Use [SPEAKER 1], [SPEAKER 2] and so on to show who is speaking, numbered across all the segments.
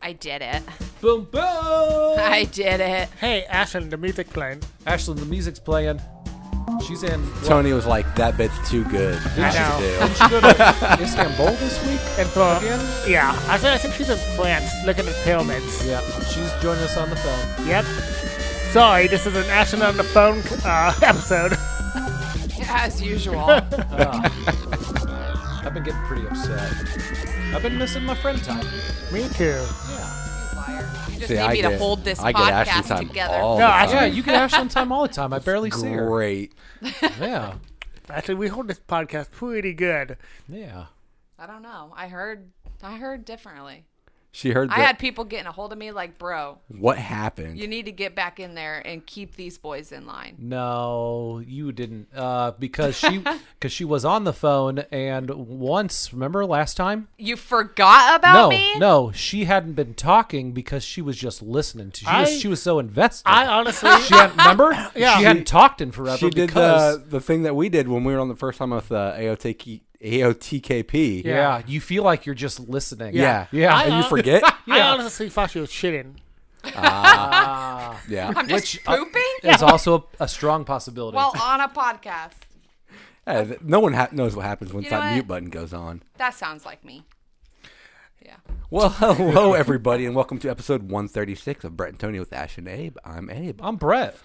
[SPEAKER 1] I did it.
[SPEAKER 2] Boom, boom!
[SPEAKER 1] I did it.
[SPEAKER 3] Hey, Ashlyn, the music playing.
[SPEAKER 2] Ashlyn, the music's playing. She's in what,
[SPEAKER 4] Tony was like, that bit's too good.
[SPEAKER 3] I know.
[SPEAKER 4] Didn't
[SPEAKER 2] She go to Istanbul this week
[SPEAKER 3] And for,
[SPEAKER 2] again?
[SPEAKER 3] yeah, I said I think she's in France looking at pyramids.
[SPEAKER 2] Yeah, she's joining us on the phone.
[SPEAKER 3] Yep. Sorry, this is an Ashlyn on the phone uh, episode.
[SPEAKER 1] As usual.
[SPEAKER 2] I've been getting pretty upset. I've been missing my friend time.
[SPEAKER 3] Me too.
[SPEAKER 2] Yeah.
[SPEAKER 1] You just
[SPEAKER 4] See,
[SPEAKER 1] need
[SPEAKER 4] I
[SPEAKER 1] me
[SPEAKER 4] get,
[SPEAKER 1] to hold this
[SPEAKER 4] I get Ashley
[SPEAKER 1] podcast
[SPEAKER 4] time
[SPEAKER 1] together.
[SPEAKER 4] All
[SPEAKER 3] No,
[SPEAKER 4] the
[SPEAKER 3] Ashley-
[SPEAKER 2] Yeah,
[SPEAKER 4] time.
[SPEAKER 2] you get Ashlyn time all the time. I barely see her.
[SPEAKER 4] great.
[SPEAKER 2] Yeah.
[SPEAKER 3] Actually, we hold this podcast pretty good.
[SPEAKER 2] Yeah.
[SPEAKER 1] I don't know. I heard. I heard differently.
[SPEAKER 4] She heard
[SPEAKER 1] I
[SPEAKER 4] the-
[SPEAKER 1] had people getting a hold of me like, bro,
[SPEAKER 4] what happened.
[SPEAKER 1] you need to get back in there and keep these boys in line.
[SPEAKER 2] No, you didn't. Uh, because she because she was on the phone and once remember last time?
[SPEAKER 1] You forgot about
[SPEAKER 2] no,
[SPEAKER 1] me?
[SPEAKER 2] no, she hadn't been talking because she was just listening. To, she
[SPEAKER 3] I-
[SPEAKER 2] was she was so invested.
[SPEAKER 3] I honestly,
[SPEAKER 2] she hadn't remember.
[SPEAKER 3] Yeah.
[SPEAKER 2] she,
[SPEAKER 3] She-
[SPEAKER 2] hadn't talked in forever.
[SPEAKER 4] she did
[SPEAKER 2] because,
[SPEAKER 4] the, the thing that we did when we were on the first time with uh, AOTK, AOTKP.
[SPEAKER 2] yeah. You feel like you're just listening.
[SPEAKER 4] Yeah.
[SPEAKER 2] yeah.
[SPEAKER 3] I-
[SPEAKER 4] And
[SPEAKER 1] Uh-huh.
[SPEAKER 4] you forget?
[SPEAKER 3] I
[SPEAKER 2] Yeah.
[SPEAKER 3] honestly thought she was shitting.
[SPEAKER 4] yeah.
[SPEAKER 1] I'm just
[SPEAKER 4] uh,
[SPEAKER 1] pooping
[SPEAKER 2] It's also a, a strong possibility.
[SPEAKER 1] while on a podcast.
[SPEAKER 4] Hey, th- no one ha- knows what happens once
[SPEAKER 1] You know
[SPEAKER 4] that
[SPEAKER 1] what?
[SPEAKER 4] mute button goes on.
[SPEAKER 1] That sounds like me. Yeah.
[SPEAKER 4] Well, hello, everybody, and welcome to episode 136 of Brett and Tony with Ash and Abe. I'm Abe.
[SPEAKER 2] I'm Brett.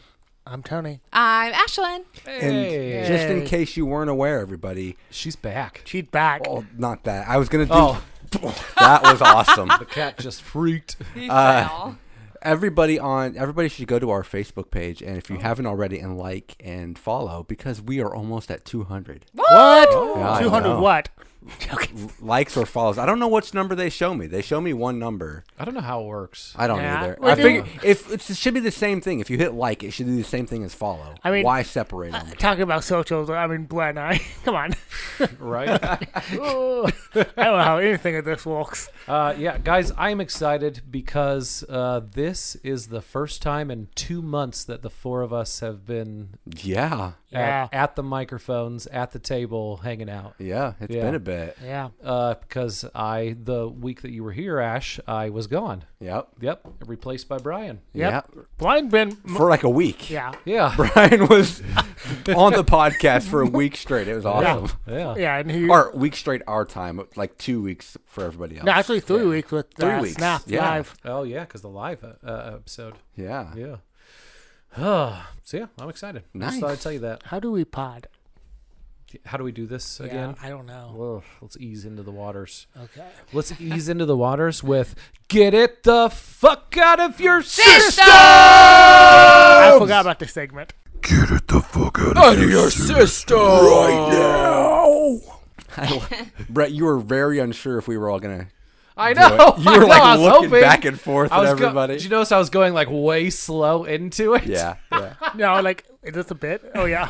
[SPEAKER 3] I'm Tony.
[SPEAKER 1] I'm Ashlyn.
[SPEAKER 4] And just in case you weren't aware, everybody,
[SPEAKER 2] She's back.
[SPEAKER 3] She's back.
[SPEAKER 4] oh, not that. I was going to do.
[SPEAKER 2] Oh.
[SPEAKER 4] that was awesome.
[SPEAKER 2] Cat just freaked.
[SPEAKER 1] You
[SPEAKER 4] Uh,
[SPEAKER 1] fell.
[SPEAKER 4] Everybody on everybody should go to our Facebook page and if you haven't already and like and follow because we are almost at 200
[SPEAKER 3] What?
[SPEAKER 4] I
[SPEAKER 3] 200
[SPEAKER 4] know.
[SPEAKER 3] what?
[SPEAKER 4] likes or follows. I don't know which number they show me. They show me one number.
[SPEAKER 2] I don't know how it works.
[SPEAKER 4] I don't
[SPEAKER 3] Yeah.
[SPEAKER 4] either.
[SPEAKER 3] We're
[SPEAKER 4] I
[SPEAKER 3] doing-
[SPEAKER 4] figure if it's, it should be the same thing. If you hit like, it should do the same thing as follow.
[SPEAKER 3] I mean-
[SPEAKER 4] why separate them?
[SPEAKER 3] Talking about socials, I mean, Blair and I. Come on.
[SPEAKER 2] Right?
[SPEAKER 3] Ooh.
[SPEAKER 4] Oh.
[SPEAKER 3] I don't know how anything of this works.
[SPEAKER 2] uh, yeah, guys, I'm excited because uh, this is the first time in two months that the four of us have been
[SPEAKER 4] Yeah,
[SPEAKER 3] Yeah.
[SPEAKER 2] at, at the microphones, at the table, hanging out.
[SPEAKER 4] yeah. It's
[SPEAKER 2] Yeah.
[SPEAKER 4] been a bit.
[SPEAKER 3] Yeah.
[SPEAKER 2] Uh, because I, the week that you were here, Ash, I was gone.
[SPEAKER 4] Yep.
[SPEAKER 2] Yep, replaced by Brian.
[SPEAKER 4] Yep.
[SPEAKER 3] Blind Ben.
[SPEAKER 4] For like a week.
[SPEAKER 3] Yeah.
[SPEAKER 2] Yeah,
[SPEAKER 4] Brian was on the podcast for a week straight. It was awesome.
[SPEAKER 2] yeah.
[SPEAKER 3] Yeah. And he.
[SPEAKER 4] Or week straight our time, like two weeks for everybody else.
[SPEAKER 3] no, actually, three weeks with uh,
[SPEAKER 4] Three weeks.
[SPEAKER 3] Snap
[SPEAKER 4] Yeah.
[SPEAKER 3] Live.
[SPEAKER 2] Oh yeah, because the live uh, uh, episode.
[SPEAKER 4] yeah.
[SPEAKER 2] Yeah. so yeah, I'm excited. I just thought I'd
[SPEAKER 4] Nice.
[SPEAKER 2] tell you that.
[SPEAKER 3] How do we pod?
[SPEAKER 2] How do we do this again?
[SPEAKER 3] Yeah, I don't know.
[SPEAKER 2] Whoa, let's ease into the waters.
[SPEAKER 3] Okay.
[SPEAKER 2] Let's ease into the waters with "Get it the fuck out of your system."
[SPEAKER 4] Oh!
[SPEAKER 3] I forgot about this segment.
[SPEAKER 4] Out of your system right now. Brett, you were very unsure if we were all gonna.
[SPEAKER 2] I
[SPEAKER 4] do it.
[SPEAKER 2] know.
[SPEAKER 4] You
[SPEAKER 2] I
[SPEAKER 4] were
[SPEAKER 2] know, I
[SPEAKER 4] like
[SPEAKER 2] was
[SPEAKER 4] looking
[SPEAKER 2] hoping.
[SPEAKER 4] back and forth
[SPEAKER 2] I
[SPEAKER 4] at
[SPEAKER 2] was go-
[SPEAKER 4] everybody.
[SPEAKER 2] Did you notice I was going like way slow into it?
[SPEAKER 4] yeah, yeah.
[SPEAKER 3] No, like, is this a bit? Oh, yeah.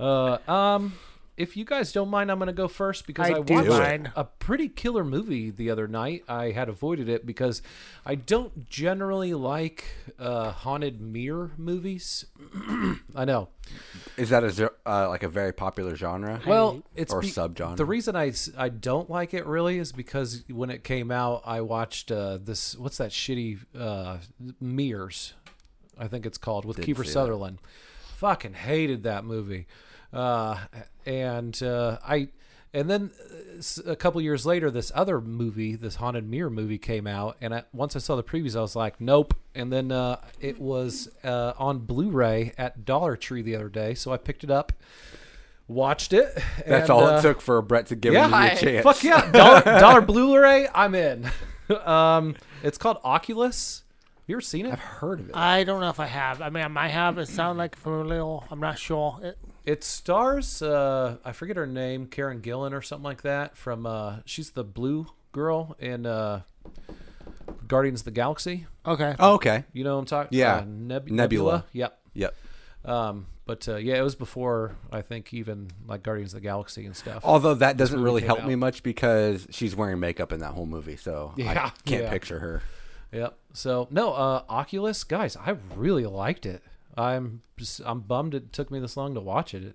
[SPEAKER 2] Uh, um, if you guys don't mind, I'm going to go first because I,
[SPEAKER 3] I do
[SPEAKER 2] watched
[SPEAKER 3] mind.
[SPEAKER 2] a pretty killer movie the other night. I had avoided it because I don't generally like uh, haunted mirror movies. I know.
[SPEAKER 4] Is that a zer- uh, like a very popular genre?
[SPEAKER 2] Well, it's
[SPEAKER 4] Or subgenre.
[SPEAKER 2] The reason I, s- I don't like it really is because when it came out, I watched uh, this. What's that shitty uh, mirrors? I think it's called with Kiefer
[SPEAKER 4] see that.
[SPEAKER 2] Sutherland. Fucking hated that movie, uh, and uh, I. And then uh, s- a couple years later, this other movie, this haunted mirror movie, came out, and I, once I saw the previews, I was like, "Nope." And then uh, it was uh, on Blu-ray at Dollar Tree the other day, so I picked it up, watched it.
[SPEAKER 4] That's
[SPEAKER 2] and,
[SPEAKER 4] all
[SPEAKER 2] uh,
[SPEAKER 4] it took for Brett to give
[SPEAKER 2] yeah.
[SPEAKER 4] me a
[SPEAKER 1] Hi.
[SPEAKER 4] chance.
[SPEAKER 2] Fuck yeah, dollar, dollar Blu-ray, I'm in. um, it's called Oculus. You ever seen it? I've heard of it.
[SPEAKER 3] I don't know if I have. I mean, I might have. It sounds like familiar. I'm not sure. It,
[SPEAKER 2] It stars uh, I forget her name, Karen Gillan or something like that. From uh, she's the blue girl in uh, Guardians of the Galaxy.
[SPEAKER 3] okay.
[SPEAKER 4] Oh, okay.
[SPEAKER 2] You know what I'm talking?
[SPEAKER 4] Yeah.
[SPEAKER 2] uh, Neb-
[SPEAKER 4] Nebula.
[SPEAKER 2] Nebula. Yep.
[SPEAKER 4] Yep.
[SPEAKER 2] Um, but uh, yeah, it was before I think even like Guardians of the Galaxy and stuff.
[SPEAKER 4] Although that doesn't really
[SPEAKER 2] came
[SPEAKER 4] help me
[SPEAKER 2] out.
[SPEAKER 4] much because she's wearing makeup in that whole movie, so
[SPEAKER 2] Yeah.
[SPEAKER 4] I can't
[SPEAKER 2] Yeah.
[SPEAKER 4] picture her.
[SPEAKER 2] Yep. So no, uh, Oculus guys, I really liked it. I'm just, I'm bummed it took me this long to watch it. If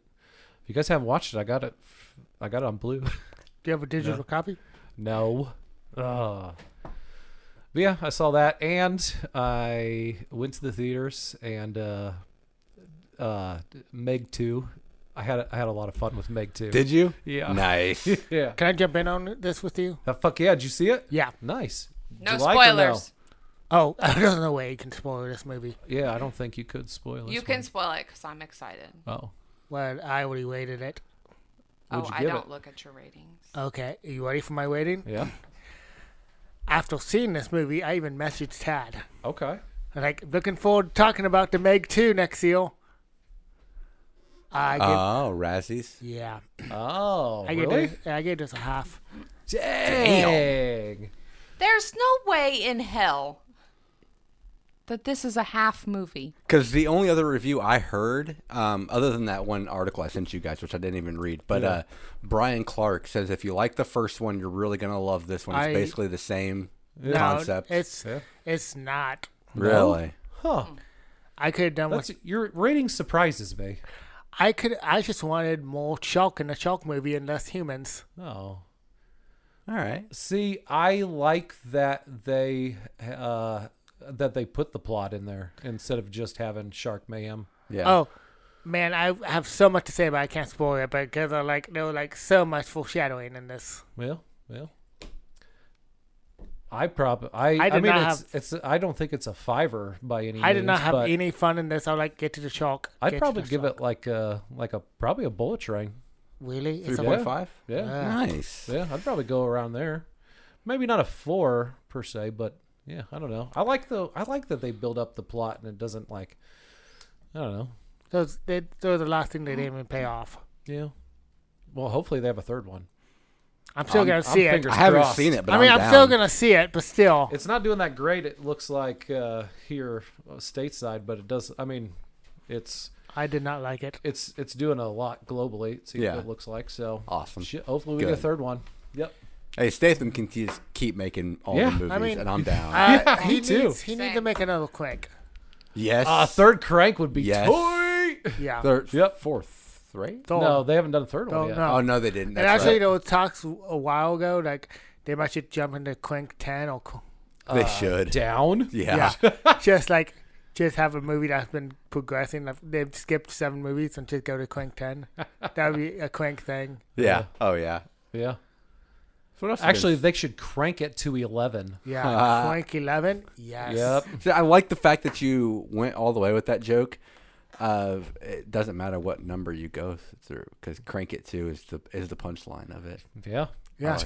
[SPEAKER 2] you guys haven't watched it, I got it. I got it on blue.
[SPEAKER 3] Do you have a digital copy?
[SPEAKER 2] no, Ugh. But yeah, I saw that, and I went to the theaters and uh, uh, Meg Two. I had I had a lot of fun with Meg Two.
[SPEAKER 4] Did you?
[SPEAKER 2] Yeah.
[SPEAKER 4] Nice.
[SPEAKER 2] Yeah.
[SPEAKER 3] Can I jump in on this with you?
[SPEAKER 2] Uh, fuck yeah! Did you see it?
[SPEAKER 3] Yeah.
[SPEAKER 2] Nice.
[SPEAKER 1] No
[SPEAKER 2] Did you like or no?
[SPEAKER 1] spoilers.
[SPEAKER 3] Oh, there's no way you can spoil this movie.
[SPEAKER 2] Yeah, I don't think you could spoil.
[SPEAKER 1] you
[SPEAKER 2] this
[SPEAKER 1] can spoil it because I'm excited.
[SPEAKER 2] One. Oh,
[SPEAKER 3] But I already rated it.
[SPEAKER 2] What'd
[SPEAKER 1] oh,
[SPEAKER 2] you
[SPEAKER 1] I
[SPEAKER 2] give
[SPEAKER 1] don't
[SPEAKER 2] it?
[SPEAKER 1] look at your ratings.
[SPEAKER 3] Okay, are you ready for my rating?
[SPEAKER 2] yeah.
[SPEAKER 3] After seeing this movie, I even messaged Tad.
[SPEAKER 2] Okay.
[SPEAKER 3] Like, looking forward to talking about the Meg 2 next year. I gave,
[SPEAKER 4] Oh, Razzies.
[SPEAKER 3] yeah.
[SPEAKER 2] Oh,
[SPEAKER 3] I
[SPEAKER 2] Uh, really?
[SPEAKER 3] gave this, I gave this a half.
[SPEAKER 2] Dang.
[SPEAKER 1] There's no way in hell that this is a half movie.
[SPEAKER 4] Because the only other review I heard, um, other than that one article I sent you guys, which I didn't even read, but uh, Brian Clark says if you like the first one, you're really gonna love this one. It's
[SPEAKER 3] I-
[SPEAKER 4] basically the same
[SPEAKER 3] No,
[SPEAKER 4] concept.
[SPEAKER 3] It's
[SPEAKER 2] Yeah.
[SPEAKER 3] it's not.
[SPEAKER 4] really.
[SPEAKER 2] Huh.
[SPEAKER 1] Hmm.
[SPEAKER 3] I could have done with
[SPEAKER 2] That's your rating surprises me.
[SPEAKER 3] I could. I just wanted more chalk in a chalk movie and less humans.
[SPEAKER 2] Oh.
[SPEAKER 4] All right.
[SPEAKER 2] See, I like that they uh, that they put the plot in there instead of just having shark mayhem.
[SPEAKER 4] Yeah.
[SPEAKER 3] Oh, man, I have so much to say, but I can't spoil it because I like there was like so much foreshadowing in this.
[SPEAKER 2] Well, well. I prob I I,
[SPEAKER 3] did
[SPEAKER 2] mean
[SPEAKER 3] not
[SPEAKER 2] it's it's I don't think it's a fiver by any means.
[SPEAKER 3] I did not have
[SPEAKER 2] but
[SPEAKER 3] any fun in this. I was like get to the chalk.
[SPEAKER 2] I'd probably give it like a like a probably a bullet train.
[SPEAKER 3] really. It's
[SPEAKER 4] Three
[SPEAKER 3] a-
[SPEAKER 2] Yeah.
[SPEAKER 4] point five.
[SPEAKER 2] Yeah.
[SPEAKER 4] Nice.
[SPEAKER 2] Yeah, I'd probably go around there. Maybe not a 4 per se, but yeah, I don't know. I like the I like that they build up the plot and it doesn't like I don't know.
[SPEAKER 3] there was, there, there was the last thing they didn't even pay off.
[SPEAKER 2] Yeah. Well, hopefully they have a third one.
[SPEAKER 3] I'm still gonna see
[SPEAKER 2] I'm
[SPEAKER 3] it.
[SPEAKER 2] fingers
[SPEAKER 4] I haven't
[SPEAKER 2] crossed.
[SPEAKER 4] seen it, but
[SPEAKER 3] I mean,
[SPEAKER 4] I'm,
[SPEAKER 3] I'm, still
[SPEAKER 4] down.
[SPEAKER 3] gonna see it, but still,
[SPEAKER 2] It's not doing that great. It looks like uh, here uh, stateside, but it does. I mean, it's
[SPEAKER 3] I did not like it.
[SPEAKER 2] it's it's doing a lot globally. It seems
[SPEAKER 4] Yeah.
[SPEAKER 2] it looks like so.
[SPEAKER 4] Awesome.
[SPEAKER 2] Shit, hopefully we get a
[SPEAKER 4] Good.
[SPEAKER 2] third one. Yep.
[SPEAKER 4] Hey, Statham can just keep making all
[SPEAKER 2] Yeah, I
[SPEAKER 4] the movies,
[SPEAKER 3] mean-
[SPEAKER 4] and I'm down.
[SPEAKER 3] Uh,
[SPEAKER 2] Yeah,
[SPEAKER 3] he
[SPEAKER 2] me too.
[SPEAKER 3] Needs, he needs to
[SPEAKER 1] Same.
[SPEAKER 3] make another quick.
[SPEAKER 4] yes.
[SPEAKER 2] Uh, third crank would be
[SPEAKER 4] Yes.
[SPEAKER 2] tight.
[SPEAKER 3] Yeah.
[SPEAKER 4] Third.
[SPEAKER 2] Yep.
[SPEAKER 4] Fourth. Right.
[SPEAKER 3] Thor.
[SPEAKER 2] No, they haven't done a third one
[SPEAKER 3] Don't
[SPEAKER 2] yet.
[SPEAKER 3] know.
[SPEAKER 4] Oh no, they didn't.
[SPEAKER 3] And
[SPEAKER 4] That's
[SPEAKER 3] actually,
[SPEAKER 4] right.
[SPEAKER 3] there was talks a while ago, like they might should jump into Clink Ten or Cl- uh,
[SPEAKER 4] they should.
[SPEAKER 2] Down.
[SPEAKER 4] yeah.
[SPEAKER 3] just like just have a movie that's been progressing. Like, they've skipped seven movies and just go to Clink Ten. that would be a Clink thing.
[SPEAKER 4] Yeah. Oh yeah.
[SPEAKER 2] Yeah.
[SPEAKER 4] So what else?
[SPEAKER 2] Actually, they should crank it to eleven.
[SPEAKER 3] Yeah, Clink Eleven. Yes.
[SPEAKER 2] Yep.
[SPEAKER 4] See, I like the fact that you went all the way with that joke. Of it doesn't matter what number you go through because crank it to is the is the punchline of it.
[SPEAKER 2] Yeah.
[SPEAKER 3] Yeah.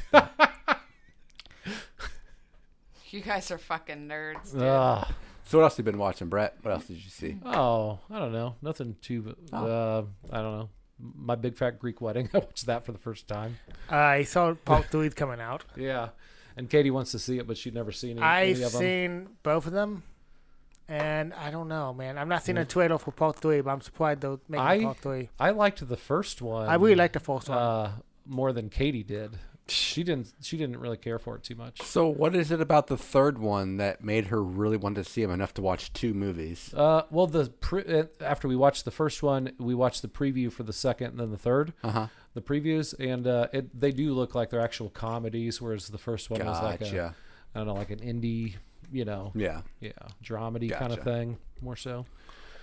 [SPEAKER 1] You guys are fucking nerds. dude.
[SPEAKER 2] Ugh.
[SPEAKER 4] So what else have you been watching, Brett? What else did you see?
[SPEAKER 2] Oh, I don't know. Nothing too.
[SPEAKER 3] Oh.
[SPEAKER 2] Uh, I don't know. My big fat Greek wedding. I watched that for the first time.
[SPEAKER 3] Uh, I saw Part Three coming out.
[SPEAKER 2] Yeah, and Katie wants to see it, but she'd never seen any,
[SPEAKER 3] I've
[SPEAKER 2] any of them.
[SPEAKER 3] seen both of them, and I don't know, man. I'm not seeing a trailer for Part Three, but I'm surprised they'll make
[SPEAKER 2] I-
[SPEAKER 3] Part Three.
[SPEAKER 2] I liked the first one.
[SPEAKER 3] I really like the first one.
[SPEAKER 2] uh, more than Katie did. She didn't. She didn't really care for it too much.
[SPEAKER 4] So what is it about the third one that made her really want to see him enough to watch two movies?
[SPEAKER 2] Uh, well, the pre- uh, after we watched the first one, we watched the preview for the second and then the third. Uh-huh. The previews and uh, it they do look like they're actual comedies, whereas the first one was like a
[SPEAKER 4] Gotcha.
[SPEAKER 2] I don't know, like an indie, you know,
[SPEAKER 4] Yeah.
[SPEAKER 2] yeah, dramedy kind of
[SPEAKER 4] Gotcha.
[SPEAKER 2] thing more so.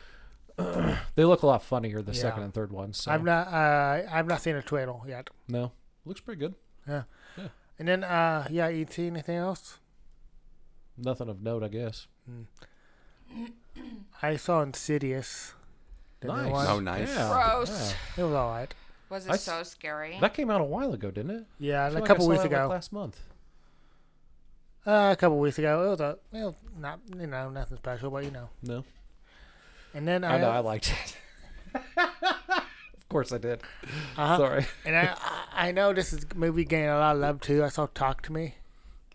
[SPEAKER 2] they look a lot funnier the second
[SPEAKER 3] Yeah.
[SPEAKER 2] and third ones. So.
[SPEAKER 3] I'm not. Uh, I've not seen a trailer yet.
[SPEAKER 2] no, looks pretty good.
[SPEAKER 3] And then, uh, yeah, ET. Anything else?
[SPEAKER 2] Nothing of note, I guess.
[SPEAKER 3] I saw Insidious. the new
[SPEAKER 2] Nice.
[SPEAKER 3] one.
[SPEAKER 4] Oh, nice.
[SPEAKER 2] Yeah.
[SPEAKER 1] Gross.
[SPEAKER 2] Yeah.
[SPEAKER 3] It was all right.
[SPEAKER 1] Was it
[SPEAKER 2] I s-
[SPEAKER 1] so scary?
[SPEAKER 2] That came out a while ago, didn't it?
[SPEAKER 3] Yeah,
[SPEAKER 2] I feel
[SPEAKER 3] a
[SPEAKER 2] like I
[SPEAKER 3] couple
[SPEAKER 2] saw
[SPEAKER 3] weeks
[SPEAKER 2] that, like,
[SPEAKER 3] ago.
[SPEAKER 2] last month.
[SPEAKER 3] uh, a couple weeks ago, it was a well, not you know nothing special, but you know.
[SPEAKER 2] No,
[SPEAKER 3] And then I,
[SPEAKER 2] I know I liked it. of course, I did.
[SPEAKER 3] Uh-huh.
[SPEAKER 2] Sorry.
[SPEAKER 3] and I, I I know this is movie getting a lot of love too. I saw Talk to Me.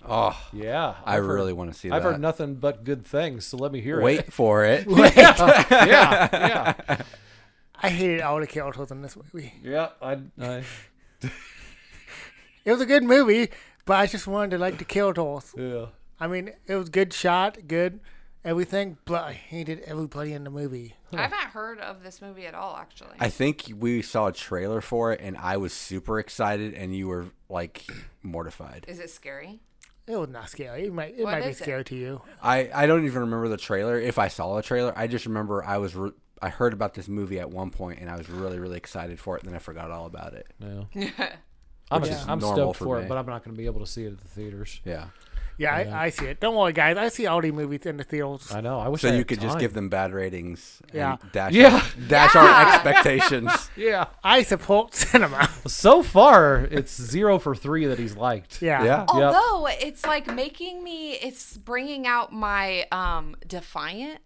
[SPEAKER 4] Oh,
[SPEAKER 2] Yeah,
[SPEAKER 4] I
[SPEAKER 2] I've heard-
[SPEAKER 4] really want to see
[SPEAKER 2] I've
[SPEAKER 4] that.
[SPEAKER 2] heard nothing but good things, so let me hear it.
[SPEAKER 4] Wait for it.
[SPEAKER 2] yeah, yeah,
[SPEAKER 3] I hated all the characters in this movie.
[SPEAKER 2] yeah. I, I
[SPEAKER 3] It was a good movie, but I just wanted to like the characters.
[SPEAKER 2] yeah.
[SPEAKER 3] I mean, it was good shot, good everything, but I hated everybody in the movie.
[SPEAKER 1] I haven't heard of this movie at all, actually.
[SPEAKER 4] I think we saw a trailer for it, and I was super excited, and you were like mortified.
[SPEAKER 1] Is it scary?
[SPEAKER 3] It was not scary. It might it
[SPEAKER 1] What
[SPEAKER 3] might be
[SPEAKER 1] is it?
[SPEAKER 3] scary to you.
[SPEAKER 4] I, I don't even remember the trailer. If I saw a trailer, I just remember I was re- I heard about this movie at one point and I was really really excited for it. And then I forgot all about it.
[SPEAKER 2] No. I'm,
[SPEAKER 4] Which is
[SPEAKER 2] I'm
[SPEAKER 4] normal
[SPEAKER 2] stoked
[SPEAKER 4] for
[SPEAKER 2] for
[SPEAKER 4] me.
[SPEAKER 2] it, but I'm not going to be able to see it at the theaters.
[SPEAKER 4] Yeah.
[SPEAKER 3] Yeah, I, I see it. Don't worry, guys. I see all these movies in the theaters.
[SPEAKER 2] I know. I wish
[SPEAKER 4] So
[SPEAKER 2] I
[SPEAKER 4] you
[SPEAKER 2] had
[SPEAKER 4] could just
[SPEAKER 2] time.
[SPEAKER 4] give them bad ratings. and
[SPEAKER 3] Yeah.
[SPEAKER 4] dash
[SPEAKER 2] Yeah.
[SPEAKER 4] Our, dash our expectations.
[SPEAKER 2] Yeah.
[SPEAKER 3] I support cinema.
[SPEAKER 2] So far, it's zero for three that he's liked.
[SPEAKER 3] yeah.
[SPEAKER 4] Yeah.
[SPEAKER 1] Although it's like making me, it's bringing out my um defiant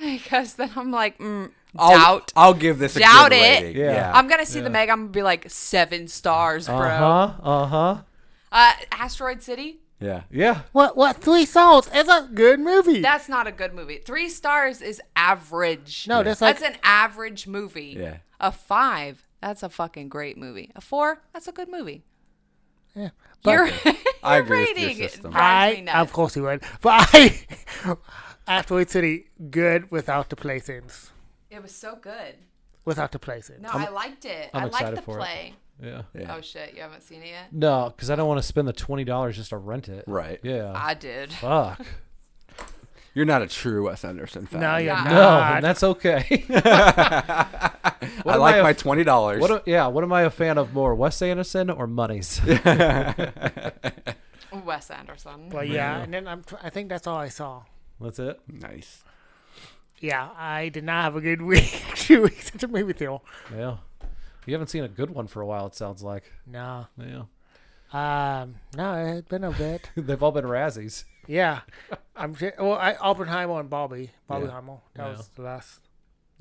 [SPEAKER 1] because then I'm like, mm,
[SPEAKER 4] I'll,
[SPEAKER 1] doubt.
[SPEAKER 4] I'll give this a
[SPEAKER 1] Doubt
[SPEAKER 4] good
[SPEAKER 1] it. Um,
[SPEAKER 4] rating.
[SPEAKER 2] Yeah.
[SPEAKER 1] I'm gonna see the Meg. I'm gonna be like seven stars, bro.
[SPEAKER 2] Uh huh. Uh huh.
[SPEAKER 1] Uh, Asteroid City.
[SPEAKER 4] yeah.
[SPEAKER 2] Yeah.
[SPEAKER 3] What? What? Three Souls is a good movie.
[SPEAKER 1] That's not a good movie. Three stars is average.
[SPEAKER 3] no, that's like
[SPEAKER 1] that's an average movie.
[SPEAKER 4] Yeah.
[SPEAKER 1] A five. That's a fucking great movie. A four. That's a good movie.
[SPEAKER 3] Yeah,
[SPEAKER 1] Your,
[SPEAKER 4] I
[SPEAKER 1] your
[SPEAKER 4] agree with your
[SPEAKER 1] rating
[SPEAKER 4] system.
[SPEAKER 1] drives me
[SPEAKER 3] I.
[SPEAKER 1] nuts.
[SPEAKER 3] Of course he would. But I. Asteroid City, good without the playthings.
[SPEAKER 1] It was so good.
[SPEAKER 3] Without the playthings.
[SPEAKER 1] No, I liked it.
[SPEAKER 2] I'm
[SPEAKER 1] I
[SPEAKER 2] excited
[SPEAKER 1] liked the
[SPEAKER 2] for it.
[SPEAKER 1] play.
[SPEAKER 2] Yeah.
[SPEAKER 4] Yeah.
[SPEAKER 1] Oh shit, you haven't seen it yet?
[SPEAKER 2] No, because I don't want to spend the twenty dollars just to rent it.
[SPEAKER 4] Right.
[SPEAKER 2] Yeah.
[SPEAKER 1] I did.
[SPEAKER 2] Fuck.
[SPEAKER 4] You're not a true Wes Anderson fan.
[SPEAKER 3] No, you're
[SPEAKER 1] Yeah.
[SPEAKER 3] not.
[SPEAKER 2] No, and that's okay.
[SPEAKER 4] I
[SPEAKER 2] am
[SPEAKER 4] like
[SPEAKER 2] I a-
[SPEAKER 4] my twenty dollars.
[SPEAKER 2] what? A, yeah. What am I a fan of more, Wes Anderson or Monies?
[SPEAKER 1] Wes Anderson.
[SPEAKER 3] But yeah, and then I'm, tr- I think that's all I saw.
[SPEAKER 2] That's it.
[SPEAKER 4] Nice.
[SPEAKER 3] Yeah, I did not have a good week. Two weeks at the movie theater.
[SPEAKER 2] Yeah. You haven't seen a good one for a while. It sounds like.
[SPEAKER 3] No,
[SPEAKER 2] Yeah.
[SPEAKER 3] um, no, it's been a bit.
[SPEAKER 2] They've all been Razzies.
[SPEAKER 3] Yeah, I'm j- well. I Oppenheimer and Bobby, Bobby
[SPEAKER 4] Yeah.
[SPEAKER 3] Hummel. That
[SPEAKER 2] Yeah.
[SPEAKER 3] was the last.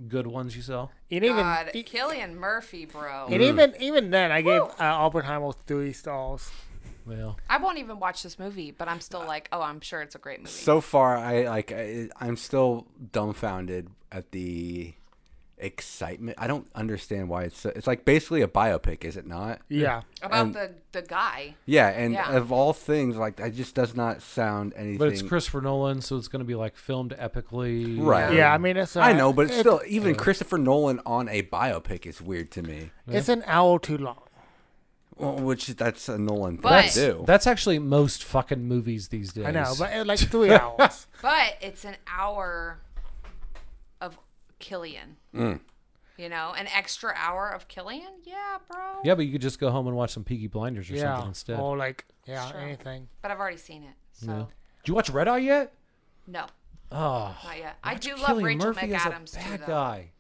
[SPEAKER 2] Good ones you saw.
[SPEAKER 3] And even
[SPEAKER 1] God,
[SPEAKER 3] e-
[SPEAKER 1] Killian Murphy, bro.
[SPEAKER 4] Mm.
[SPEAKER 3] and even even then, I gave uh, Oppenheimer three stars.
[SPEAKER 2] Yeah.
[SPEAKER 1] I won't even watch this movie, but I'm still like, oh, I'm sure it's a great movie.
[SPEAKER 4] So far, I like. I, I'm still dumbfounded at the excitement. I don't understand why it's. so- It's like basically a biopic, is it not?
[SPEAKER 3] Yeah,
[SPEAKER 1] About the the guy.
[SPEAKER 4] Yeah. And
[SPEAKER 1] Yeah.
[SPEAKER 4] of all things, like that just does not sound anything.
[SPEAKER 2] But it's Christopher Nolan, so it's going to be like filmed epically.
[SPEAKER 4] Right.
[SPEAKER 3] yeah. I mean, it's uh,
[SPEAKER 4] Um, I know, but it's
[SPEAKER 3] it-
[SPEAKER 4] still even Christopher Nolan on a biopic is weird to me.
[SPEAKER 3] it's an hour too long.
[SPEAKER 4] Well, which that's a Nolan thing
[SPEAKER 1] But-
[SPEAKER 4] to do.
[SPEAKER 2] That's actually most fucking movies these days.
[SPEAKER 3] I know, but it, like three hours.
[SPEAKER 1] But it's an hour of Killian.
[SPEAKER 4] Mm.
[SPEAKER 1] You know, an extra hour of Killian? Yeah, bro.
[SPEAKER 2] yeah, but you could just go home and watch some Peaky Blinders or
[SPEAKER 3] yeah,
[SPEAKER 2] something instead.
[SPEAKER 3] or like yeah,
[SPEAKER 1] Sure.
[SPEAKER 3] anything.
[SPEAKER 1] But I've already seen it. So
[SPEAKER 2] Did you watch Red Eye yet?
[SPEAKER 1] no.
[SPEAKER 2] Oh,
[SPEAKER 1] Not yet. I do love
[SPEAKER 2] Cillian
[SPEAKER 1] Rachel
[SPEAKER 2] Murphy is
[SPEAKER 1] McAdams
[SPEAKER 2] a
[SPEAKER 1] too
[SPEAKER 2] bad
[SPEAKER 1] though.
[SPEAKER 2] guy.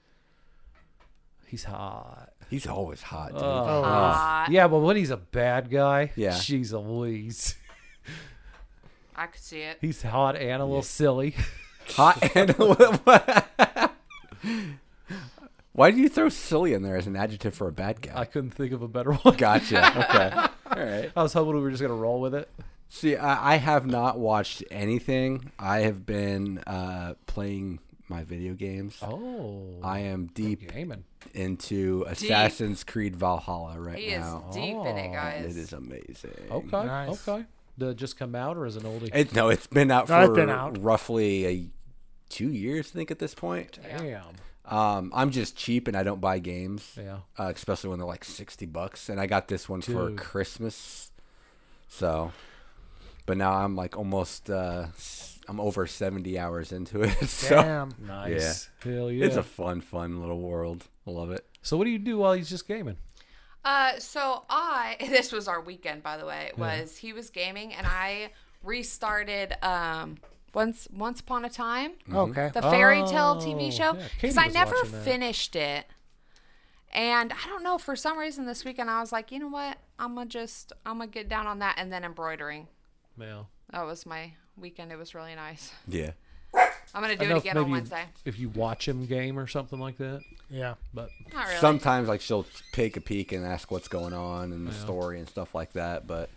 [SPEAKER 2] He's hot.
[SPEAKER 4] He's always hot. Dude.
[SPEAKER 3] Oh,
[SPEAKER 1] Uh,
[SPEAKER 2] yeah, but when he's a bad guy,
[SPEAKER 4] Yeah.
[SPEAKER 2] she's a Louise.
[SPEAKER 1] I could see it.
[SPEAKER 2] He's hot and a little silly.
[SPEAKER 4] hot and why do you throw silly in there as an adjective for a bad
[SPEAKER 2] I
[SPEAKER 4] guy?
[SPEAKER 2] couldn't think of a better one.
[SPEAKER 4] Gotcha. Okay. All right.
[SPEAKER 2] I was hoping we were just gonna roll with it.
[SPEAKER 4] See, I, I have not watched anything. I have been uh, playing my video games.
[SPEAKER 2] Oh,
[SPEAKER 4] I am deep
[SPEAKER 2] gaming.
[SPEAKER 4] into Assassin's Creed Valhalla right
[SPEAKER 1] He is
[SPEAKER 4] now.
[SPEAKER 1] deep in it,
[SPEAKER 4] and
[SPEAKER 1] guys.
[SPEAKER 4] Oh, it is amazing.
[SPEAKER 2] Okay,
[SPEAKER 3] Nice.
[SPEAKER 2] okay. Did it just come out or is it an oldie?
[SPEAKER 4] It, no, it's been out
[SPEAKER 3] No, it's
[SPEAKER 4] for
[SPEAKER 3] been out.
[SPEAKER 4] roughly a, two years, I think, at this point.
[SPEAKER 2] Damn.
[SPEAKER 4] Um, I'm just cheap and I don't buy games.
[SPEAKER 2] Yeah.
[SPEAKER 4] uh, especially when they're like 60 bucks and i got this one for
[SPEAKER 2] Dude.
[SPEAKER 4] christmas so but now i'm like almost uh s- i'm over 70 hours into it so
[SPEAKER 3] Damn.
[SPEAKER 2] Nice. Hell yeah.
[SPEAKER 4] it's a fun fun little world i love it
[SPEAKER 2] so what do you do while he's just gaming?
[SPEAKER 1] Uh, so I this was our weekend, by the way. Was he was gaming and I restarted um once once upon a time
[SPEAKER 3] Okay.
[SPEAKER 1] the fairy tale TV
[SPEAKER 2] Oh,
[SPEAKER 1] show
[SPEAKER 2] yeah,
[SPEAKER 1] because
[SPEAKER 2] Katie
[SPEAKER 1] I
[SPEAKER 2] was
[SPEAKER 1] never
[SPEAKER 2] watching that.
[SPEAKER 1] finished it. And I don't know for some reason this weekend I was like, you know what? I'm gonna just I'm gonna get down on that and then embroidering.
[SPEAKER 2] Yeah.
[SPEAKER 1] That was my weekend. It was really nice.
[SPEAKER 4] yeah
[SPEAKER 1] I'm gonna
[SPEAKER 2] I
[SPEAKER 1] do
[SPEAKER 2] don't know
[SPEAKER 1] it
[SPEAKER 2] if
[SPEAKER 1] again on
[SPEAKER 2] maybe
[SPEAKER 1] Wednesday.
[SPEAKER 2] If you watch him game or something like that,
[SPEAKER 3] Yeah.
[SPEAKER 2] but
[SPEAKER 1] Not really.
[SPEAKER 4] sometimes like she'll take a peek and ask what's going on and the story and stuff like that but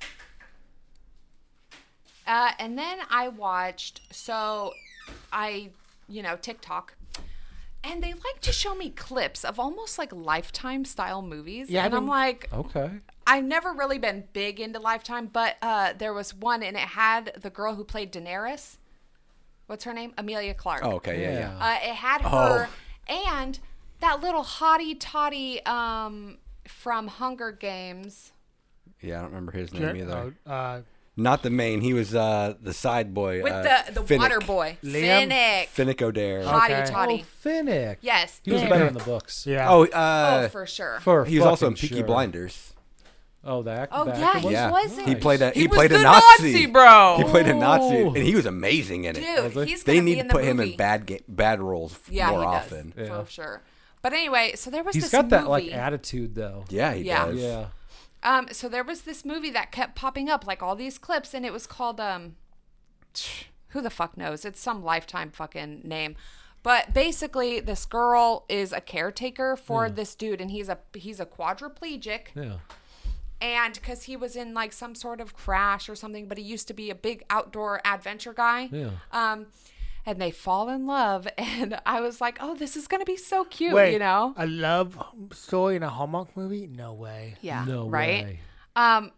[SPEAKER 1] Uh, and then I watched, so I, you know, TikTok. And they like to show me clips of almost like Lifetime style movies.
[SPEAKER 3] Yeah, I
[SPEAKER 1] and I'm
[SPEAKER 3] mean-
[SPEAKER 1] like,
[SPEAKER 2] okay.
[SPEAKER 1] I've never really been big into Lifetime, but uh, there was one and it had the girl who played Daenerys. What's her name? Amelia Clark.
[SPEAKER 4] oh, okay Oh. yeah yeah,
[SPEAKER 1] Uh, it had her and that little hottie toddy um, from Hunger Games.
[SPEAKER 4] yeah i don't remember his name
[SPEAKER 3] Jer-
[SPEAKER 4] either
[SPEAKER 3] oh, uh,
[SPEAKER 4] Not the main. He was uh, the side boy.
[SPEAKER 1] with
[SPEAKER 4] uh,
[SPEAKER 1] the the
[SPEAKER 4] Finnick.
[SPEAKER 1] water boy,
[SPEAKER 3] Liam?
[SPEAKER 1] Finnick,
[SPEAKER 4] Finnick O'Dare.
[SPEAKER 3] Oh.
[SPEAKER 1] Hottie
[SPEAKER 3] Okay.
[SPEAKER 1] Toddy.
[SPEAKER 2] Oh, Finnick.
[SPEAKER 1] Yes,
[SPEAKER 2] He was
[SPEAKER 1] Finnick.
[SPEAKER 2] better in the books.
[SPEAKER 3] Yeah.
[SPEAKER 4] Oh,
[SPEAKER 1] Oh,
[SPEAKER 4] uh,
[SPEAKER 1] for sure.
[SPEAKER 2] For
[SPEAKER 4] he was also in
[SPEAKER 2] fucking
[SPEAKER 4] Peaky
[SPEAKER 2] sure.
[SPEAKER 4] Blinders.
[SPEAKER 2] Oh, that.
[SPEAKER 1] Oh,
[SPEAKER 2] that
[SPEAKER 1] yeah, he
[SPEAKER 2] was-
[SPEAKER 4] Yeah,
[SPEAKER 1] wasn't.
[SPEAKER 4] he
[SPEAKER 2] Nice.
[SPEAKER 4] played a he,
[SPEAKER 1] He was
[SPEAKER 4] played a
[SPEAKER 1] the
[SPEAKER 4] Nazi.
[SPEAKER 1] Nazi, bro.
[SPEAKER 4] He played a Nazi,
[SPEAKER 2] Oh.
[SPEAKER 4] and he was amazing in it.
[SPEAKER 1] Dude,
[SPEAKER 2] Was he?
[SPEAKER 1] he's gonna
[SPEAKER 4] they
[SPEAKER 1] be
[SPEAKER 4] need to
[SPEAKER 1] in the
[SPEAKER 4] put him in
[SPEAKER 1] movie.
[SPEAKER 4] bad ga- bad roles f-
[SPEAKER 1] Yeah,
[SPEAKER 4] more
[SPEAKER 1] he does,
[SPEAKER 4] often.
[SPEAKER 2] Yeah.
[SPEAKER 1] for sure. But anyway, so there was
[SPEAKER 2] He's
[SPEAKER 1] this
[SPEAKER 2] got that like
[SPEAKER 1] movie.
[SPEAKER 2] attitude though.
[SPEAKER 4] Yeah, he
[SPEAKER 1] Yeah.
[SPEAKER 4] does.
[SPEAKER 2] Yeah.
[SPEAKER 1] um, so there was this movie that kept popping up, like all these clips, and it was called um, who the fuck knows? It's some lifetime fucking name. But basically, this girl is a caretaker for
[SPEAKER 2] Hmm.
[SPEAKER 1] this dude, and he's a he's a quadriplegic.
[SPEAKER 2] Yeah.
[SPEAKER 1] and because he was in like some sort of crash or something, but he used to be a big outdoor adventure guy.
[SPEAKER 2] Yeah.
[SPEAKER 1] Um, and they fall in love, and I was like, "Oh, this is gonna be so cute,"
[SPEAKER 3] Wait,
[SPEAKER 1] you know?
[SPEAKER 3] a love story in a Hallmark movie? No way.
[SPEAKER 1] Yeah.
[SPEAKER 2] No
[SPEAKER 1] right.
[SPEAKER 2] way.
[SPEAKER 1] Um,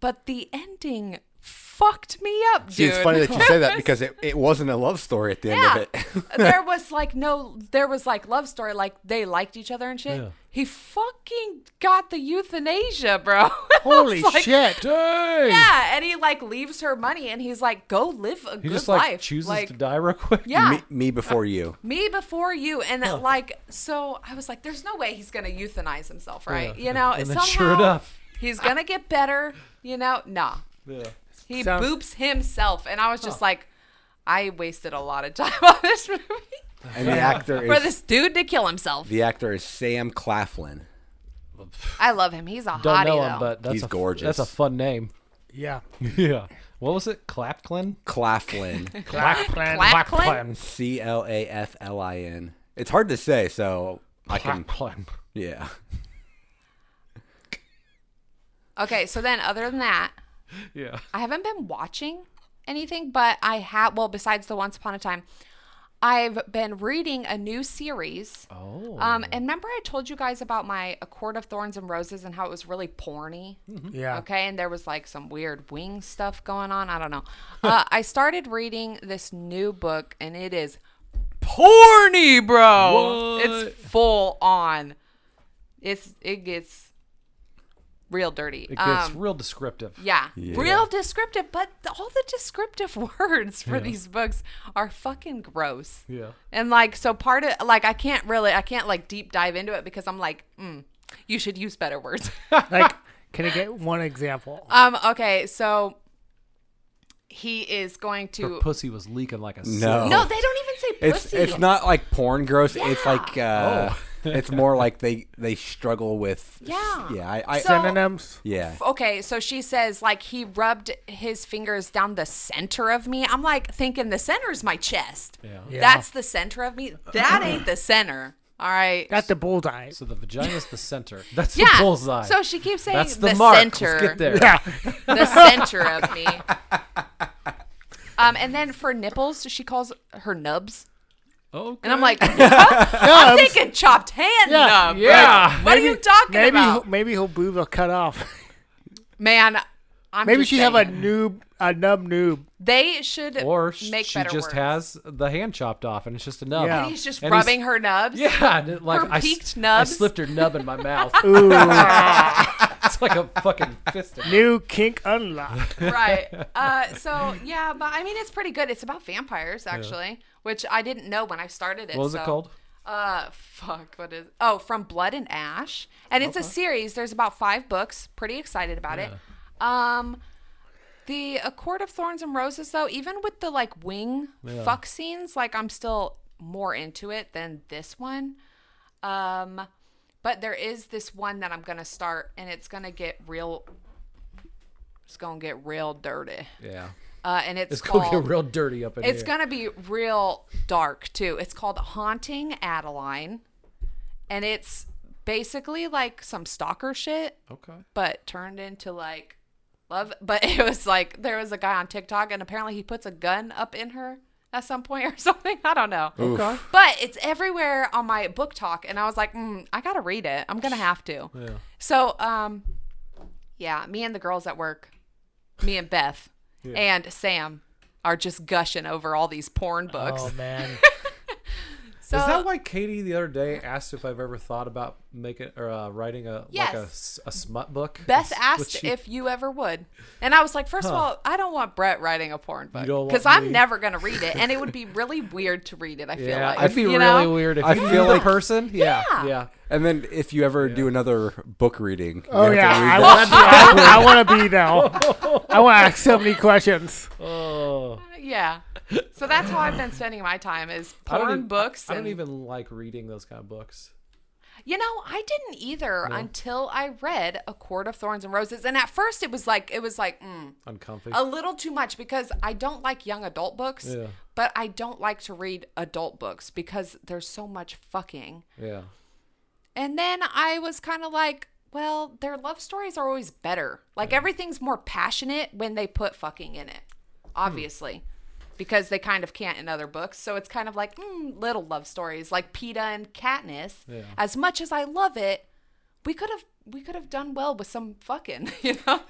[SPEAKER 1] but the ending fucked me up, dude.
[SPEAKER 4] See, it's funny that you say that because it, it wasn't a love story at the end of it.
[SPEAKER 1] there was like no, there was like love story, like they liked each other and shit.
[SPEAKER 2] Yeah.
[SPEAKER 1] He fucking got the euthanasia, bro.
[SPEAKER 3] Holy
[SPEAKER 1] It's like,
[SPEAKER 3] shit.
[SPEAKER 2] Dang.
[SPEAKER 1] Yeah, and he like leaves her money, and he's like, "Go live a
[SPEAKER 2] He
[SPEAKER 1] good
[SPEAKER 2] just like
[SPEAKER 1] life."
[SPEAKER 2] chooses
[SPEAKER 1] like,
[SPEAKER 2] to die real quick.
[SPEAKER 1] Yeah.
[SPEAKER 4] me, me before you.
[SPEAKER 1] me before you and that like so i was like there's no way he's gonna euthanize himself right
[SPEAKER 2] Yeah.
[SPEAKER 1] you know
[SPEAKER 2] And then
[SPEAKER 1] somehow
[SPEAKER 2] sure enough.
[SPEAKER 1] he's gonna get better you know nah
[SPEAKER 2] Yeah.
[SPEAKER 1] he
[SPEAKER 3] Sound-
[SPEAKER 1] boops himself and i was just like i wasted a lot of time on this movie
[SPEAKER 4] And the actor
[SPEAKER 1] for
[SPEAKER 4] is
[SPEAKER 1] this dude to kill himself
[SPEAKER 4] the actor is Sam Claflin.
[SPEAKER 1] i love him he's a
[SPEAKER 2] Don't
[SPEAKER 1] hottie
[SPEAKER 2] know
[SPEAKER 1] though
[SPEAKER 2] him, but that's
[SPEAKER 4] He's
[SPEAKER 2] a, f-
[SPEAKER 4] gorgeous.
[SPEAKER 2] That's a fun name.
[SPEAKER 3] Yeah.
[SPEAKER 2] Yeah. What was it? Clapklin?
[SPEAKER 4] Claflin.
[SPEAKER 3] Clap, plan.
[SPEAKER 1] Clap, clap.
[SPEAKER 4] C L A F L I N. It's hard to say, so I can
[SPEAKER 2] Clapklin.
[SPEAKER 4] yeah.
[SPEAKER 1] okay so then other than that
[SPEAKER 2] Yeah.
[SPEAKER 1] I haven't been watching anything, but I have. Well, besides the Once Upon a Time, I've been reading a new series.
[SPEAKER 2] Oh.
[SPEAKER 1] Um, and remember I told you guys about my A Court of Thorns and Roses and how it was really porny.
[SPEAKER 3] Yeah.
[SPEAKER 1] Okay, and there was like some weird wing stuff going on. I don't know. Uh, I started reading this new book, and it is porny, bro.
[SPEAKER 2] What?
[SPEAKER 1] It's full on. It's it gets real dirty.
[SPEAKER 2] It gets
[SPEAKER 1] Um,
[SPEAKER 2] real descriptive.
[SPEAKER 1] yeah. Real descriptive, but th- all the descriptive words for these books are fucking gross.
[SPEAKER 2] Yeah.
[SPEAKER 1] And like, so part of, like, I can't really, I can't like deep dive into it because I'm like, mm, you should use better words.
[SPEAKER 3] Like, can I get one example?
[SPEAKER 1] um, okay. So he is going
[SPEAKER 2] Her
[SPEAKER 1] to,
[SPEAKER 2] pussy was leaking like a
[SPEAKER 4] No.
[SPEAKER 1] no, they don't even say
[SPEAKER 4] It's
[SPEAKER 1] pussy.
[SPEAKER 4] it's not like porn gross. It's
[SPEAKER 1] Yeah.
[SPEAKER 4] like uh,
[SPEAKER 2] Oh.
[SPEAKER 4] it's more like they they struggle with
[SPEAKER 1] Yeah.
[SPEAKER 4] yeah I, I
[SPEAKER 1] So-
[SPEAKER 3] Synonyms?
[SPEAKER 4] yeah
[SPEAKER 1] Okay, so she says like he rubbed his fingers down the center of me. I'm like thinking the center is my chest.
[SPEAKER 2] Yeah.
[SPEAKER 3] Yeah.
[SPEAKER 1] That's the center of me. That ain't the center. All right.
[SPEAKER 3] That's the bullseye.
[SPEAKER 2] So the vagina's the center. That's
[SPEAKER 1] yeah.
[SPEAKER 2] the bullseye.
[SPEAKER 1] So she keeps saying
[SPEAKER 2] that's the,
[SPEAKER 1] the,
[SPEAKER 2] mark.
[SPEAKER 1] center.
[SPEAKER 2] Let's get there.
[SPEAKER 3] Yeah.
[SPEAKER 1] The center of me. Um, and then for nipples, she calls her nubs.
[SPEAKER 2] Okay.
[SPEAKER 1] And I'm like, "Huh? I'm thinking chopped hand
[SPEAKER 3] Yeah.
[SPEAKER 1] nub.
[SPEAKER 2] Yeah.
[SPEAKER 1] Like, what are you talking
[SPEAKER 3] Maybe he'll,
[SPEAKER 1] about?
[SPEAKER 3] maybe her boobs will cut off.
[SPEAKER 1] Man, I'm
[SPEAKER 3] Maybe
[SPEAKER 1] just
[SPEAKER 3] she have a
[SPEAKER 1] saying.
[SPEAKER 3] noob, a nub noob.
[SPEAKER 1] They should
[SPEAKER 2] or sh-
[SPEAKER 1] make
[SPEAKER 2] she
[SPEAKER 1] better
[SPEAKER 2] just
[SPEAKER 1] words.
[SPEAKER 2] has the hand chopped off and it's just a nub.
[SPEAKER 3] Yeah.
[SPEAKER 1] And he's just
[SPEAKER 2] And he's-
[SPEAKER 1] rubbing her nubs.
[SPEAKER 2] Yeah, and it, like
[SPEAKER 1] Her
[SPEAKER 2] I, s-
[SPEAKER 1] peaked
[SPEAKER 2] I
[SPEAKER 1] nubs.
[SPEAKER 2] slipped her nub in my mouth. it's like a fucking fist.
[SPEAKER 3] New kink unlocked.
[SPEAKER 1] right. Uh, so yeah, but I mean, it's pretty good. It's about vampires actually, which I didn't know when I started it.
[SPEAKER 2] What was it
[SPEAKER 1] so-
[SPEAKER 2] called?
[SPEAKER 1] Uh, fuck. What is? Oh, from Blood and Ash, and it's a series. There's about five books. Pretty excited about it. Um, the A Court of Thorns and Roses, though, even with the like wing fuck scenes, like I'm still more into it than this one. Um, but there is this one that I'm gonna start, and it's gonna get real. It's gonna get real dirty.
[SPEAKER 2] Yeah,
[SPEAKER 1] Uh, and it's,
[SPEAKER 2] it's
[SPEAKER 1] called.
[SPEAKER 2] gonna get real dirty up in
[SPEAKER 1] It's
[SPEAKER 2] here.
[SPEAKER 1] gonna be real dark too. It's called Haunting Adeline, and it's basically like some stalker shit,
[SPEAKER 2] okay.
[SPEAKER 1] but turned into like love. But it was like there was a guy on TikTok, and apparently he puts a gun up in her at some point or something. I don't know.
[SPEAKER 2] Okay.
[SPEAKER 1] But it's everywhere on my book talk, and I was like, mm, I gotta read it. I'm gonna have to.
[SPEAKER 2] Yeah.
[SPEAKER 1] So, um, yeah, me and the girls at work, me and Beth
[SPEAKER 2] Oh,
[SPEAKER 1] and Sam are just gushing over all these porn books.
[SPEAKER 3] Oh man.
[SPEAKER 1] So
[SPEAKER 2] Is that why Katie the other day asked if I've ever thought about making or uh, writing a like a,
[SPEAKER 1] Yes.
[SPEAKER 2] s- a smut book?
[SPEAKER 1] Beth
[SPEAKER 2] Is what
[SPEAKER 1] asked
[SPEAKER 2] she-
[SPEAKER 1] if you ever would, and I was like, first of all, I don't want Brett writing a porn book
[SPEAKER 2] don't want
[SPEAKER 1] because I'm
[SPEAKER 2] me.
[SPEAKER 1] never gonna read it, and it would be really weird to read it. I feel
[SPEAKER 2] Yeah,
[SPEAKER 1] like
[SPEAKER 2] I'd be
[SPEAKER 1] you
[SPEAKER 2] really
[SPEAKER 1] know?
[SPEAKER 2] weird if
[SPEAKER 4] I
[SPEAKER 2] you knew
[SPEAKER 4] feel
[SPEAKER 2] the
[SPEAKER 4] like-
[SPEAKER 2] person. Yeah,
[SPEAKER 1] Yeah.
[SPEAKER 2] yeah.
[SPEAKER 4] And then if you ever do another book reading,
[SPEAKER 3] Oh yeah, I want to. I, I want to be now. I want to ask so many questions.
[SPEAKER 2] Oh,
[SPEAKER 1] Yeah. So that's how I've been spending my time is
[SPEAKER 2] I don't
[SPEAKER 1] porn
[SPEAKER 2] even-
[SPEAKER 1] books.
[SPEAKER 2] I don't
[SPEAKER 1] and-
[SPEAKER 2] even like reading those kind of books.
[SPEAKER 1] You know, I didn't either until I read A Court of Thorns and Roses, and at first it was like it was like mm,
[SPEAKER 2] Uncomfy.
[SPEAKER 1] a little too much because I don't like young adult books,
[SPEAKER 2] Yeah.
[SPEAKER 1] but I don't like to read adult books because there's so much fucking.
[SPEAKER 2] yeah.
[SPEAKER 1] And then I was kind of like, well, their love stories are always better. Like everything's more passionate when they put fucking in it, obviously, because they kind of can't in other books. So it's kind of like mm, little love stories, like Peta and Katniss.
[SPEAKER 2] Yeah.
[SPEAKER 1] As much as I love it, we could have we could have done well with some fucking, you know?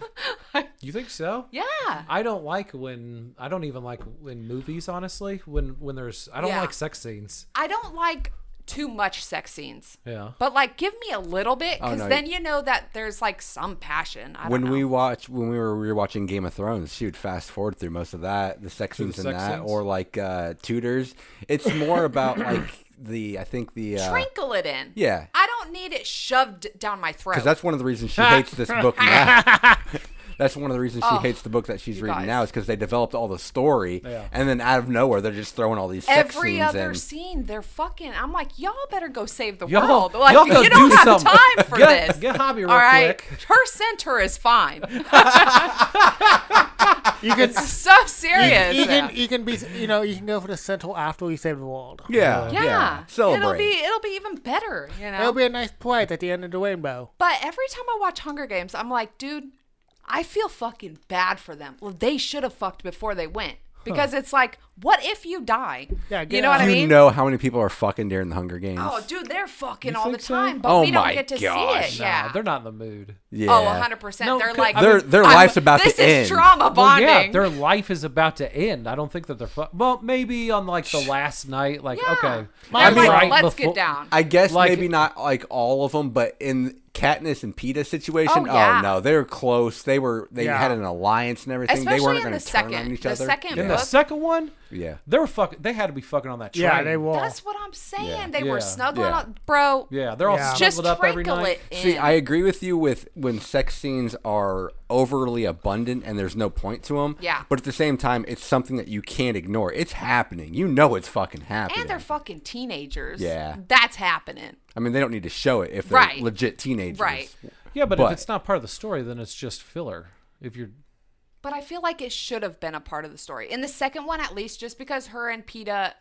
[SPEAKER 2] You think so?
[SPEAKER 1] yeah.
[SPEAKER 2] I don't like when I don't even like when movies. Honestly, when when there's I don't
[SPEAKER 1] Yeah.
[SPEAKER 2] like sex scenes.
[SPEAKER 1] I don't like too much sex scenes.
[SPEAKER 2] Yeah.
[SPEAKER 1] But like, give me a little bit, because
[SPEAKER 4] Oh, no,
[SPEAKER 1] then you know that there's like some passion. I don't
[SPEAKER 4] when
[SPEAKER 1] know.
[SPEAKER 4] we watch when we were rewatching Game of Thrones, she would fast forward through most of that, the sex
[SPEAKER 2] Through
[SPEAKER 4] scenes
[SPEAKER 2] the
[SPEAKER 4] in
[SPEAKER 2] sex
[SPEAKER 4] that,
[SPEAKER 2] scenes?
[SPEAKER 4] or like uh, Tudors. It's more about like the I think the uh,
[SPEAKER 1] Trinkle it in.
[SPEAKER 4] yeah.
[SPEAKER 1] I don't need it shoved down my throat.
[SPEAKER 4] because that's one of the reasons she hates this book now. That's one of the reasons she hates the book that she's reading
[SPEAKER 1] Oh, guys.
[SPEAKER 4] now is because they developed all the story,
[SPEAKER 2] Yeah.
[SPEAKER 4] and then out of nowhere they're just throwing all these sex
[SPEAKER 1] Every
[SPEAKER 4] scenes
[SPEAKER 1] other
[SPEAKER 4] in.
[SPEAKER 1] scene, they're fucking. I'm like, y'all better go save the
[SPEAKER 2] Y'all-
[SPEAKER 1] world. Oh, Like,
[SPEAKER 2] y'all go
[SPEAKER 1] you don't
[SPEAKER 2] do
[SPEAKER 1] have
[SPEAKER 2] something.
[SPEAKER 1] time for
[SPEAKER 2] Get-
[SPEAKER 1] this.
[SPEAKER 2] get hobby real quick.
[SPEAKER 1] her center is fine.
[SPEAKER 3] You can.
[SPEAKER 1] so serious.
[SPEAKER 3] You can, you can be, you know, you can go for the central after you save the world.
[SPEAKER 4] yeah,
[SPEAKER 1] yeah,
[SPEAKER 4] Celebrate.
[SPEAKER 1] it'll be it'll be even better. You know,
[SPEAKER 3] It'll be a nice plight at the end of the rainbow.
[SPEAKER 1] But every time I watch Hunger Games, I'm like, dude, I feel fucking bad for them. Well, they should have fucked before they went. Because it's like, what if you die?
[SPEAKER 3] Yeah,
[SPEAKER 1] you
[SPEAKER 3] get
[SPEAKER 1] know what I
[SPEAKER 4] you
[SPEAKER 1] mean?
[SPEAKER 4] know how many people are fucking during the Hunger Games?
[SPEAKER 1] Oh, dude, they're fucking all the
[SPEAKER 2] think so?
[SPEAKER 1] time, but
[SPEAKER 4] Oh
[SPEAKER 1] we don't
[SPEAKER 4] my
[SPEAKER 1] get to
[SPEAKER 4] gosh.
[SPEAKER 1] see it.
[SPEAKER 2] Nah,
[SPEAKER 1] Yeah.
[SPEAKER 2] they're not in the mood.
[SPEAKER 4] yeah.
[SPEAKER 1] Oh, 100%.
[SPEAKER 2] No,
[SPEAKER 1] they're
[SPEAKER 2] could-
[SPEAKER 1] like,
[SPEAKER 2] I mean-
[SPEAKER 4] Their their
[SPEAKER 1] I'm-
[SPEAKER 4] life's about
[SPEAKER 1] this
[SPEAKER 4] to
[SPEAKER 1] is
[SPEAKER 4] end.
[SPEAKER 1] trauma bonding.
[SPEAKER 2] Well, yeah, their life is about to end. I don't think that they're fu- well, maybe on like the last night, like
[SPEAKER 1] Yeah.
[SPEAKER 2] okay,
[SPEAKER 1] They're
[SPEAKER 3] I mean,
[SPEAKER 1] like,
[SPEAKER 3] right
[SPEAKER 1] let's
[SPEAKER 2] befo-
[SPEAKER 1] get down.
[SPEAKER 4] I guess
[SPEAKER 2] Like-
[SPEAKER 4] maybe not like all of them, but in Katniss and Peta situation,
[SPEAKER 1] Oh,
[SPEAKER 4] oh,
[SPEAKER 1] yeah.
[SPEAKER 4] no, they were close. They were they
[SPEAKER 3] Yeah.
[SPEAKER 4] had an alliance and everything.
[SPEAKER 1] Especially
[SPEAKER 4] they weren't
[SPEAKER 1] in
[SPEAKER 4] going
[SPEAKER 1] the
[SPEAKER 4] to turn
[SPEAKER 1] second-
[SPEAKER 4] on each
[SPEAKER 1] the
[SPEAKER 4] other.
[SPEAKER 1] second
[SPEAKER 2] In
[SPEAKER 4] yeah.
[SPEAKER 2] the
[SPEAKER 1] book.
[SPEAKER 2] second one,
[SPEAKER 4] yeah.
[SPEAKER 2] they were fucking. They had to be fucking on that train.
[SPEAKER 3] Yeah, they will.
[SPEAKER 1] That's what I'm saying.
[SPEAKER 4] Yeah.
[SPEAKER 1] They were
[SPEAKER 2] Yeah.
[SPEAKER 1] snuggling
[SPEAKER 4] Yeah.
[SPEAKER 1] up. Bro,
[SPEAKER 2] Yeah, they're all
[SPEAKER 3] Yeah.
[SPEAKER 1] just
[SPEAKER 2] snuggled up every
[SPEAKER 1] trickle
[SPEAKER 2] night.
[SPEAKER 1] it in.
[SPEAKER 4] See, I agree with you with when sex scenes are overly abundant and there's no point to them.
[SPEAKER 1] Yeah.
[SPEAKER 4] But at the same time, it's something that you can't ignore. It's happening. You know it's fucking happening.
[SPEAKER 1] and they're fucking teenagers.
[SPEAKER 4] Yeah.
[SPEAKER 1] That's happening.
[SPEAKER 4] I mean, they don't need to show it if they're
[SPEAKER 1] Right.
[SPEAKER 4] legit teenagers.
[SPEAKER 1] Right.
[SPEAKER 2] Yeah, but,
[SPEAKER 4] But-
[SPEAKER 2] if it's not part of the story, then it's just filler. If you're
[SPEAKER 1] But I feel like it should have been a part of the story. In the second one, at least, just because her and PETA,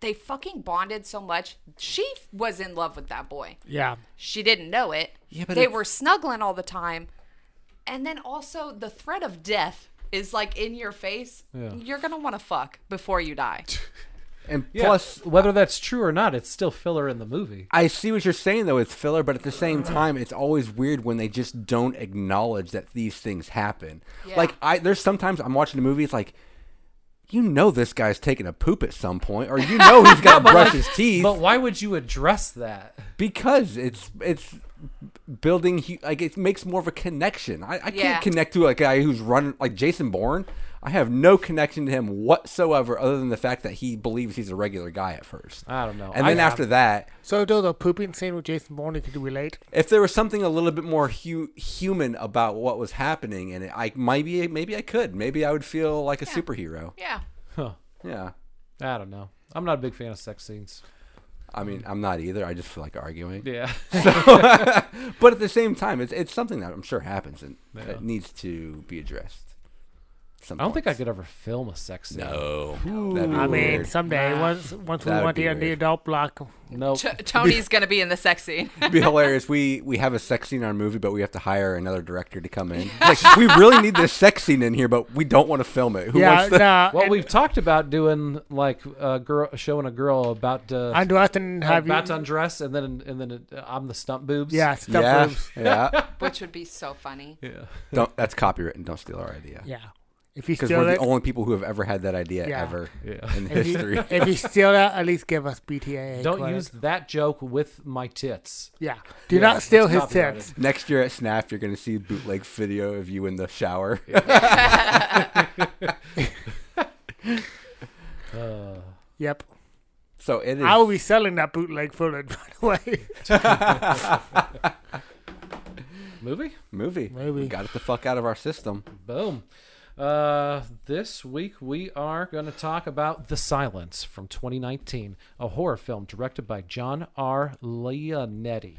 [SPEAKER 1] they fucking bonded so much. She f- was in love with that boy.
[SPEAKER 3] Yeah.
[SPEAKER 1] She didn't know it.
[SPEAKER 4] Yeah, but
[SPEAKER 1] they
[SPEAKER 4] it's-
[SPEAKER 1] were snuggling all the time. And then also, the threat of death is like in your face.
[SPEAKER 2] Yeah.
[SPEAKER 1] You're going to want to fuck before you die.
[SPEAKER 4] And
[SPEAKER 2] yeah,
[SPEAKER 4] plus,
[SPEAKER 2] whether that's true or not, it's still filler in the movie.
[SPEAKER 4] I see what you're saying though. It's filler, but at the same time, it's always weird when they just don't acknowledge that these things happen.
[SPEAKER 1] Yeah.
[SPEAKER 4] Like I, there's sometimes I'm watching a movie. It's like, you know, this guy's taking a poop at some point, or you know, he's got to brush his teeth
[SPEAKER 2] But why would you address that?
[SPEAKER 4] because it's it's building hu- like it makes more of a connection. I, I
[SPEAKER 1] Yeah.
[SPEAKER 4] can't connect to a guy who's run like Jason Bourne. I have no connection to him whatsoever, other than the fact that he believes he's a regular guy at first.
[SPEAKER 2] I don't know.
[SPEAKER 4] And
[SPEAKER 2] I
[SPEAKER 4] then after that,
[SPEAKER 3] So though the pooping scene with Jason Bourne, you could relate.
[SPEAKER 4] if there was something a little bit more hu- human about what was happening in it, I maybe maybe I could, maybe I would feel like a superhero.
[SPEAKER 1] Yeah.
[SPEAKER 4] Yeah,
[SPEAKER 2] I don't know. I'm not a big fan of sex scenes.
[SPEAKER 4] I mean, I'm not either. I just feel like arguing.
[SPEAKER 2] Yeah,
[SPEAKER 4] But at the same time, it's it's something that I'm sure happens and that needs to be addressed.
[SPEAKER 2] I don't think I could ever film a sex scene.
[SPEAKER 4] No, that'd be
[SPEAKER 3] I mean,
[SPEAKER 4] weird.
[SPEAKER 3] someday once once we
[SPEAKER 4] That would
[SPEAKER 3] want
[SPEAKER 4] be
[SPEAKER 3] the end the
[SPEAKER 4] weird.
[SPEAKER 3] adult block,
[SPEAKER 2] Nope.
[SPEAKER 1] T- Tony's going to be in the sex scene.
[SPEAKER 4] It'd be hilarious. We we have a sex scene in our movie, but we have to hire another director to come in. It's like we really need this sex scene in here, but we don't want to film it. Who
[SPEAKER 3] yeah,
[SPEAKER 4] wants to?
[SPEAKER 3] nah,
[SPEAKER 2] Well,
[SPEAKER 3] and
[SPEAKER 2] we've talked about doing like a girl showing a girl about to
[SPEAKER 3] Andreasen have
[SPEAKER 2] about to
[SPEAKER 3] you?
[SPEAKER 2] undress, and then and then uh, I'm the stump boobs.
[SPEAKER 3] Yeah, stuff
[SPEAKER 4] yeah,
[SPEAKER 3] moves.
[SPEAKER 4] yeah.
[SPEAKER 1] Which would be so funny.
[SPEAKER 2] yeah.
[SPEAKER 4] Don't, that's copywritten. Don't steal our idea.
[SPEAKER 3] Yeah. If you
[SPEAKER 4] Because
[SPEAKER 3] steal
[SPEAKER 4] we're the
[SPEAKER 3] it,
[SPEAKER 4] only people who have ever had that idea
[SPEAKER 3] Yeah.
[SPEAKER 4] ever
[SPEAKER 2] Yeah.
[SPEAKER 4] in
[SPEAKER 3] if
[SPEAKER 4] history.
[SPEAKER 3] you, if you steal that, at least give us BTAA.
[SPEAKER 2] Don't
[SPEAKER 3] credit.
[SPEAKER 2] use that joke with my tits.
[SPEAKER 3] Yeah. Do
[SPEAKER 2] Yeah,
[SPEAKER 3] not steal
[SPEAKER 2] it's
[SPEAKER 3] his
[SPEAKER 2] copyrighted.
[SPEAKER 3] tips.
[SPEAKER 4] Next year at Snap, you're going to see bootleg video of you in the shower.
[SPEAKER 2] Uh,
[SPEAKER 3] Yep.
[SPEAKER 4] So it is.
[SPEAKER 3] I will be selling that bootleg footage, by the way.
[SPEAKER 2] movie?
[SPEAKER 4] movie.
[SPEAKER 3] Movie.
[SPEAKER 4] We got it the fuck out of our system.
[SPEAKER 2] Boom. Uh, this week we are going to talk about The Silence from 2019, a horror film directed by John R. Leonetti.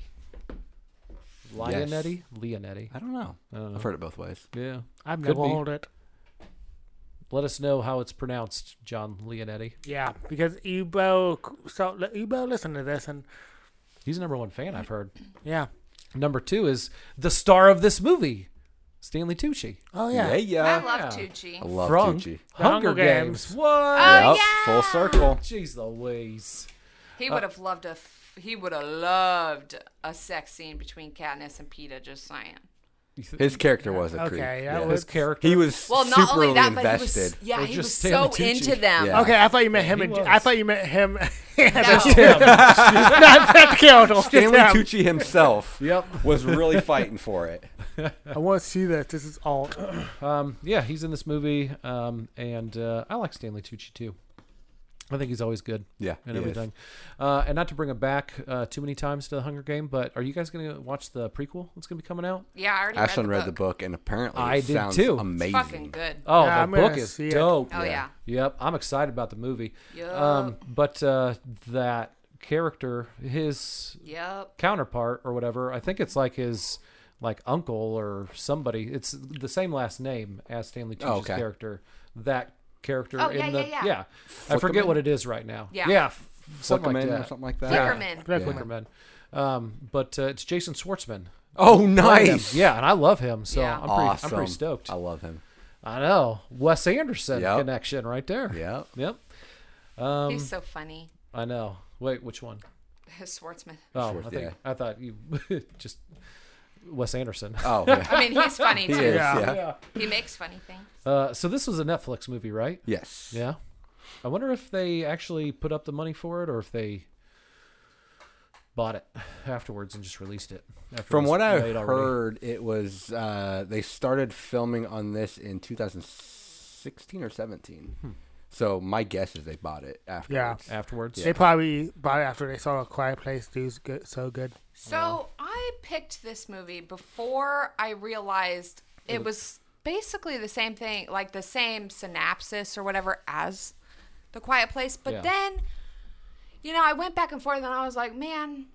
[SPEAKER 2] Leonetti? Leonetti.
[SPEAKER 4] I don't know.
[SPEAKER 2] I don't know.
[SPEAKER 4] I've heard it both ways.
[SPEAKER 2] Yeah.
[SPEAKER 3] I've
[SPEAKER 2] Could
[SPEAKER 3] never
[SPEAKER 2] be.
[SPEAKER 3] heard it.
[SPEAKER 2] Let us know how it's pronounced, John Leonetti.
[SPEAKER 3] Yeah, because Ebo, so Ebo, listen to this, and
[SPEAKER 2] He's the number one fan I've heard.
[SPEAKER 3] yeah.
[SPEAKER 2] Number two is the star of this movie, Stanley Tucci.
[SPEAKER 3] Oh yeah.
[SPEAKER 4] Yeah, Uh, yeah.
[SPEAKER 1] I love
[SPEAKER 2] Yeah.
[SPEAKER 1] Tucci.
[SPEAKER 4] I love
[SPEAKER 2] from
[SPEAKER 4] Tucci.
[SPEAKER 2] Hunger,
[SPEAKER 3] Hunger
[SPEAKER 2] Games.
[SPEAKER 3] Games.
[SPEAKER 2] What?
[SPEAKER 1] Oh,
[SPEAKER 4] Yep, Full circle.
[SPEAKER 2] Jeez Louise.
[SPEAKER 1] He would have loved a. F- he would have loved a sex scene between Katniss and Peeta. Just saying.
[SPEAKER 4] His character was a
[SPEAKER 3] Okay,
[SPEAKER 4] creep.
[SPEAKER 3] that
[SPEAKER 4] yeah.
[SPEAKER 2] His character.
[SPEAKER 4] He was
[SPEAKER 1] Well, not
[SPEAKER 4] super
[SPEAKER 1] only that,
[SPEAKER 4] invested.
[SPEAKER 1] but he was. Yeah,
[SPEAKER 2] Or
[SPEAKER 1] he
[SPEAKER 2] just
[SPEAKER 1] was so
[SPEAKER 2] Stanley Tucci.
[SPEAKER 1] into them.
[SPEAKER 4] Yeah.
[SPEAKER 3] Okay, I thought you meant him.
[SPEAKER 2] He
[SPEAKER 3] And,
[SPEAKER 2] was.
[SPEAKER 3] I thought you meant him.
[SPEAKER 1] No.
[SPEAKER 3] not, not Kyoto.
[SPEAKER 4] Stanley Tucci himself
[SPEAKER 2] Yep.
[SPEAKER 4] was really fighting for it.
[SPEAKER 3] I want to see this. This is all.
[SPEAKER 2] Um, yeah, he's in this movie, um, and uh, I like Stanley Tucci too. I think he's always good.
[SPEAKER 4] Yeah,
[SPEAKER 2] and
[SPEAKER 4] he is.
[SPEAKER 2] everything. Uh, and not to bring him back uh, too many times to the Hunger Game, but are you guys going to watch the prequel that's going to be coming out?
[SPEAKER 1] Yeah, I already
[SPEAKER 4] Ashlyn
[SPEAKER 1] read,
[SPEAKER 4] read the book, and apparently
[SPEAKER 2] I
[SPEAKER 4] it
[SPEAKER 2] did
[SPEAKER 4] sounds
[SPEAKER 2] too.
[SPEAKER 4] amazing.
[SPEAKER 1] Fucking good.
[SPEAKER 2] Oh,
[SPEAKER 3] Yeah,
[SPEAKER 2] the
[SPEAKER 3] I'm gonna
[SPEAKER 2] book is
[SPEAKER 3] see it.
[SPEAKER 2] dope.
[SPEAKER 1] Oh, yeah.
[SPEAKER 2] Yep, I'm excited about the movie.
[SPEAKER 1] Yup.
[SPEAKER 2] Um, but uh, that character, his
[SPEAKER 1] Yep.
[SPEAKER 2] counterpart or whatever, I think it's like his like uncle or somebody. It's the same last name as Stanley Tucci's
[SPEAKER 4] Oh, okay.
[SPEAKER 2] character. That character
[SPEAKER 1] Oh,
[SPEAKER 2] in
[SPEAKER 1] yeah,
[SPEAKER 2] the
[SPEAKER 1] yeah, yeah.
[SPEAKER 2] I forget
[SPEAKER 4] Flickerman?
[SPEAKER 2] what it is right now.
[SPEAKER 1] Yeah.
[SPEAKER 2] yeah, f- something
[SPEAKER 4] Flickerman
[SPEAKER 2] like that.
[SPEAKER 4] or something like that.
[SPEAKER 1] Flickerman.
[SPEAKER 3] Black
[SPEAKER 4] Yeah.
[SPEAKER 3] woman.
[SPEAKER 2] Flickerman. Um, but uh, it's Jason Schwartzman.
[SPEAKER 4] Oh,
[SPEAKER 2] Playing him.
[SPEAKER 4] nice.
[SPEAKER 2] Yeah, and I love him, so
[SPEAKER 1] Yeah.
[SPEAKER 2] I'm pretty
[SPEAKER 4] Awesome.
[SPEAKER 2] I'm pretty stoked.
[SPEAKER 4] I love him.
[SPEAKER 2] I know. Wes Anderson
[SPEAKER 4] Yep.
[SPEAKER 2] connection right there.
[SPEAKER 4] Yep.
[SPEAKER 2] Yep.
[SPEAKER 1] He's so funny.
[SPEAKER 2] I know. Wait, which one?
[SPEAKER 1] His Schwartzman.
[SPEAKER 2] Oh,
[SPEAKER 4] Schwartz-
[SPEAKER 2] I, think,
[SPEAKER 4] yeah.
[SPEAKER 2] I thought you just Wes Anderson.
[SPEAKER 4] Oh, yeah.
[SPEAKER 1] I mean, he's funny
[SPEAKER 4] he
[SPEAKER 1] too.
[SPEAKER 4] is.
[SPEAKER 3] Yeah.
[SPEAKER 4] Yeah.
[SPEAKER 1] He makes funny things.
[SPEAKER 2] Uh, so this was a Netflix movie, right?
[SPEAKER 4] Yes.
[SPEAKER 2] Yeah. I wonder if they actually put up the money for it or if they bought it afterwards and just released it. after it
[SPEAKER 4] From
[SPEAKER 2] was
[SPEAKER 4] what I
[SPEAKER 2] made
[SPEAKER 4] heard,
[SPEAKER 2] already.
[SPEAKER 4] it was uh, they started filming on this in 2016 or 17.
[SPEAKER 2] Hmm.
[SPEAKER 4] So my guess is they bought it afterwards.
[SPEAKER 2] afterwards.
[SPEAKER 3] They probably bought it after they saw a quiet place. Dude's good, so good.
[SPEAKER 1] So I picked this movie before I realized it was basically the same thing, like the same synopsis or whatever as The Quiet Place. But
[SPEAKER 2] Yeah.
[SPEAKER 1] then, you know, I went back and forth and I was like, man,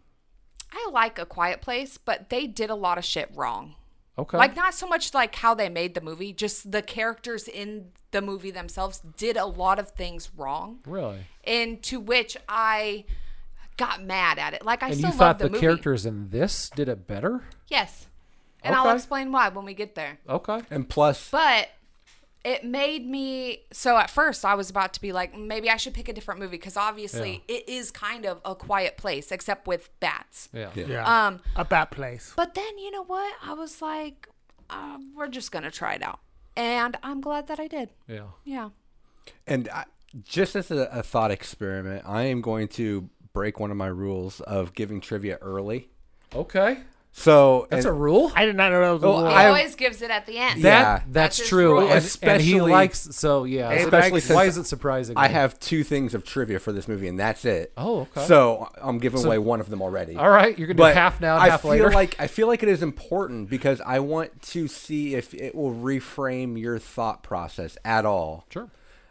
[SPEAKER 1] I like A Quiet Place, but they did a lot of shit wrong.
[SPEAKER 2] Okay.
[SPEAKER 1] Like, not so much like how they made the movie, just the characters in the movie themselves did a lot of things wrong
[SPEAKER 2] really?
[SPEAKER 1] and to which I got mad at it. Like I
[SPEAKER 2] And
[SPEAKER 1] still love
[SPEAKER 2] you thought
[SPEAKER 1] the,
[SPEAKER 2] the,
[SPEAKER 1] movie.
[SPEAKER 2] characters in this did it better?
[SPEAKER 1] Yes, and I'll
[SPEAKER 2] Okay.
[SPEAKER 1] explain why when we get there.
[SPEAKER 2] Okay.
[SPEAKER 4] And plus,
[SPEAKER 1] But it made me so at first I was about to be like, maybe I should pick a different movie because obviously it is kind of a quiet place except with bats.
[SPEAKER 2] Yeah.
[SPEAKER 3] Yeah.
[SPEAKER 1] Um,
[SPEAKER 3] a bad place.
[SPEAKER 1] But then you know what? I was like, uh, we're just gonna try it out, and I'm glad that I did.
[SPEAKER 2] Yeah.
[SPEAKER 1] Yeah.
[SPEAKER 4] and I, just as a, a thought experiment, I am going to break one of my rules of giving trivia early.
[SPEAKER 2] Okay.
[SPEAKER 4] So
[SPEAKER 2] That's
[SPEAKER 4] and-
[SPEAKER 2] a rule.
[SPEAKER 3] I did not know that was a
[SPEAKER 4] Well,
[SPEAKER 3] war.
[SPEAKER 1] He
[SPEAKER 4] I-
[SPEAKER 1] always gives it at the end.
[SPEAKER 4] Yeah.
[SPEAKER 2] That
[SPEAKER 1] That's
[SPEAKER 2] that's,
[SPEAKER 1] his
[SPEAKER 2] true.
[SPEAKER 1] rule.
[SPEAKER 2] and- and he
[SPEAKER 4] Especially-
[SPEAKER 2] likes so yeah.
[SPEAKER 3] Hey,
[SPEAKER 4] Especially
[SPEAKER 2] so why
[SPEAKER 4] since
[SPEAKER 2] is it surprising?
[SPEAKER 4] I
[SPEAKER 2] then?
[SPEAKER 4] have two things of trivia for this movie, and that's it.
[SPEAKER 2] Oh, okay.
[SPEAKER 4] So I'm giving away one of them already.
[SPEAKER 2] All right, you're gonna do half now, and
[SPEAKER 4] I
[SPEAKER 2] half
[SPEAKER 4] feel
[SPEAKER 2] later.
[SPEAKER 4] like I feel like it is important because I want to see if it will reframe your thought process at all.
[SPEAKER 2] Sure.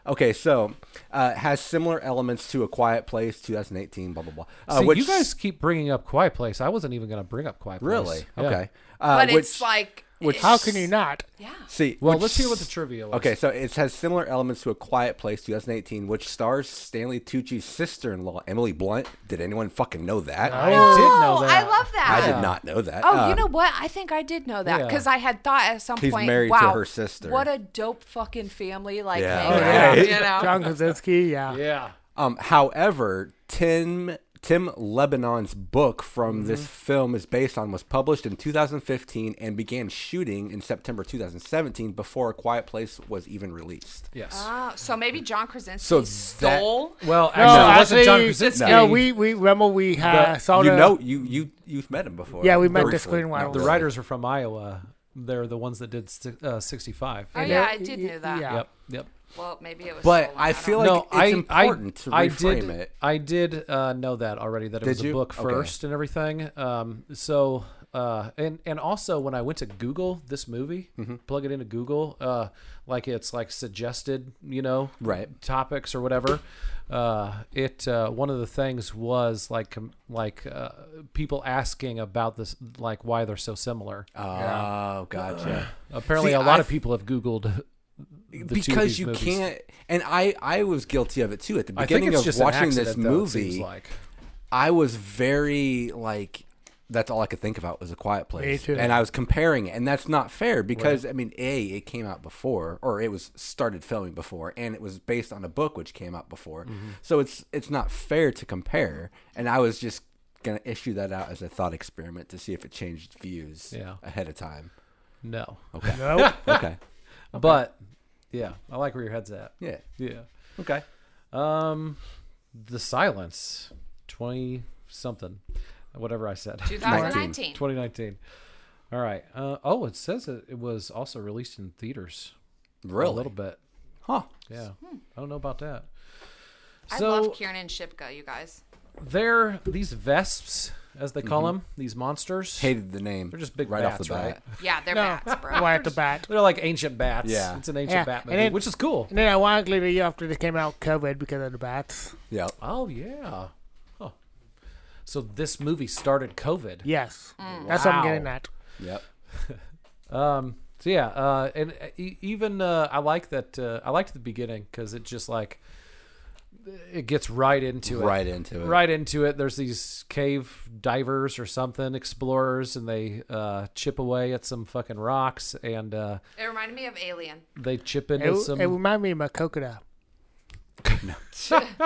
[SPEAKER 4] Okay, so uh, it has similar elements to A Quiet Place, 2018, blah blah blah. Uh,
[SPEAKER 2] See, you guys keep bringing up Quiet Place. I wasn't even going to bring up Quiet Place.
[SPEAKER 4] really
[SPEAKER 2] Yeah.
[SPEAKER 4] okay? Uh,
[SPEAKER 1] But
[SPEAKER 4] which,
[SPEAKER 1] it's like,
[SPEAKER 4] which-
[SPEAKER 3] How can you not?
[SPEAKER 1] yeah.
[SPEAKER 4] see.
[SPEAKER 2] Well,
[SPEAKER 4] which-
[SPEAKER 2] let's hear what the trivia was.
[SPEAKER 4] Okay, so it has similar elements to A Quiet Place 2018, which stars Stanley Tucci's sister-in-law, Emily Blunt. Did anyone fucking know that?
[SPEAKER 2] I did know
[SPEAKER 1] Oh,
[SPEAKER 2] that.
[SPEAKER 1] I love that.
[SPEAKER 4] I did not know that.
[SPEAKER 1] Oh, you
[SPEAKER 4] Um,
[SPEAKER 1] know what? I think I did know that
[SPEAKER 2] yeah.
[SPEAKER 1] because I had thought at some
[SPEAKER 4] He's
[SPEAKER 1] point,
[SPEAKER 4] married to
[SPEAKER 1] wow,
[SPEAKER 4] her sister.
[SPEAKER 1] What a dope fucking family! Like,
[SPEAKER 4] Yeah.
[SPEAKER 1] hanging
[SPEAKER 4] Right.
[SPEAKER 1] out, you know.
[SPEAKER 3] John Krasinski, yeah.
[SPEAKER 2] Yeah.
[SPEAKER 4] Um, however, Tim Tim Lebanon's book from
[SPEAKER 2] Mm-hmm.
[SPEAKER 4] this film is based on was published in 2015 and began shooting in September 2017 before A Quiet Place was even released.
[SPEAKER 2] Yes.
[SPEAKER 1] Oh, so maybe John Krasinski
[SPEAKER 4] So that-
[SPEAKER 1] stole.
[SPEAKER 2] well, actually,
[SPEAKER 3] No,
[SPEAKER 2] it wasn't
[SPEAKER 3] actually,
[SPEAKER 2] John Krasinski.
[SPEAKER 3] No, we we remember we uh,
[SPEAKER 2] The-
[SPEAKER 3] saw
[SPEAKER 4] you
[SPEAKER 3] the-
[SPEAKER 4] know, you you you've met him before.
[SPEAKER 3] Yeah, we met
[SPEAKER 4] briefly.
[SPEAKER 3] the screenwriter.
[SPEAKER 2] The writers are from Iowa. They're the ones that did si- uh, 65.
[SPEAKER 1] Oh yeah, I did know that.
[SPEAKER 3] Yeah.
[SPEAKER 2] Yep. Yep.
[SPEAKER 1] Well, maybe it was.
[SPEAKER 4] But
[SPEAKER 1] stolen,
[SPEAKER 4] I
[SPEAKER 1] don't
[SPEAKER 4] feel
[SPEAKER 1] know.
[SPEAKER 4] like
[SPEAKER 2] no,
[SPEAKER 4] it's
[SPEAKER 2] I,
[SPEAKER 4] important to
[SPEAKER 2] I, I
[SPEAKER 4] reframe
[SPEAKER 2] did,
[SPEAKER 4] it.
[SPEAKER 2] I did uh, know that already that it was a
[SPEAKER 4] you?
[SPEAKER 2] book
[SPEAKER 4] Okay.
[SPEAKER 2] first and everything. Um, so uh, and and also when I went to Google this movie,
[SPEAKER 4] Mm-hmm.
[SPEAKER 2] plug it into Google, uh, like it's like suggested, you know,
[SPEAKER 4] Right.
[SPEAKER 2] topics or whatever. Uh, it uh, one of the things was like com- like uh, people asking about this, like why they're so similar.
[SPEAKER 4] Oh,
[SPEAKER 2] Uh,
[SPEAKER 4] gotcha.
[SPEAKER 2] Apparently,
[SPEAKER 4] See,
[SPEAKER 2] a lot
[SPEAKER 4] I
[SPEAKER 2] of people have Googled. The two of
[SPEAKER 4] because
[SPEAKER 2] these
[SPEAKER 4] you
[SPEAKER 2] movies.
[SPEAKER 4] can't. And I, I was guilty of it too. At the
[SPEAKER 2] I think
[SPEAKER 4] beginning
[SPEAKER 2] it's
[SPEAKER 4] of
[SPEAKER 2] just
[SPEAKER 4] watching
[SPEAKER 2] an accident,
[SPEAKER 4] this
[SPEAKER 2] though, it seems
[SPEAKER 4] movie,
[SPEAKER 2] like.
[SPEAKER 4] I was very like that's all I could think about was a quiet place.
[SPEAKER 3] Me too.
[SPEAKER 4] And I was comparing it, and that's not fair because I mean, A, it came out before or it was started filming before and it was based on a book which came out before.
[SPEAKER 2] Mm-hmm.
[SPEAKER 4] So it's it's not fair to compare. And I was just gonna issue that out as a thought experiment to see if it changed views
[SPEAKER 2] Yeah.
[SPEAKER 4] ahead of time.
[SPEAKER 2] No.
[SPEAKER 3] Nope.
[SPEAKER 4] Okay.
[SPEAKER 2] But yeah, I like where your head's at.
[SPEAKER 4] yeah.
[SPEAKER 2] Yeah.
[SPEAKER 4] Okay.
[SPEAKER 2] Um the silence 20 something whatever I said.
[SPEAKER 1] 2019.
[SPEAKER 2] 2019. All right. Uh, oh, it says it, it was also released in theaters
[SPEAKER 4] Really?
[SPEAKER 2] a little bit.
[SPEAKER 4] Huh.
[SPEAKER 2] Yeah. I don't know about that.
[SPEAKER 1] I
[SPEAKER 2] So
[SPEAKER 1] love Kiernan Shipka, you guys.
[SPEAKER 2] they're these vesps as they call
[SPEAKER 4] Mm-hmm.
[SPEAKER 2] them, these monsters.
[SPEAKER 4] Hated the name. They're
[SPEAKER 2] just big
[SPEAKER 4] right
[SPEAKER 2] bats,
[SPEAKER 4] off the
[SPEAKER 2] right?
[SPEAKER 4] bat.
[SPEAKER 1] Yeah, they're
[SPEAKER 3] No,
[SPEAKER 1] bats, bro.
[SPEAKER 3] why at the bat?
[SPEAKER 2] They're like ancient bats.
[SPEAKER 4] Yeah.
[SPEAKER 2] It's an ancient
[SPEAKER 3] Yeah,
[SPEAKER 2] bat
[SPEAKER 3] and
[SPEAKER 2] movie,
[SPEAKER 3] then-
[SPEAKER 2] which is cool.
[SPEAKER 3] And then ironically, the year after they came out, COVID because of the bats.
[SPEAKER 4] Yeah.
[SPEAKER 2] Oh yeah. Huh. So this movie started COVID.
[SPEAKER 3] Yes, that's what
[SPEAKER 2] Wow.
[SPEAKER 3] I'm getting at.
[SPEAKER 4] Yep.
[SPEAKER 2] Um, so yeah, uh, and e- even uh, I like that. Uh, I liked the beginning because it just like it gets right into it.
[SPEAKER 4] Right into it.
[SPEAKER 2] Right into it. There's these cave divers or something, explorers, and they uh, chip away at some fucking rocks, and uh,
[SPEAKER 1] It reminded me of Alien.
[SPEAKER 2] they chip into
[SPEAKER 3] It,
[SPEAKER 2] some.
[SPEAKER 3] it reminded me of my coconut.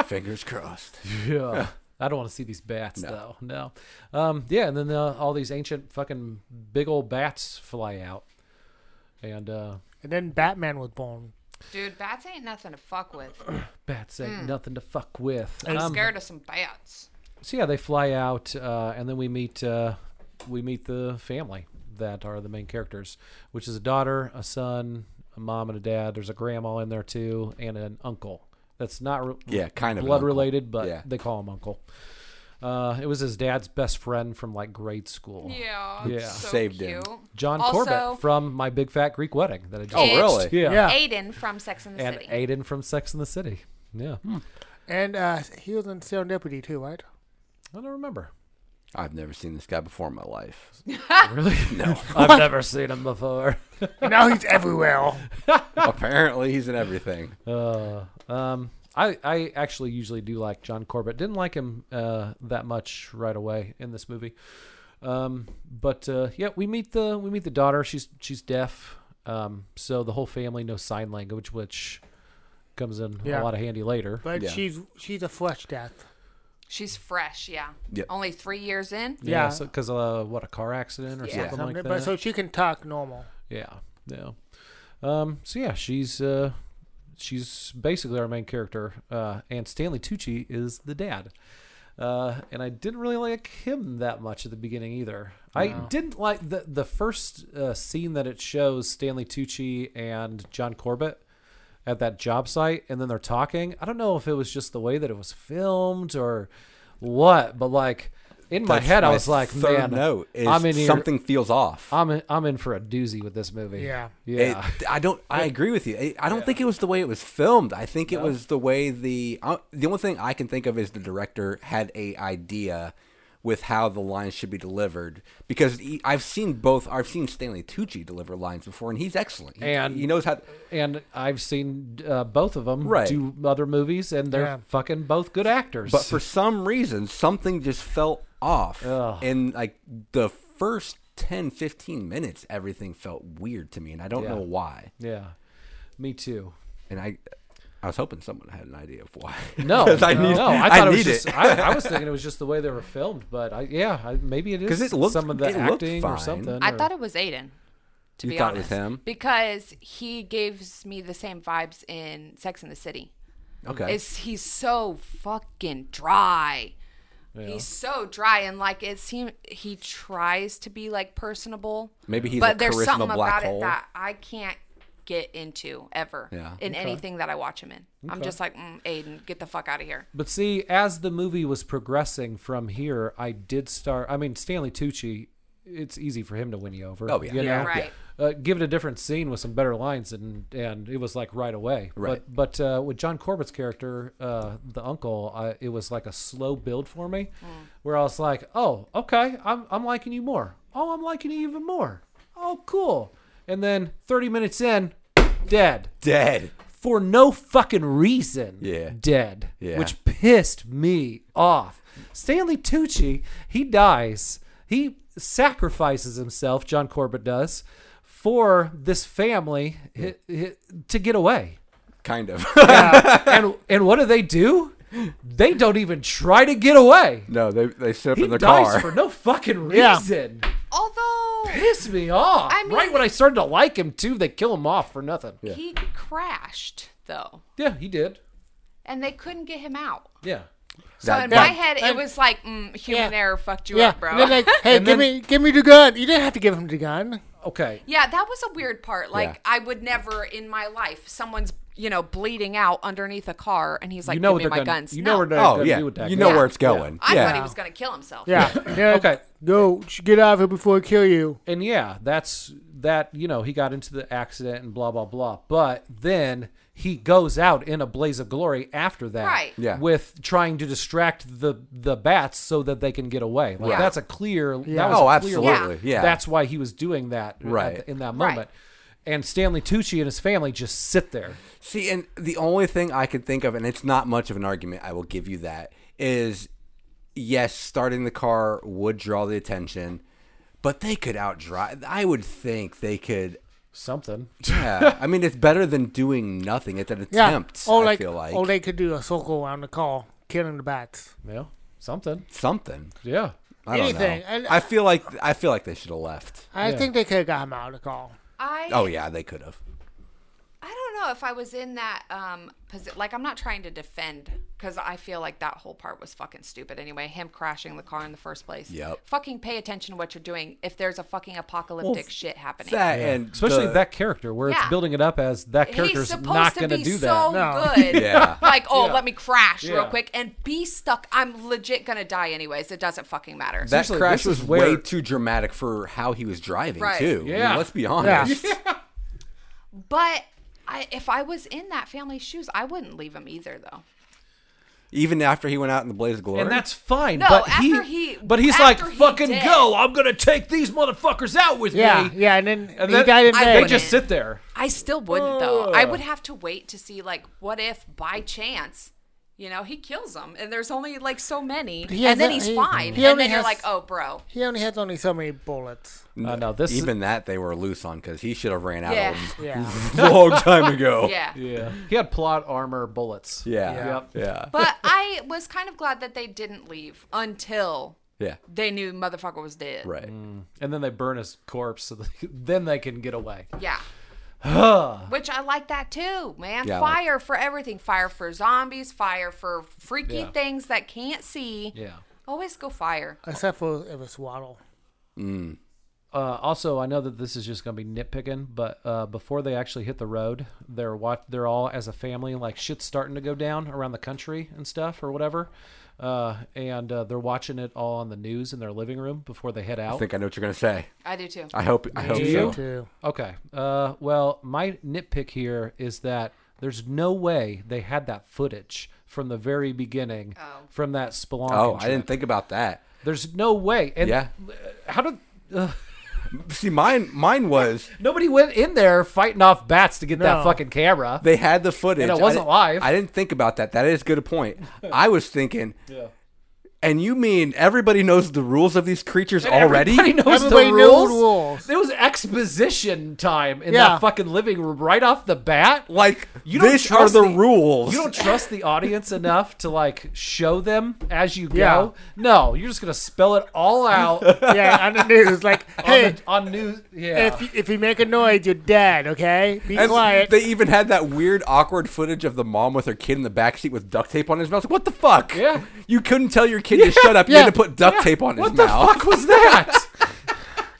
[SPEAKER 4] Fingers crossed.
[SPEAKER 2] yeah. I don't want to see these bats
[SPEAKER 4] No.
[SPEAKER 2] though. No. Um, yeah, and then uh, all these ancient fucking big old bats fly out, and uh,
[SPEAKER 3] And then Batman was born.
[SPEAKER 1] Dude, bats ain't nothing to fuck with.
[SPEAKER 2] bats ain't nothing to fuck with.
[SPEAKER 1] I'm
[SPEAKER 2] Um,
[SPEAKER 1] scared of some bats.
[SPEAKER 2] So yeah, they fly out, uh, and then we meet uh, we meet the family that are the main characters, which is a daughter, a son, a mom, and a dad. There's a grandma in there too, and an uncle. That's not re-
[SPEAKER 4] Yeah, kind of an
[SPEAKER 2] blood
[SPEAKER 4] uncle.
[SPEAKER 2] related, but
[SPEAKER 4] Yeah.
[SPEAKER 2] they call him uncle. Uh, it was his dad's best friend from like grade school.
[SPEAKER 1] Yeah.
[SPEAKER 2] Yeah.
[SPEAKER 1] So
[SPEAKER 4] Saved him.
[SPEAKER 1] cute.
[SPEAKER 2] John
[SPEAKER 1] Also-
[SPEAKER 2] Corbett from My Big Fat Greek Wedding that I just
[SPEAKER 4] Oh,
[SPEAKER 1] Aged.
[SPEAKER 4] really?
[SPEAKER 2] Uh, yeah.
[SPEAKER 3] Yeah.
[SPEAKER 1] Aiden from Sex and the
[SPEAKER 2] and
[SPEAKER 1] City.
[SPEAKER 2] Aiden from Sex and the City. Yeah,
[SPEAKER 4] Hmm.
[SPEAKER 3] And uh, he was in Serendipity too, right?
[SPEAKER 2] I don't remember.
[SPEAKER 4] I've never seen this guy before in my life.
[SPEAKER 2] Really? No, I've never seen him before.
[SPEAKER 3] And now he's everywhere.
[SPEAKER 4] Apparently, he's in everything.
[SPEAKER 2] Uh, um, I I actually usually do like John Corbett. Didn't like him uh, that much right away in this movie. Um, but uh, yeah, we meet the we meet the daughter. She's she's deaf. Um, so the whole family knows sign language, which comes in a
[SPEAKER 3] Yeah.
[SPEAKER 2] lot of handy later.
[SPEAKER 3] But
[SPEAKER 4] Yeah.
[SPEAKER 3] she's she's a flesh death.
[SPEAKER 1] She's fresh, yeah.
[SPEAKER 4] Yep.
[SPEAKER 1] Only three years in.
[SPEAKER 3] Yeah.
[SPEAKER 2] because uh, what a car accident or
[SPEAKER 1] Yeah.
[SPEAKER 2] something like
[SPEAKER 3] Something-
[SPEAKER 2] that.
[SPEAKER 3] but so she can talk normal.
[SPEAKER 2] Yeah, yeah. Um, so yeah, she's uh, she's basically our main character, uh, and Stanley Tucci is the dad. Uh, and I didn't really like him that much at the beginning either. I didn't like the the first uh, scene that it shows Stanley Tucci and John Corbett at that job site, and then they're talking. I don't know if it was just the way that it was filmed or what, but like in my
[SPEAKER 4] That's
[SPEAKER 2] head, I was like, "Man,
[SPEAKER 4] third note is
[SPEAKER 2] I'm in here-
[SPEAKER 4] something feels off.
[SPEAKER 2] I'm in, I'm in for a doozy with this movie."
[SPEAKER 3] Yeah.
[SPEAKER 2] yeah.
[SPEAKER 4] It- I don't. I agree with you. I, I don't think it was the way it was filmed. I think it was the way the uh, the only thing I can think of is the director had a idea with how the lines should be delivered because he, I've seen both. I've seen Stanley Tucci deliver lines before, and he's excellent. He-
[SPEAKER 2] And-
[SPEAKER 4] he knows how.
[SPEAKER 2] and I've seen uh, both of them
[SPEAKER 4] Right.
[SPEAKER 2] do other movies, and they're
[SPEAKER 3] Yeah.
[SPEAKER 2] fucking both good actors.
[SPEAKER 4] But for some reason, something just fell off.
[SPEAKER 2] Ugh.
[SPEAKER 4] And like the first 10, 15 minutes, everything felt weird to me. And I don't
[SPEAKER 2] Yeah.
[SPEAKER 4] know why.
[SPEAKER 2] yeah, me too.
[SPEAKER 4] And I, I was hoping someone had an idea of why.
[SPEAKER 2] No,
[SPEAKER 4] 'Cause
[SPEAKER 2] I no, I thought it was
[SPEAKER 4] need
[SPEAKER 2] just. I, I was thinking it was just the way they were filmed, but I, yeah, I, maybe it is
[SPEAKER 4] 'Cause it looked-
[SPEAKER 2] some of the
[SPEAKER 4] it looked
[SPEAKER 2] acting or
[SPEAKER 4] fine.
[SPEAKER 2] something.
[SPEAKER 1] I
[SPEAKER 2] or-
[SPEAKER 1] thought it was Aiden. To
[SPEAKER 4] You
[SPEAKER 1] be
[SPEAKER 4] thought it
[SPEAKER 1] honest,
[SPEAKER 4] was him?
[SPEAKER 1] because he gives me the same vibes in Sex in the City.
[SPEAKER 4] Okay.
[SPEAKER 1] It's he's so fucking dry. He's so dry and like it seems he tries to be like personable.
[SPEAKER 4] Maybe he's
[SPEAKER 1] but
[SPEAKER 4] a
[SPEAKER 1] there's
[SPEAKER 4] charisma
[SPEAKER 1] something about
[SPEAKER 4] black hole.
[SPEAKER 1] it that I can't get into ever
[SPEAKER 4] Yeah.
[SPEAKER 1] in anything that I watch him in. I'm just like, mm, Aiden, get the fuck out of here.
[SPEAKER 2] But see, as the movie was progressing from here, I did start. I mean, Stanley Tucci, it's easy for him to win you over.
[SPEAKER 4] Oh, yeah.
[SPEAKER 2] you
[SPEAKER 1] Yeah,
[SPEAKER 2] know?
[SPEAKER 1] right.
[SPEAKER 2] Uh, give it a different scene with some better lines, and and it was like right away.
[SPEAKER 4] Right.
[SPEAKER 2] But but uh, with John Corbett's character, uh, the uncle, I, it was like a slow build for me,
[SPEAKER 1] Mm.
[SPEAKER 2] where I was like, oh, okay, I'm I'm liking you more. Oh, I'm liking you even more. Oh, cool. And then 30 minutes in, dead
[SPEAKER 4] Dead.
[SPEAKER 2] for no fucking reason
[SPEAKER 4] Yeah.
[SPEAKER 2] dead
[SPEAKER 4] Yeah.
[SPEAKER 2] which pissed me off stanley tucci he dies he sacrifices himself john corbett does for this family hi- hi- to get away
[SPEAKER 4] Kind of.
[SPEAKER 2] and and what do they do they don't even try to get away
[SPEAKER 4] no, they they sit up
[SPEAKER 2] he
[SPEAKER 4] in their
[SPEAKER 2] dies
[SPEAKER 4] car.
[SPEAKER 2] for no fucking
[SPEAKER 3] Yeah.
[SPEAKER 2] reason
[SPEAKER 1] Although
[SPEAKER 2] piss me off
[SPEAKER 1] I mean-
[SPEAKER 2] right when i started to like him too they kill him off for nothing yeah,
[SPEAKER 1] he crashed though,
[SPEAKER 2] he did
[SPEAKER 1] and they couldn't get him out.
[SPEAKER 2] yeah
[SPEAKER 1] So
[SPEAKER 4] That-
[SPEAKER 1] in
[SPEAKER 4] that-
[SPEAKER 1] my head, it was like mm, human
[SPEAKER 3] Yeah.
[SPEAKER 1] error fucked you
[SPEAKER 3] Yeah,
[SPEAKER 1] up, bro.
[SPEAKER 3] and then like, hey,
[SPEAKER 2] And
[SPEAKER 3] give
[SPEAKER 2] then-
[SPEAKER 3] me, give me the gun. You didn't have to give him the gun.
[SPEAKER 2] okay
[SPEAKER 1] Yeah, that was a weird part. Like
[SPEAKER 4] Yeah.
[SPEAKER 1] I would never in my life someone's you know bleeding out underneath a car, and he's like,
[SPEAKER 2] you know what
[SPEAKER 1] "Give me my
[SPEAKER 2] they're gonna,
[SPEAKER 1] guns."
[SPEAKER 2] You
[SPEAKER 1] no.
[SPEAKER 2] know where they're
[SPEAKER 4] Oh
[SPEAKER 2] gonna
[SPEAKER 4] yeah,
[SPEAKER 2] do with that.
[SPEAKER 4] you know
[SPEAKER 2] gun.
[SPEAKER 4] where it's going.
[SPEAKER 1] I thought he
[SPEAKER 4] yeah,
[SPEAKER 1] was gonna kill himself.
[SPEAKER 3] Yeah. yeah.
[SPEAKER 2] Okay.
[SPEAKER 3] Go, sh- get out of here before I kill you.
[SPEAKER 2] And yeah, that's that. You know, he got into the accident and blah blah blah. But then he goes out in a blaze of glory after that.
[SPEAKER 1] Right.
[SPEAKER 4] Yeah.
[SPEAKER 2] With trying to distract the the bats so that they can get away. Like
[SPEAKER 1] Yeah.
[SPEAKER 2] that's a clear. That was
[SPEAKER 4] Oh,
[SPEAKER 2] a clear line.
[SPEAKER 4] absolutely, yeah.
[SPEAKER 2] That's why he was doing that. at
[SPEAKER 4] Right.
[SPEAKER 2] the- in that
[SPEAKER 1] Right.
[SPEAKER 2] moment. And Stanley Tucci and his family just sit there.
[SPEAKER 4] See, and the only thing I can think of, and it's not much of an argument, I will give you that, is yes, starting the car would draw the attention, but they could outdrive. I would think they could.
[SPEAKER 2] Something.
[SPEAKER 4] Yeah, I mean, it's better than doing nothing. It's an
[SPEAKER 3] Yeah.
[SPEAKER 4] attempt.
[SPEAKER 3] or
[SPEAKER 4] I
[SPEAKER 3] like,
[SPEAKER 4] feel like
[SPEAKER 3] or they could do a circle around the car, killing the bats.
[SPEAKER 2] You know, something.
[SPEAKER 4] something.
[SPEAKER 2] Yeah.
[SPEAKER 4] I don't
[SPEAKER 3] Anything,
[SPEAKER 4] know.
[SPEAKER 3] and-
[SPEAKER 4] I feel like I feel like they should have left.
[SPEAKER 3] I
[SPEAKER 2] Yeah.
[SPEAKER 3] think they could have got him out of the car.
[SPEAKER 1] I
[SPEAKER 4] Oh yeah, they could have.
[SPEAKER 1] I don't know if I was in that um posi- like I'm not trying to defend because I feel like that whole part was fucking stupid anyway. Him crashing the car in the first place.
[SPEAKER 4] Yep.
[SPEAKER 1] Fucking pay attention to what you're doing if there's a fucking apocalyptic shit happening.
[SPEAKER 4] That and
[SPEAKER 2] Especially
[SPEAKER 4] the-
[SPEAKER 2] that character where it's
[SPEAKER 1] Yeah.
[SPEAKER 2] building it up as that
[SPEAKER 1] He's
[SPEAKER 2] character's
[SPEAKER 1] supposed
[SPEAKER 2] not
[SPEAKER 1] to
[SPEAKER 2] going
[SPEAKER 1] be
[SPEAKER 2] do that.
[SPEAKER 1] so
[SPEAKER 3] No.
[SPEAKER 1] good.
[SPEAKER 4] Yeah.
[SPEAKER 1] Like, oh, let me crash real
[SPEAKER 2] Yeah.
[SPEAKER 1] quick and be stuck. I'm legit gonna die anyways. It doesn't fucking matter.
[SPEAKER 4] That
[SPEAKER 2] Essentially,
[SPEAKER 4] crash
[SPEAKER 2] this is
[SPEAKER 4] was
[SPEAKER 2] where-
[SPEAKER 4] way too dramatic for how he was driving,
[SPEAKER 1] Right.
[SPEAKER 4] too. I mean,
[SPEAKER 2] Yeah.
[SPEAKER 4] let's be honest.
[SPEAKER 1] But I, if I was in that family's shoes, I wouldn't leave him either, though.
[SPEAKER 4] Even after he went out in the blaze of glory.
[SPEAKER 2] And that's fine.
[SPEAKER 1] No,
[SPEAKER 2] but
[SPEAKER 1] after
[SPEAKER 2] he,
[SPEAKER 1] he-
[SPEAKER 2] but he's like,
[SPEAKER 1] after he
[SPEAKER 2] fucking
[SPEAKER 1] did."
[SPEAKER 2] go! I'm gonna take these motherfuckers out with
[SPEAKER 3] Yeah,
[SPEAKER 2] me.
[SPEAKER 3] yeah, and then
[SPEAKER 2] And
[SPEAKER 3] he
[SPEAKER 2] then-
[SPEAKER 3] died in
[SPEAKER 1] I
[SPEAKER 3] bed.
[SPEAKER 2] They just sit there.
[SPEAKER 1] I still wouldn't, though. I would have to wait to see, like, what if by chance, you know, he kills them and there's only like so many,
[SPEAKER 3] he has
[SPEAKER 1] and then
[SPEAKER 3] a-
[SPEAKER 1] he's
[SPEAKER 3] he-
[SPEAKER 1] fine,
[SPEAKER 3] he
[SPEAKER 1] and
[SPEAKER 3] only
[SPEAKER 1] then you're
[SPEAKER 3] has-
[SPEAKER 1] like, oh, bro,
[SPEAKER 3] he only has only so many bullets.
[SPEAKER 2] Uh, no, this
[SPEAKER 4] even that they were loose on because he should have ran out
[SPEAKER 1] Yeah.
[SPEAKER 4] of
[SPEAKER 3] Yeah.
[SPEAKER 4] them a long time ago.
[SPEAKER 1] yeah.
[SPEAKER 2] yeah. He had plot armor bullets.
[SPEAKER 4] Yeah.
[SPEAKER 2] Yep.
[SPEAKER 4] Yeah.
[SPEAKER 1] But I was kind of glad that they didn't leave until
[SPEAKER 4] Yeah.
[SPEAKER 1] they knew motherfucker was dead.
[SPEAKER 4] Right.
[SPEAKER 2] And then they burn his corpse, so they, then they can get away.
[SPEAKER 1] Yeah. Which I like that too, man.
[SPEAKER 4] Yeah, I like-
[SPEAKER 1] fire for everything. Fire for zombies. Fire for freaky
[SPEAKER 2] Yeah.
[SPEAKER 1] things that can't see.
[SPEAKER 2] Yeah.
[SPEAKER 1] Always go fire.
[SPEAKER 3] Except for if it's Waddle.
[SPEAKER 2] Uh, also, I know that this is just gonna be nitpicking, but uh, before they actually hit the road, they're wa- they're all as a family, like shit's starting to go down around the country and stuff or whatever, uh, and uh, they're watching it all on the news in their living room before they head out.
[SPEAKER 4] I think I know what you're gonna say.
[SPEAKER 1] I do too.
[SPEAKER 4] I hope. I hope
[SPEAKER 2] Do
[SPEAKER 4] so.
[SPEAKER 2] you?
[SPEAKER 3] Too.
[SPEAKER 2] Okay. Uh, well, my nitpick here is that there's no way they had that footage from the very beginning from that Spelunking.
[SPEAKER 4] Oh, I
[SPEAKER 2] trip.
[SPEAKER 4] didn't think about that.
[SPEAKER 2] There's no way. And
[SPEAKER 4] Yeah.
[SPEAKER 2] How did uh,
[SPEAKER 4] See, mine. Mine was
[SPEAKER 2] nobody went in there fighting off bats to get that
[SPEAKER 3] No.
[SPEAKER 2] fucking camera?
[SPEAKER 4] they had the footage.
[SPEAKER 2] And it
[SPEAKER 4] I
[SPEAKER 2] wasn't
[SPEAKER 4] didn't-
[SPEAKER 2] live.
[SPEAKER 4] I didn't think about that. That is a good point. I was thinking.
[SPEAKER 2] Yeah.
[SPEAKER 4] And you mean everybody knows the rules of these creatures already?
[SPEAKER 2] Everybody knows
[SPEAKER 3] Everybody
[SPEAKER 2] the
[SPEAKER 3] knew
[SPEAKER 2] rules.
[SPEAKER 3] rules.
[SPEAKER 2] There was exposition time in
[SPEAKER 3] Yeah.
[SPEAKER 2] that fucking living room right off the bat.
[SPEAKER 4] Like,
[SPEAKER 2] you don't
[SPEAKER 4] these are
[SPEAKER 2] trust
[SPEAKER 4] the,
[SPEAKER 2] the-
[SPEAKER 4] rules.
[SPEAKER 2] You don't trust the audience enough to like show them as you go.
[SPEAKER 3] Yeah.
[SPEAKER 2] No, you're just gonna spell it all out on,
[SPEAKER 3] yeah, on the news, like, hey,
[SPEAKER 2] the, on news. Yeah.
[SPEAKER 3] if you, if you make a noise, you're dead. Okay, be
[SPEAKER 4] And
[SPEAKER 3] quiet.
[SPEAKER 4] They even had that weird, awkward footage of the mom with her kid in the backseat with duct tape on his mouth. Like, what the fuck?
[SPEAKER 2] Yeah.
[SPEAKER 4] You couldn't tell your kid to shut up. You
[SPEAKER 3] yeah.
[SPEAKER 4] had to put duct tape on his
[SPEAKER 2] what the
[SPEAKER 4] mouth.
[SPEAKER 2] fuck was that?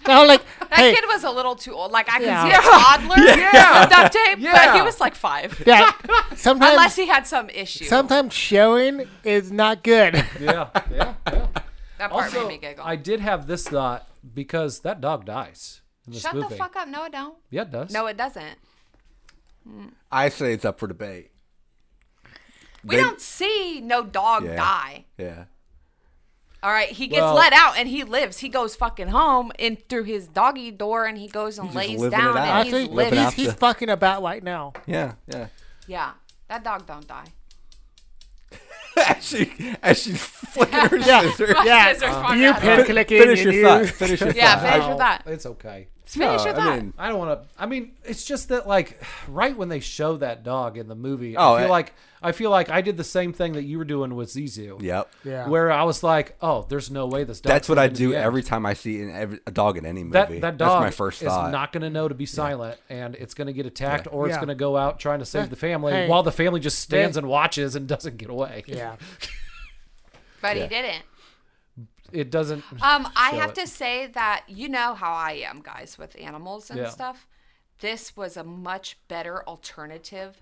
[SPEAKER 3] Now, like,
[SPEAKER 1] That
[SPEAKER 3] hey,
[SPEAKER 1] kid was a little too old. Like I can
[SPEAKER 3] Yeah.
[SPEAKER 1] see a toddler
[SPEAKER 2] Yeah.
[SPEAKER 1] with duct tape, but he
[SPEAKER 2] Yeah.
[SPEAKER 1] was like five.
[SPEAKER 3] yeah, sometimes
[SPEAKER 1] Unless he had some issue.
[SPEAKER 3] sometimes showing is not good.
[SPEAKER 2] yeah, yeah, yeah.
[SPEAKER 1] that part
[SPEAKER 2] Also,
[SPEAKER 1] made me giggle.
[SPEAKER 2] I did have this thought because that dog dies in this
[SPEAKER 1] Shut
[SPEAKER 2] movie.
[SPEAKER 1] the fuck up. No, it don't.
[SPEAKER 2] Yeah, it does.
[SPEAKER 1] No, it doesn't.
[SPEAKER 4] I say it's up for debate.
[SPEAKER 1] We
[SPEAKER 4] They-
[SPEAKER 1] don't see no dog
[SPEAKER 4] Yeah.
[SPEAKER 1] die.
[SPEAKER 4] Yeah.
[SPEAKER 1] All right, he gets
[SPEAKER 2] Well-
[SPEAKER 1] let out and he lives. He goes fucking home in through his doggy door and he goes and
[SPEAKER 4] He's just
[SPEAKER 1] lays
[SPEAKER 4] living
[SPEAKER 1] down
[SPEAKER 4] it out.
[SPEAKER 1] and
[SPEAKER 3] Actually,
[SPEAKER 1] he's living.
[SPEAKER 4] it
[SPEAKER 3] he's,
[SPEAKER 4] out.
[SPEAKER 3] he's fucking about right now.
[SPEAKER 4] Yeah. Yeah.
[SPEAKER 1] Yeah, that dog don't die.
[SPEAKER 4] as she, as she flicking her
[SPEAKER 3] Yeah.
[SPEAKER 4] scissors.
[SPEAKER 3] Yeah,
[SPEAKER 1] Scissors falling
[SPEAKER 3] you
[SPEAKER 1] out of her.
[SPEAKER 3] pin clicking.
[SPEAKER 4] Finish
[SPEAKER 3] and
[SPEAKER 4] your
[SPEAKER 3] you,
[SPEAKER 4] thought. Finish your
[SPEAKER 1] Yeah,
[SPEAKER 4] thought.
[SPEAKER 1] finish your
[SPEAKER 2] Oh,
[SPEAKER 1] thought.
[SPEAKER 2] it's okay.
[SPEAKER 1] Finish your
[SPEAKER 4] No, I
[SPEAKER 1] thought.
[SPEAKER 4] mean-
[SPEAKER 2] I don't want to. I mean, it's just that like right when they show that dog in the movie,
[SPEAKER 4] Oh,
[SPEAKER 2] I feel
[SPEAKER 4] it-
[SPEAKER 2] like I feel like I did the same thing that you were doing with Zizu.
[SPEAKER 4] Yep.
[SPEAKER 3] Yeah.
[SPEAKER 2] Where I was like, oh, there's no way this. dog.
[SPEAKER 4] That's what I do
[SPEAKER 2] every
[SPEAKER 4] every time I see an, every, a dog in any movie.
[SPEAKER 2] That that dog
[SPEAKER 4] That's my first
[SPEAKER 2] is
[SPEAKER 4] thought.
[SPEAKER 2] not going to know to be silent, and it's going to get attacked, or it's
[SPEAKER 3] Yeah.
[SPEAKER 2] going to go out trying to save the family,
[SPEAKER 3] Hey.
[SPEAKER 2] while the family just stands
[SPEAKER 3] They-
[SPEAKER 2] and watches and doesn't get away.
[SPEAKER 3] yeah,
[SPEAKER 1] But
[SPEAKER 4] Yeah.
[SPEAKER 1] he didn't.
[SPEAKER 2] it doesn't.
[SPEAKER 1] Um, I
[SPEAKER 2] show
[SPEAKER 1] have
[SPEAKER 2] it.
[SPEAKER 1] to say that you know how I am, guys, with animals and
[SPEAKER 2] Yeah.
[SPEAKER 1] stuff. This was a much better alternative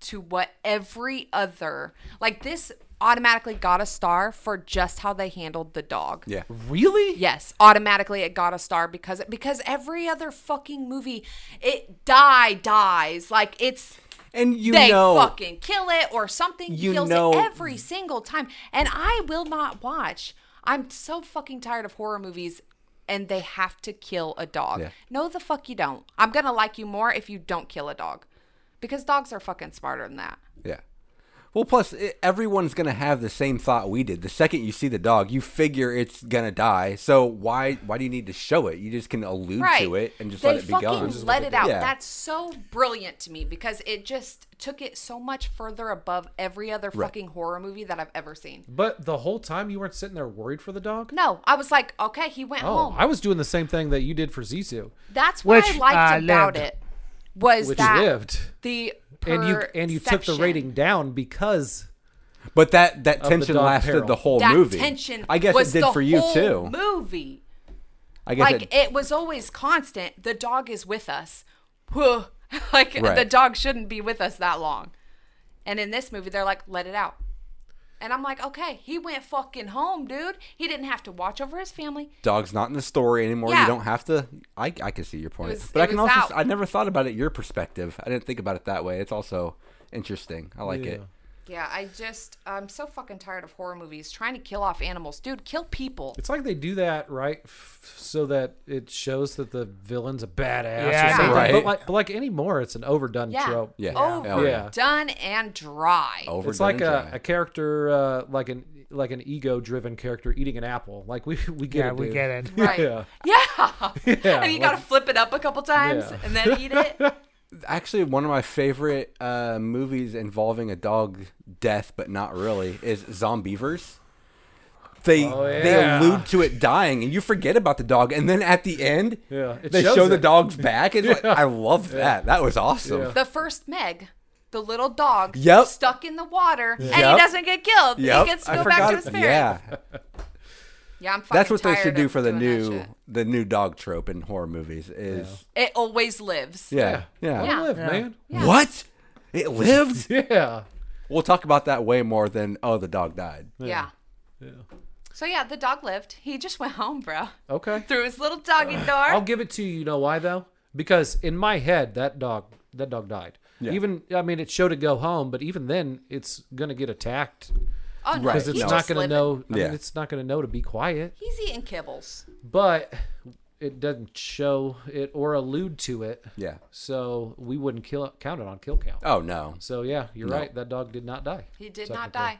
[SPEAKER 1] to what every other like this automatically got a star for just how they handled the dog.
[SPEAKER 4] Yeah.
[SPEAKER 2] Really?
[SPEAKER 1] Yes, automatically it got a star because because every other fucking movie it die dies like it's
[SPEAKER 4] And you
[SPEAKER 1] they
[SPEAKER 4] know.
[SPEAKER 1] fucking kill it or something
[SPEAKER 4] You
[SPEAKER 1] kills
[SPEAKER 4] know-
[SPEAKER 1] it every single time. And I will not watch. I'm so fucking tired of horror movies and they have to kill a dog.
[SPEAKER 4] Yeah.
[SPEAKER 1] No, the fuck you don't. I'm gonna like you more if you don't kill a dog. Because dogs are fucking smarter than that.
[SPEAKER 4] Yeah. Well, plus i everyone's gonna have the same thought we did. The second you see the dog, you figure it's gonna die. So why why do you need to show it? You just can allude
[SPEAKER 1] Right.
[SPEAKER 4] to it and just
[SPEAKER 1] they
[SPEAKER 4] let it be
[SPEAKER 1] fucking
[SPEAKER 4] gone.
[SPEAKER 1] let it out.
[SPEAKER 4] Yeah.
[SPEAKER 1] That's so brilliant to me because it just took it so much further above every other fucking horror movie that I've ever seen.
[SPEAKER 2] But the whole time you weren't sitting there worried for the dog.
[SPEAKER 1] No, I was like, okay, he went
[SPEAKER 2] Oh,
[SPEAKER 1] home.
[SPEAKER 2] I was doing the same thing that you did for Zizu,
[SPEAKER 1] That's what
[SPEAKER 3] Which,
[SPEAKER 1] I liked
[SPEAKER 3] uh,
[SPEAKER 1] about
[SPEAKER 3] lived.
[SPEAKER 1] it was
[SPEAKER 2] which
[SPEAKER 1] that
[SPEAKER 2] lived.
[SPEAKER 1] the
[SPEAKER 2] and you and you took the
[SPEAKER 1] perception.
[SPEAKER 2] rating down because
[SPEAKER 4] But that that
[SPEAKER 2] the
[SPEAKER 4] tension
[SPEAKER 2] dog
[SPEAKER 4] lasted
[SPEAKER 2] peril.
[SPEAKER 4] the whole
[SPEAKER 1] That
[SPEAKER 4] movie.
[SPEAKER 1] tension.
[SPEAKER 4] I guess
[SPEAKER 1] was
[SPEAKER 4] it did
[SPEAKER 1] the
[SPEAKER 4] for you
[SPEAKER 1] whole
[SPEAKER 4] too.
[SPEAKER 1] Movie
[SPEAKER 4] I guess
[SPEAKER 1] like
[SPEAKER 4] it,
[SPEAKER 1] it was always constant. The dog is with us. Whew. like
[SPEAKER 4] Right.
[SPEAKER 1] the dog shouldn't be with us that long. And in this movie, they're like, "Let it out." And I'm like, okay, he went fucking home, dude. He didn't have to watch over his family.
[SPEAKER 4] dog's not in the story anymore.
[SPEAKER 1] Yeah.
[SPEAKER 4] You don't have to. I I can see your point,
[SPEAKER 1] was-
[SPEAKER 4] but
[SPEAKER 1] it
[SPEAKER 4] I can
[SPEAKER 1] was
[SPEAKER 4] also
[SPEAKER 1] out.
[SPEAKER 4] I never thought about it your perspective. I didn't think about it that way. It's also interesting. I like it.
[SPEAKER 1] Yeah, I just I'm so fucking tired of horror movies trying to kill off animals, dude. Kill people.
[SPEAKER 2] it's like they do that right f- so that it shows that the villain's a badass
[SPEAKER 3] Yeah.
[SPEAKER 2] or something.
[SPEAKER 4] Right.
[SPEAKER 2] But like but like anymore, it's an overdone
[SPEAKER 1] Yeah.
[SPEAKER 2] trope.
[SPEAKER 4] Yeah. Oh.
[SPEAKER 1] Overdone
[SPEAKER 2] Yeah.
[SPEAKER 1] and dry.
[SPEAKER 4] Over
[SPEAKER 2] It's like a, a character uh, like an like an ego driven character eting an apple. Like we we get
[SPEAKER 3] yeah,
[SPEAKER 2] it,
[SPEAKER 3] we
[SPEAKER 2] dude.
[SPEAKER 3] get it.
[SPEAKER 1] Right.
[SPEAKER 2] Yeah.
[SPEAKER 1] Yeah. and you
[SPEAKER 2] like-
[SPEAKER 1] got to flip it up a couple times
[SPEAKER 2] Yeah.
[SPEAKER 1] and then eat it.
[SPEAKER 4] Actually, one of my favorite uh, movies involving a dog death, but not really, is Zombievers. They they
[SPEAKER 2] Oh, yeah.
[SPEAKER 4] allude to it dying, and you forget about the dog, and then at the end,
[SPEAKER 2] Yeah, it
[SPEAKER 4] they
[SPEAKER 2] shows
[SPEAKER 4] show the
[SPEAKER 2] it.
[SPEAKER 4] dog's back. It's like, I love that. That was awesome.
[SPEAKER 2] Yeah.
[SPEAKER 1] The first Meg, the little dog,
[SPEAKER 4] Yep.
[SPEAKER 1] stuck in the water and
[SPEAKER 4] Yep.
[SPEAKER 1] he doesn't get killed. He
[SPEAKER 4] Yep,
[SPEAKER 1] gets to
[SPEAKER 4] I
[SPEAKER 1] go back
[SPEAKER 4] forgot
[SPEAKER 1] to his
[SPEAKER 4] ab-
[SPEAKER 1] parents.
[SPEAKER 4] Yeah,
[SPEAKER 1] Yeah, I'm fucking
[SPEAKER 4] that's what they
[SPEAKER 1] tired
[SPEAKER 4] should do
[SPEAKER 1] of
[SPEAKER 4] for the
[SPEAKER 1] doing that
[SPEAKER 4] new
[SPEAKER 1] shit.
[SPEAKER 4] the new dog trope in horror movies. Is
[SPEAKER 1] It always lives.
[SPEAKER 4] yeah yeah,
[SPEAKER 2] Let it
[SPEAKER 1] Yeah.
[SPEAKER 2] live, man.
[SPEAKER 4] what it lived.
[SPEAKER 2] Yeah.
[SPEAKER 4] we'll talk about that way more than oh the dog died.
[SPEAKER 1] Yeah. So yeah, the dog lived. He just went home, bro.
[SPEAKER 2] Okay.
[SPEAKER 1] Through his little doggy door.
[SPEAKER 2] I'll give it to you. You know why though? Because in my head, that dog, that dog died. Even I mean, it showed it go home, but even then, it's gonna get attacked
[SPEAKER 1] oh no,
[SPEAKER 2] because it's
[SPEAKER 1] he's
[SPEAKER 2] not
[SPEAKER 1] just
[SPEAKER 2] gonna
[SPEAKER 1] living.
[SPEAKER 2] know. I
[SPEAKER 4] Yeah.
[SPEAKER 2] mean, it's not gonna know to be quiet.
[SPEAKER 1] He's eating kibbles.
[SPEAKER 2] But it doesn't show it or allude to it.
[SPEAKER 4] Yeah.
[SPEAKER 2] So we wouldn't kill count it on kill count.
[SPEAKER 4] Oh no.
[SPEAKER 2] So yeah, you're right. That dog did not die.
[SPEAKER 1] He did not die.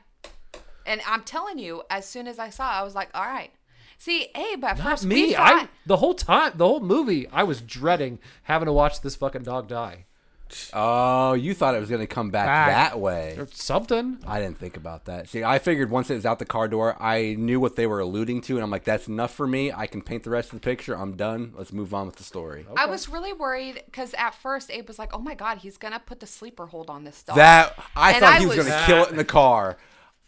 [SPEAKER 1] And I'm telling you, as soon as I saw, it, I was like, all right. See, Abe, at
[SPEAKER 2] Not
[SPEAKER 1] first we
[SPEAKER 2] me.
[SPEAKER 1] thought,
[SPEAKER 2] I the whole time, the whole movie, I was dreading having to watch this fucking dog die
[SPEAKER 4] Oh, you thought it was going to come back
[SPEAKER 3] Back.
[SPEAKER 4] that way.
[SPEAKER 2] or something.
[SPEAKER 4] I didn't think about that. See, I figured once it was out the car door, I knew what they were alluding to, and I'm like, that's enough for me. I can paint the rest of the picture. I'm done. Let's move on with the story.
[SPEAKER 2] Oh.
[SPEAKER 1] I was really worried because at first Abe was like, oh my God, he's going to put the sleeper hold on this dog.
[SPEAKER 4] That I
[SPEAKER 1] And
[SPEAKER 4] thought
[SPEAKER 1] I
[SPEAKER 4] he was,
[SPEAKER 1] was-
[SPEAKER 4] going to kill it in the car.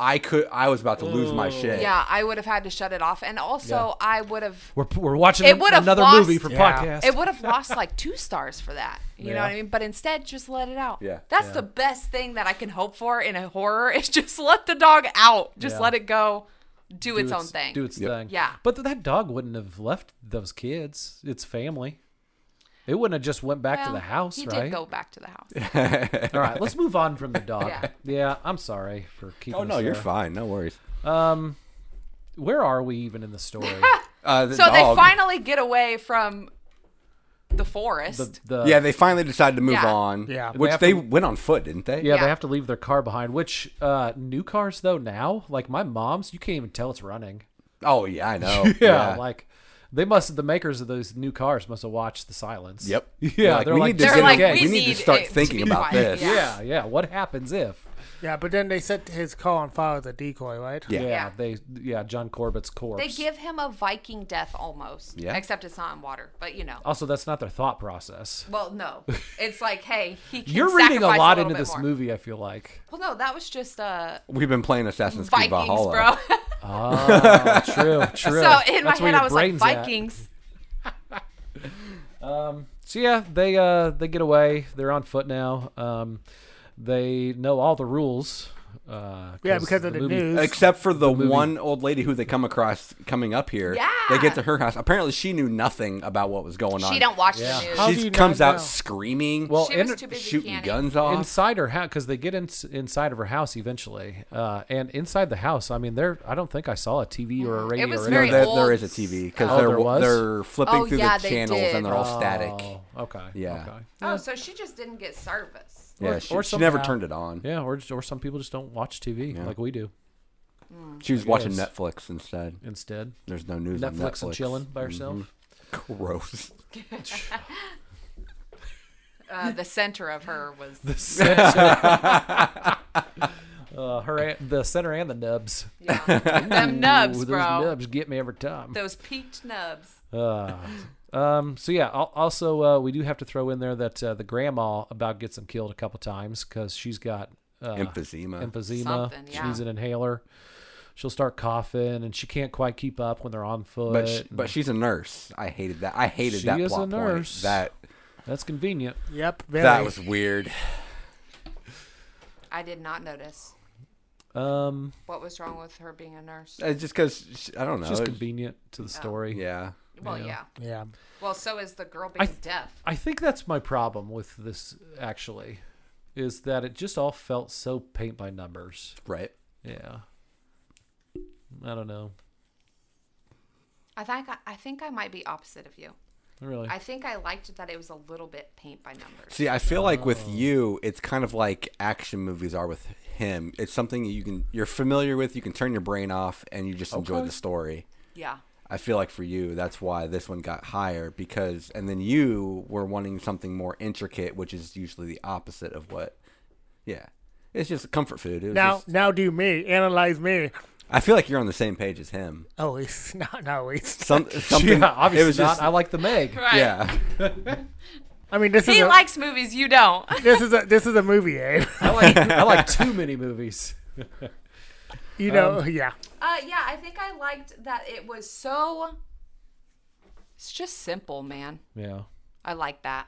[SPEAKER 4] I could. I was about to lose
[SPEAKER 2] Oh.
[SPEAKER 4] my shit.
[SPEAKER 1] yeah, I would have had to shut it off. And also, I would have.
[SPEAKER 2] We're, we're watching
[SPEAKER 1] It
[SPEAKER 2] an-
[SPEAKER 1] would've
[SPEAKER 2] another
[SPEAKER 1] lost-
[SPEAKER 2] movie for
[SPEAKER 3] Yeah.
[SPEAKER 2] podcast.
[SPEAKER 1] It would have lost like two stars for that. You know
[SPEAKER 2] Yeah.
[SPEAKER 1] what I mean? But instead, just let it out.
[SPEAKER 4] Yeah.
[SPEAKER 1] That's the best thing that I can hope for in a horror is just let the dog out. Just
[SPEAKER 2] Yeah.
[SPEAKER 1] let it go, do,
[SPEAKER 2] do
[SPEAKER 1] its, own thing.
[SPEAKER 2] Do its
[SPEAKER 4] Yep.
[SPEAKER 2] thing.
[SPEAKER 1] Yeah.
[SPEAKER 2] But th- that dog wouldn't have left those kids. Its family. It wouldn't have just went back to
[SPEAKER 1] Well,
[SPEAKER 2] the house,
[SPEAKER 1] He
[SPEAKER 2] right?
[SPEAKER 1] did go back to the house.
[SPEAKER 2] All right, let's move on from the dog. yeah.
[SPEAKER 1] Yeah.
[SPEAKER 2] I'm sorry for keeping.
[SPEAKER 4] Oh no,
[SPEAKER 2] us,
[SPEAKER 4] you're
[SPEAKER 2] uh,
[SPEAKER 4] fine. No worries.
[SPEAKER 2] Where are we even in the story?
[SPEAKER 4] Uh, the
[SPEAKER 1] So they
[SPEAKER 4] dog-
[SPEAKER 1] finally get away from the forest.
[SPEAKER 2] the, the
[SPEAKER 4] Yeah, they finally decided to move
[SPEAKER 1] Yeah.
[SPEAKER 4] on.
[SPEAKER 3] Yeah.
[SPEAKER 4] which
[SPEAKER 2] They
[SPEAKER 4] they,
[SPEAKER 2] have
[SPEAKER 4] went on foot, didn't they?
[SPEAKER 2] Yeah, they
[SPEAKER 1] Yeah.
[SPEAKER 2] have to leave their car behind. Which uh, new cars though now, like my mom's, you can't even tell it's running.
[SPEAKER 4] Oh yeah, I know.
[SPEAKER 2] Yeah, like they must. The makers of those new cars must have watched the silence.
[SPEAKER 4] yep.
[SPEAKER 2] Yeah,
[SPEAKER 4] They're
[SPEAKER 2] they're
[SPEAKER 4] we
[SPEAKER 2] like,
[SPEAKER 4] need to
[SPEAKER 2] "They're
[SPEAKER 4] get-
[SPEAKER 2] like,
[SPEAKER 4] we
[SPEAKER 2] we
[SPEAKER 4] need to
[SPEAKER 1] need
[SPEAKER 4] start
[SPEAKER 1] it to
[SPEAKER 4] thinking
[SPEAKER 1] be
[SPEAKER 4] about
[SPEAKER 1] quiet."
[SPEAKER 4] this.
[SPEAKER 1] Yeah.
[SPEAKER 2] yeah, yeah. What happens if?
[SPEAKER 3] Yeah, but then they set his car on fire as a decoy, right?
[SPEAKER 4] Yeah.
[SPEAKER 2] Yeah,
[SPEAKER 1] Yeah.
[SPEAKER 2] they. Yeah, John Corbett's corpse.
[SPEAKER 1] they give him a Viking death almost.
[SPEAKER 4] Yeah.
[SPEAKER 1] Except it's not in water. But you know.
[SPEAKER 2] also, that's not their thought process.
[SPEAKER 1] Well, no. It's like, hey, he can
[SPEAKER 2] You're reading a
[SPEAKER 1] sacrifice
[SPEAKER 2] lot
[SPEAKER 1] little
[SPEAKER 2] into
[SPEAKER 1] bit
[SPEAKER 2] this
[SPEAKER 1] more.
[SPEAKER 2] movie. I feel like.
[SPEAKER 1] Well, no, that was just uh,
[SPEAKER 4] We've been playing Assassin's Creed
[SPEAKER 1] Vikings,
[SPEAKER 4] Valhalla.
[SPEAKER 1] bro.
[SPEAKER 2] Oh, true, true.
[SPEAKER 1] so in my
[SPEAKER 2] That's
[SPEAKER 1] head,
[SPEAKER 2] where your
[SPEAKER 1] I was like,
[SPEAKER 2] brain's at.
[SPEAKER 1] Vikings.
[SPEAKER 2] So yeah, they uh they get away. They're on foot now. Um, they know all the rules. Uh,
[SPEAKER 3] Yeah, because of the,
[SPEAKER 2] movie-
[SPEAKER 3] news.
[SPEAKER 4] Except for the, one old lady who they come across coming up here.
[SPEAKER 1] Yeah.
[SPEAKER 4] They get to her house. Apparently, she knew nothing about what was going on.
[SPEAKER 1] She don't watch
[SPEAKER 2] Yeah.
[SPEAKER 1] the news.
[SPEAKER 2] How
[SPEAKER 4] She
[SPEAKER 3] do you
[SPEAKER 4] comes
[SPEAKER 3] not
[SPEAKER 4] out
[SPEAKER 3] know?
[SPEAKER 4] screaming,
[SPEAKER 2] Well,
[SPEAKER 1] she was
[SPEAKER 2] in-
[SPEAKER 1] too busy
[SPEAKER 4] shooting
[SPEAKER 1] canning.
[SPEAKER 4] guns off.
[SPEAKER 2] inside her house because they get in, inside of her house eventually. Uh, and inside the house, I mean, there. I don't think I saw a TV or a radio.
[SPEAKER 1] was
[SPEAKER 2] or
[SPEAKER 4] no,
[SPEAKER 1] very
[SPEAKER 2] anything.
[SPEAKER 4] there,
[SPEAKER 1] old.
[SPEAKER 4] there is a TV because
[SPEAKER 2] Oh,
[SPEAKER 4] they're
[SPEAKER 2] there was?
[SPEAKER 4] they're flipping
[SPEAKER 1] Oh,
[SPEAKER 4] through
[SPEAKER 1] yeah,
[SPEAKER 4] the
[SPEAKER 1] they
[SPEAKER 4] channels
[SPEAKER 1] did.
[SPEAKER 4] and they're all static.
[SPEAKER 2] Oh, okay.
[SPEAKER 4] Yeah.
[SPEAKER 2] Okay.
[SPEAKER 1] Oh, so she just didn't get service.
[SPEAKER 4] Yeah,
[SPEAKER 2] Or-
[SPEAKER 4] she,
[SPEAKER 2] or
[SPEAKER 4] she never
[SPEAKER 2] somehow-
[SPEAKER 4] turned it on.
[SPEAKER 2] Yeah, or or some people just don't watch TV like we do
[SPEAKER 4] She was watching
[SPEAKER 2] guess.
[SPEAKER 4] Netflix instead.
[SPEAKER 2] instead.
[SPEAKER 4] There's no news on
[SPEAKER 2] Netflix,
[SPEAKER 4] Netflix Mm-hmm.
[SPEAKER 2] and chilling by herself.
[SPEAKER 4] Gross.
[SPEAKER 1] Uh, the center of her was
[SPEAKER 2] The center. uh, her and, the center and the nubs.
[SPEAKER 1] yeah, them nubs,
[SPEAKER 2] Ooh,
[SPEAKER 1] bro.
[SPEAKER 2] Those nubs get me every time.
[SPEAKER 1] Those peaked nubs.
[SPEAKER 2] Uh, um, so yeah. al- Also, uh, we do have to throw in there that uh, the grandma about gets them killed a couple times because she's got uh,
[SPEAKER 4] Emphysema.
[SPEAKER 2] emphysema.
[SPEAKER 1] Something,
[SPEAKER 2] She
[SPEAKER 1] yeah.
[SPEAKER 2] needs an inhaler. She'll start coughing, and she can't quite keep up when they're on foot.
[SPEAKER 4] but she, but she's a nurse. I hated that. I hated
[SPEAKER 2] She
[SPEAKER 4] that
[SPEAKER 2] is a
[SPEAKER 4] plot
[SPEAKER 2] nurse.
[SPEAKER 4] point. That
[SPEAKER 2] That's convenient.
[SPEAKER 3] Yep. Very.
[SPEAKER 4] that was weird.
[SPEAKER 1] I did not notice
[SPEAKER 2] Um,
[SPEAKER 1] what was wrong with her being a nurse.
[SPEAKER 4] Uh, just because I don't know.
[SPEAKER 2] just
[SPEAKER 4] it-
[SPEAKER 2] convenient to the story.
[SPEAKER 4] yeah.
[SPEAKER 1] Well, yeah.
[SPEAKER 3] Yeah.
[SPEAKER 1] Well, so is the girl being
[SPEAKER 2] I th-
[SPEAKER 1] deaf.
[SPEAKER 2] I think that's my problem with this. Actually, is that it just all felt so paint by numbers.
[SPEAKER 4] Right.
[SPEAKER 2] Yeah. I don't know.
[SPEAKER 1] I think I, I think I might be opposite of you.
[SPEAKER 2] Really.
[SPEAKER 1] I think I liked that it was a little bit paint by numbers.
[SPEAKER 4] See, I feel like with
[SPEAKER 2] Oh.
[SPEAKER 4] you, it's kind of like action movies are with him. It's something you can you're familiar with. You can turn your brain off, and you just enjoy
[SPEAKER 2] Okay.
[SPEAKER 4] the story.
[SPEAKER 1] Yeah.
[SPEAKER 4] I feel like for you, that's why this one got higher because, and then you were wanting something more intricate, which is usually the opposite of what. Yeah, it's just comfort food. It was
[SPEAKER 3] Now,
[SPEAKER 4] just-
[SPEAKER 3] now do me. Analyze me.
[SPEAKER 4] I feel like you're on the same page as him.
[SPEAKER 3] Always. Not always.
[SPEAKER 4] Some, something.
[SPEAKER 2] yeah, obviously
[SPEAKER 4] it was
[SPEAKER 2] not.
[SPEAKER 4] just,
[SPEAKER 2] I like the Meg.
[SPEAKER 1] Right.
[SPEAKER 4] yeah,
[SPEAKER 3] I mean, this is
[SPEAKER 1] He
[SPEAKER 3] a,
[SPEAKER 1] likes movies you don't.
[SPEAKER 3] this is a this is a movie, eh? Abe.
[SPEAKER 2] I like I like too many movies.
[SPEAKER 4] Um,
[SPEAKER 3] You know. yeah.
[SPEAKER 1] Uh, yeah, I think I liked that it was so. It's just simple, man.
[SPEAKER 2] Yeah.
[SPEAKER 1] I like that.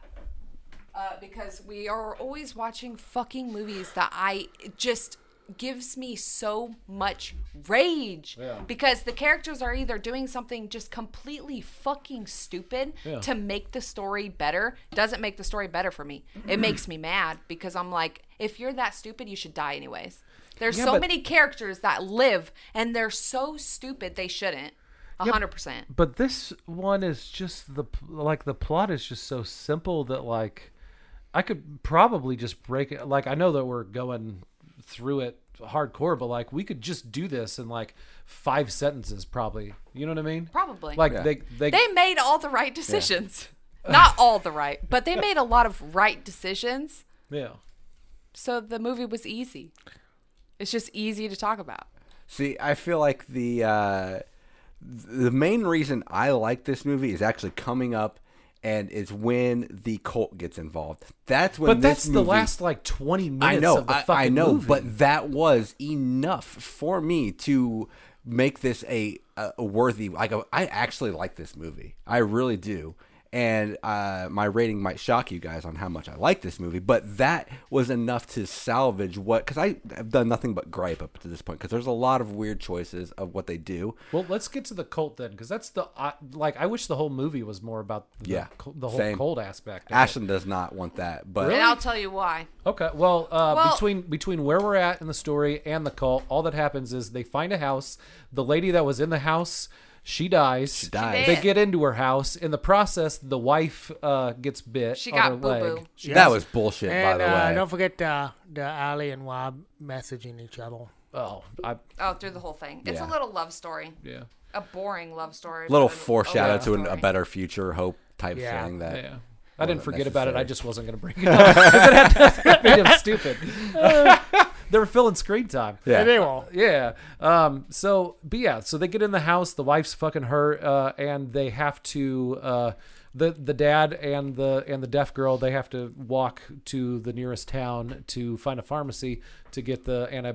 [SPEAKER 1] Uh, because we are always watching fucking movies that I it just gives me so much rage
[SPEAKER 2] Yeah.
[SPEAKER 1] because the characters are either doing something just completely fucking stupid
[SPEAKER 2] Yeah.
[SPEAKER 1] to make the story better doesn't make the story better for me it makes me mad because i'm like if you're that stupid you should die anyways there's
[SPEAKER 2] Yeah,
[SPEAKER 1] so
[SPEAKER 2] but-
[SPEAKER 1] many characters that live and they're so stupid they shouldn't 100%
[SPEAKER 2] But this one is just the p- like the plot is just so simple that like I could probably just break it. Like I know that we're going through it hardcore, but like we could just do this in like five sentences, probably. You know what I mean?
[SPEAKER 1] Probably.
[SPEAKER 2] Like
[SPEAKER 4] Yeah.
[SPEAKER 2] they, they
[SPEAKER 1] they made all the right decisions. Not all the right, but they made a lot of right decisions.
[SPEAKER 2] yeah.
[SPEAKER 1] So the movie was easy. It's just easy to talk about.
[SPEAKER 4] See, I feel like the uh, the main reason I like this movie is actually coming up, and it's when the cult gets involved. That's when.
[SPEAKER 2] But
[SPEAKER 4] this
[SPEAKER 2] that's the
[SPEAKER 4] movie-
[SPEAKER 2] last like twenty minutes.
[SPEAKER 4] I know.
[SPEAKER 2] of the
[SPEAKER 4] I,
[SPEAKER 2] fucking
[SPEAKER 4] I know.
[SPEAKER 2] movie.
[SPEAKER 4] But that was enough for me to make this a, a a worthy. Like a, I actually like this movie. I really do. And uh, my rating might shock you guys on how much I like this movie, but that was enough to salvage what. Because I've done nothing but gripe up to this point. Because there's a lot of weird choices of what they do.
[SPEAKER 2] well, let's get to the cult then, because that's the I like. I wish the whole movie was more about the,
[SPEAKER 4] Yeah,
[SPEAKER 2] cult- the whole
[SPEAKER 4] same.
[SPEAKER 2] cult aspect. of it.
[SPEAKER 4] Ashlyn does not want that, but
[SPEAKER 1] And I'll tell you why.
[SPEAKER 2] Okay. Well, uh,
[SPEAKER 1] Well-
[SPEAKER 2] between between where we're at in the story and the cult, all that happens is they find a house. The lady that was in the house, she dies. She
[SPEAKER 4] dies.
[SPEAKER 2] They
[SPEAKER 1] did.
[SPEAKER 2] get into her house. In the process, the wife uh, gets bit.
[SPEAKER 1] She
[SPEAKER 2] on
[SPEAKER 1] got
[SPEAKER 2] her leg.
[SPEAKER 1] boo-boo.
[SPEAKER 2] She-
[SPEAKER 4] that was bullshit, by
[SPEAKER 3] And
[SPEAKER 4] the
[SPEAKER 3] uh,
[SPEAKER 4] way.
[SPEAKER 3] don't forget uh, the Ali and Wab messaging each other.
[SPEAKER 2] Oh, I,
[SPEAKER 1] Oh, through the whole thing. It's
[SPEAKER 4] Yeah.
[SPEAKER 1] a little love story.
[SPEAKER 2] yeah,
[SPEAKER 1] A boring love story.
[SPEAKER 4] little
[SPEAKER 1] but a- a
[SPEAKER 4] foreshadow
[SPEAKER 1] love
[SPEAKER 4] to an, a
[SPEAKER 1] story.
[SPEAKER 4] better future hope type
[SPEAKER 3] Yeah.
[SPEAKER 4] thing. That
[SPEAKER 2] Oh, yeah. I didn't
[SPEAKER 4] Wasn't
[SPEAKER 2] forget about it. I
[SPEAKER 4] necessary.
[SPEAKER 2] just wasn't going to bring it up 'cause it had nothing to do with stupid. they were filling screen time.
[SPEAKER 4] Yeah.
[SPEAKER 3] And they will.
[SPEAKER 2] Yeah. Um. So, but yeah. So they get in the house. The wife's fucking hurt, uh, and they have to. Uh, the the dad and the and the deaf girl they have to walk to the nearest town to find a pharmacy to get the anti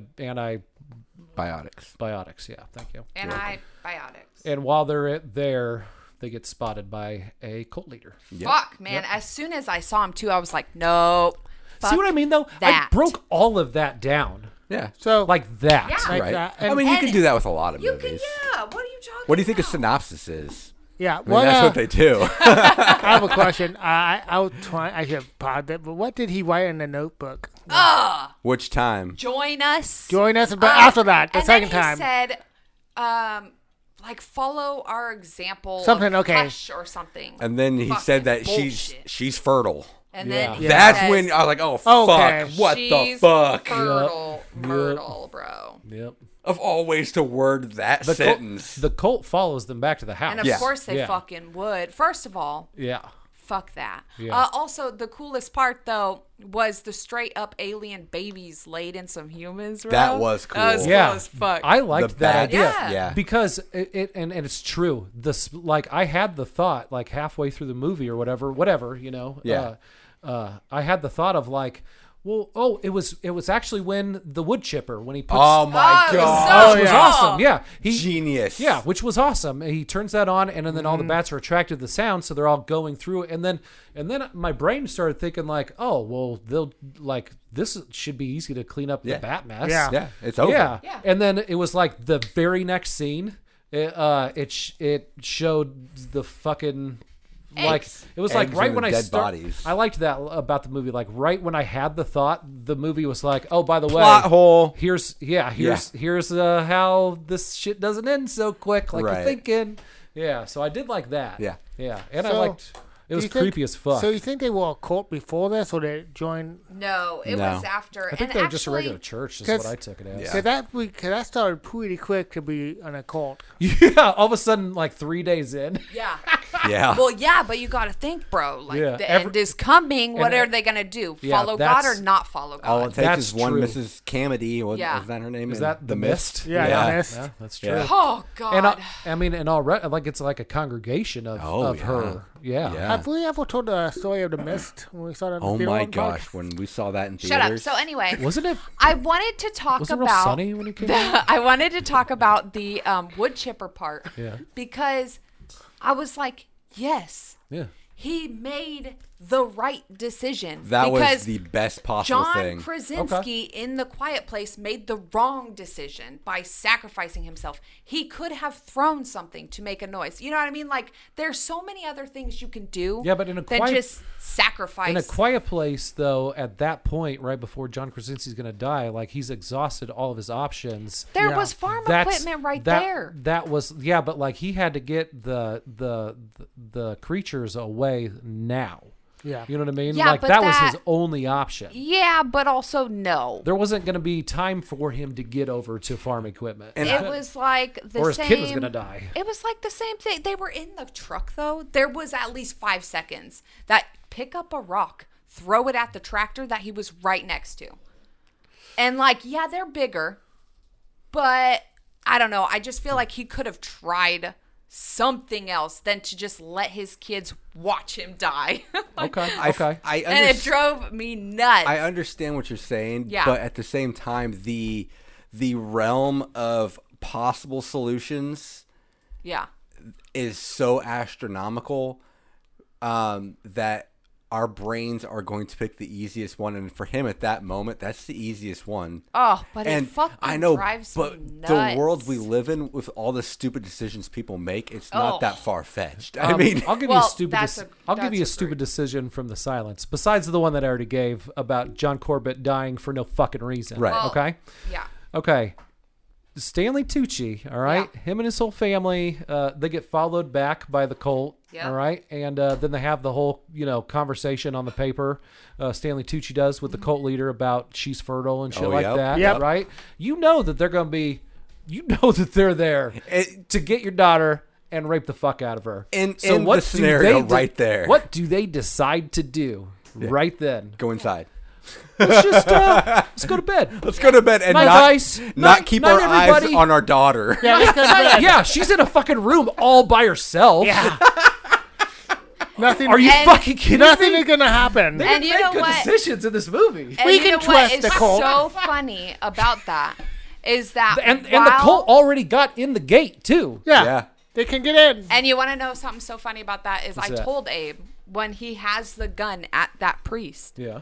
[SPEAKER 4] biotics.
[SPEAKER 2] antibiotics. Yeah. Thank you.
[SPEAKER 1] Antibiotics.
[SPEAKER 2] And while they're at there, they get spotted by a cult leader.
[SPEAKER 1] Fuck, man. As soon as I saw him too, I was like, nope. Fuck.
[SPEAKER 2] See what I mean, though?
[SPEAKER 1] that.
[SPEAKER 2] I broke all all of that down
[SPEAKER 4] Yeah.
[SPEAKER 3] So
[SPEAKER 2] like that.
[SPEAKER 1] Yeah.
[SPEAKER 3] like
[SPEAKER 4] Right.
[SPEAKER 3] that.
[SPEAKER 4] I mean, you
[SPEAKER 1] And
[SPEAKER 4] can do that with a lot of
[SPEAKER 1] You
[SPEAKER 4] movies.
[SPEAKER 1] can, yeah. What are you talking
[SPEAKER 4] What do you think a
[SPEAKER 1] about?
[SPEAKER 4] synopsis is?
[SPEAKER 3] yeah.
[SPEAKER 4] I mean,
[SPEAKER 3] Well,
[SPEAKER 4] that's
[SPEAKER 3] uh,
[SPEAKER 4] what they do.
[SPEAKER 3] I have a question. I I I'll try. I should have paused it. But what did he write in the notebook?
[SPEAKER 1] Oh.
[SPEAKER 4] Which time?
[SPEAKER 1] Join us.
[SPEAKER 3] Join us, but
[SPEAKER 1] Uh,
[SPEAKER 3] after that, the
[SPEAKER 1] and
[SPEAKER 3] second
[SPEAKER 1] then he
[SPEAKER 3] time.
[SPEAKER 1] said, um, like follow our example.
[SPEAKER 3] Something,
[SPEAKER 1] of
[SPEAKER 3] okay.
[SPEAKER 1] Hush or something.
[SPEAKER 4] And then he
[SPEAKER 1] Fucking
[SPEAKER 4] said that
[SPEAKER 1] bullshit.
[SPEAKER 4] she's she's fertile.
[SPEAKER 1] And then
[SPEAKER 2] Yeah.
[SPEAKER 1] he
[SPEAKER 4] That's
[SPEAKER 1] says,
[SPEAKER 4] when I was like, oh
[SPEAKER 3] Okay.
[SPEAKER 4] fuck, what the
[SPEAKER 1] "She's
[SPEAKER 4] fuck?
[SPEAKER 1] fertile Myrtle, bro.
[SPEAKER 2] Yep.
[SPEAKER 4] Of all ways to word that
[SPEAKER 2] The cult,
[SPEAKER 4] sentence.
[SPEAKER 2] the cult follows them back to the house.
[SPEAKER 1] And of
[SPEAKER 4] Yeah.
[SPEAKER 1] course they
[SPEAKER 2] Yeah.
[SPEAKER 1] fucking would. First of all,
[SPEAKER 2] yeah.
[SPEAKER 1] fuck that.
[SPEAKER 2] Yeah.
[SPEAKER 1] Uh, also, the coolest part though was the straight up alien babies laid in some humans. Bro.
[SPEAKER 4] That was
[SPEAKER 1] That was
[SPEAKER 4] cool.
[SPEAKER 1] cool
[SPEAKER 2] yeah,
[SPEAKER 1] as fuck. Oh,
[SPEAKER 2] I liked
[SPEAKER 4] The
[SPEAKER 2] that
[SPEAKER 4] bad-
[SPEAKER 2] idea.
[SPEAKER 1] Yeah.
[SPEAKER 4] Yeah.
[SPEAKER 2] because it, it and, and it's true. This like I had the thought like halfway through the movie or whatever, whatever you know.
[SPEAKER 4] Yeah.
[SPEAKER 2] uh, uh, I had the thought of like, well, oh, it was it was actually when the wood chipper when he puts
[SPEAKER 4] oh
[SPEAKER 1] Oh,
[SPEAKER 4] my
[SPEAKER 1] it was
[SPEAKER 4] god.
[SPEAKER 2] which was
[SPEAKER 1] yeah.
[SPEAKER 2] awesome. Yeah, he
[SPEAKER 4] Genius.
[SPEAKER 2] yeah, which was awesome. He turns that on, and then all the
[SPEAKER 4] Mm-hmm.
[SPEAKER 2] bats are attracted to the sound, so they're all going through. it. And then, and then my brain started thinking like, oh, well, they'll like this should be easy to clean up
[SPEAKER 4] Yeah.
[SPEAKER 2] the bat mess.
[SPEAKER 3] Yeah.
[SPEAKER 4] Yeah, it's over.
[SPEAKER 2] Yeah.
[SPEAKER 1] Yeah.
[SPEAKER 2] And then it was like the very next scene. It uh, it sh- it showed the fucking. Like
[SPEAKER 1] Eggs.
[SPEAKER 2] it was like
[SPEAKER 4] Eggs
[SPEAKER 2] right
[SPEAKER 4] and
[SPEAKER 2] when I
[SPEAKER 4] dead
[SPEAKER 2] start,
[SPEAKER 4] bodies.
[SPEAKER 2] I liked that about the movie. Like right when I had the thought, the movie was like, "Oh, by the way,
[SPEAKER 4] Plot hole.
[SPEAKER 2] Here's yeah, here's here's uh, how this shit doesn't end so quick, like
[SPEAKER 4] Right.
[SPEAKER 2] you're thinking. Yeah, so I did like that.
[SPEAKER 4] Yeah.
[SPEAKER 2] yeah, and I
[SPEAKER 3] So,
[SPEAKER 2] liked. It was
[SPEAKER 3] You think-
[SPEAKER 2] creepy as fuck.
[SPEAKER 3] So you think they were a cult before this, or they joined?
[SPEAKER 1] No, it
[SPEAKER 4] No.
[SPEAKER 1] was after.
[SPEAKER 2] I think
[SPEAKER 1] and
[SPEAKER 2] they were
[SPEAKER 1] actually,
[SPEAKER 2] just a regular church, is
[SPEAKER 3] 'cause-
[SPEAKER 2] what I took it as.
[SPEAKER 4] Yeah.
[SPEAKER 3] Cause that we, cause that started pretty quick to be an occult.
[SPEAKER 2] yeah, all of a sudden, like three days in.
[SPEAKER 1] Yeah.
[SPEAKER 4] Yeah.
[SPEAKER 1] Well, yeah, but you got to think, bro. Like
[SPEAKER 2] Yeah,
[SPEAKER 1] the
[SPEAKER 2] every-
[SPEAKER 1] end is coming. What
[SPEAKER 2] and-
[SPEAKER 1] are they gonna do?
[SPEAKER 2] Yeah,
[SPEAKER 1] follow God or
[SPEAKER 2] that's-
[SPEAKER 1] not follow God?
[SPEAKER 4] all it takes
[SPEAKER 2] That's
[SPEAKER 4] is one
[SPEAKER 2] true.
[SPEAKER 4] Mrs. Camedy. What,
[SPEAKER 1] Yeah.
[SPEAKER 4] Is that her name?
[SPEAKER 2] Is
[SPEAKER 4] in
[SPEAKER 2] that the mist?
[SPEAKER 3] Yeah,
[SPEAKER 4] Yeah.
[SPEAKER 3] I guess.
[SPEAKER 2] Yeah, that's true.
[SPEAKER 4] Yeah.
[SPEAKER 1] oh God.
[SPEAKER 2] And uh, I, I mean, and already, like it's like a congregation of
[SPEAKER 4] Oh,
[SPEAKER 2] of
[SPEAKER 4] yeah.
[SPEAKER 2] her. Yeah.
[SPEAKER 4] Yeah.
[SPEAKER 3] Have we ever told the story of the mist when we saw that?
[SPEAKER 4] Oh my gosh, when we saw that in
[SPEAKER 1] Shut
[SPEAKER 4] theaters.
[SPEAKER 1] up. So anyway,
[SPEAKER 2] Wasn't it?
[SPEAKER 1] I wanted to talk
[SPEAKER 2] Wasn't it real
[SPEAKER 1] about.
[SPEAKER 2] sunny when it came out?
[SPEAKER 1] I wanted to talk about the um, wood chipper part.
[SPEAKER 2] Yeah.
[SPEAKER 1] Because I was like, yes,
[SPEAKER 2] Yeah.
[SPEAKER 1] he made the right decision.
[SPEAKER 4] that was
[SPEAKER 1] because
[SPEAKER 4] the best possible
[SPEAKER 1] John
[SPEAKER 4] thing.
[SPEAKER 1] Krasinski in The Quiet Place made the wrong decision by sacrificing himself. He could have thrown something to make a noise. You know what I mean? Like there's so many other things you can do.
[SPEAKER 2] Yeah, but in a
[SPEAKER 1] than
[SPEAKER 2] quiet-
[SPEAKER 1] just sacrifice.
[SPEAKER 2] In a quiet place, though, at that point, right before John Krasinski's gonna die, like he's exhausted all of his options.
[SPEAKER 1] there
[SPEAKER 3] Yeah.
[SPEAKER 1] was farm equipment right
[SPEAKER 2] that,
[SPEAKER 1] there.
[SPEAKER 2] That was yeah, but like he had to get the the the creatures away now.
[SPEAKER 3] Yeah.
[SPEAKER 2] You know what I mean?
[SPEAKER 1] Yeah,
[SPEAKER 2] like
[SPEAKER 1] but
[SPEAKER 2] that, was his
[SPEAKER 1] that-
[SPEAKER 2] only option.
[SPEAKER 1] Yeah, but also no.
[SPEAKER 2] There wasn't going to be time for him to get over to farm equipment.
[SPEAKER 4] And
[SPEAKER 1] It was like the
[SPEAKER 2] or his
[SPEAKER 1] same.
[SPEAKER 2] kid was going to die.
[SPEAKER 1] It was like the same thing. They were in the truck though. There was at least five seconds that pick up a rock, throw it at the tractor that he was right next to, and like yeah, they're bigger, but I don't know. I just feel like he could have tried something else than to just let his kids watch him die. Like,
[SPEAKER 2] Okay.
[SPEAKER 4] I,
[SPEAKER 2] okay.
[SPEAKER 4] I,
[SPEAKER 1] and
[SPEAKER 4] underst-
[SPEAKER 1] it drove me nuts.
[SPEAKER 4] I understand what you're saying,
[SPEAKER 1] Yeah.
[SPEAKER 4] but at the same time, the the realm of possible solutions
[SPEAKER 1] yeah.
[SPEAKER 4] is so astronomical um, that our brains are going to pick the easiest one, and for him at that moment, that's the easiest one.
[SPEAKER 1] Oh, but
[SPEAKER 4] and
[SPEAKER 1] it fucking
[SPEAKER 4] I know,
[SPEAKER 1] drives
[SPEAKER 4] but
[SPEAKER 1] me nuts.
[SPEAKER 4] the world we live in, with all the stupid decisions people make, it's not
[SPEAKER 1] Oh.
[SPEAKER 4] that far fetched. I mean,
[SPEAKER 2] Um, I'll give you
[SPEAKER 1] Well,
[SPEAKER 2] a stupid.
[SPEAKER 1] that's
[SPEAKER 2] dec-
[SPEAKER 1] a-
[SPEAKER 2] I'll give
[SPEAKER 1] that's
[SPEAKER 2] you a
[SPEAKER 1] a
[SPEAKER 2] stupid
[SPEAKER 1] great-
[SPEAKER 2] decision from the silence. Besides the one that I already gave about John Corbett dying for no fucking reason.
[SPEAKER 4] Right. Well-
[SPEAKER 2] okay.
[SPEAKER 1] Yeah.
[SPEAKER 2] Okay. Stanley Tucci, all right? Him and his whole family, uh, they get followed back by the Colt,
[SPEAKER 1] Yeah.
[SPEAKER 2] all right? And uh, then they have the whole, you know, conversation on the paper. Uh, Stanley Tucci does with the Colt leader about she's fertile and shit
[SPEAKER 4] Oh,
[SPEAKER 2] like
[SPEAKER 4] yep,
[SPEAKER 2] that,
[SPEAKER 3] yep.
[SPEAKER 2] right? You know that they're going to be, you know that they're there
[SPEAKER 4] It-
[SPEAKER 2] to get your daughter and rape the fuck out of her.
[SPEAKER 4] In-
[SPEAKER 2] so
[SPEAKER 4] in
[SPEAKER 2] what do
[SPEAKER 4] the scenario
[SPEAKER 2] they de-
[SPEAKER 4] right there.
[SPEAKER 2] What do they decide to do right then?
[SPEAKER 4] go inside.
[SPEAKER 2] Let's just uh, let's go to bed.
[SPEAKER 4] Let's go to bed and
[SPEAKER 2] Night,
[SPEAKER 4] not,
[SPEAKER 2] guys.
[SPEAKER 4] not
[SPEAKER 2] Night-
[SPEAKER 4] keep
[SPEAKER 2] night,
[SPEAKER 4] our eyes
[SPEAKER 2] everybody.
[SPEAKER 4] on our daughter.
[SPEAKER 3] Yeah, let's go to bed.
[SPEAKER 2] yeah, she's in a fucking room all by herself.
[SPEAKER 3] Yeah. nothing.
[SPEAKER 2] Are you
[SPEAKER 1] And-
[SPEAKER 2] fucking kidding
[SPEAKER 3] Nothing
[SPEAKER 2] me?
[SPEAKER 3] is gonna happen.
[SPEAKER 1] And you know
[SPEAKER 2] good
[SPEAKER 1] what?
[SPEAKER 2] decisions in this movie.
[SPEAKER 1] And
[SPEAKER 3] We
[SPEAKER 1] you
[SPEAKER 3] can
[SPEAKER 1] know
[SPEAKER 3] trust
[SPEAKER 1] what is
[SPEAKER 3] the Colt.
[SPEAKER 1] so funny about that is that
[SPEAKER 2] And and the
[SPEAKER 1] while-
[SPEAKER 2] cult already got in the gate too.
[SPEAKER 3] Yeah.
[SPEAKER 4] Yeah.
[SPEAKER 3] They can get in.
[SPEAKER 1] and you want to know something so funny about that is I
[SPEAKER 2] that?
[SPEAKER 1] told Abe when he has the gun at that priest.
[SPEAKER 2] Yeah.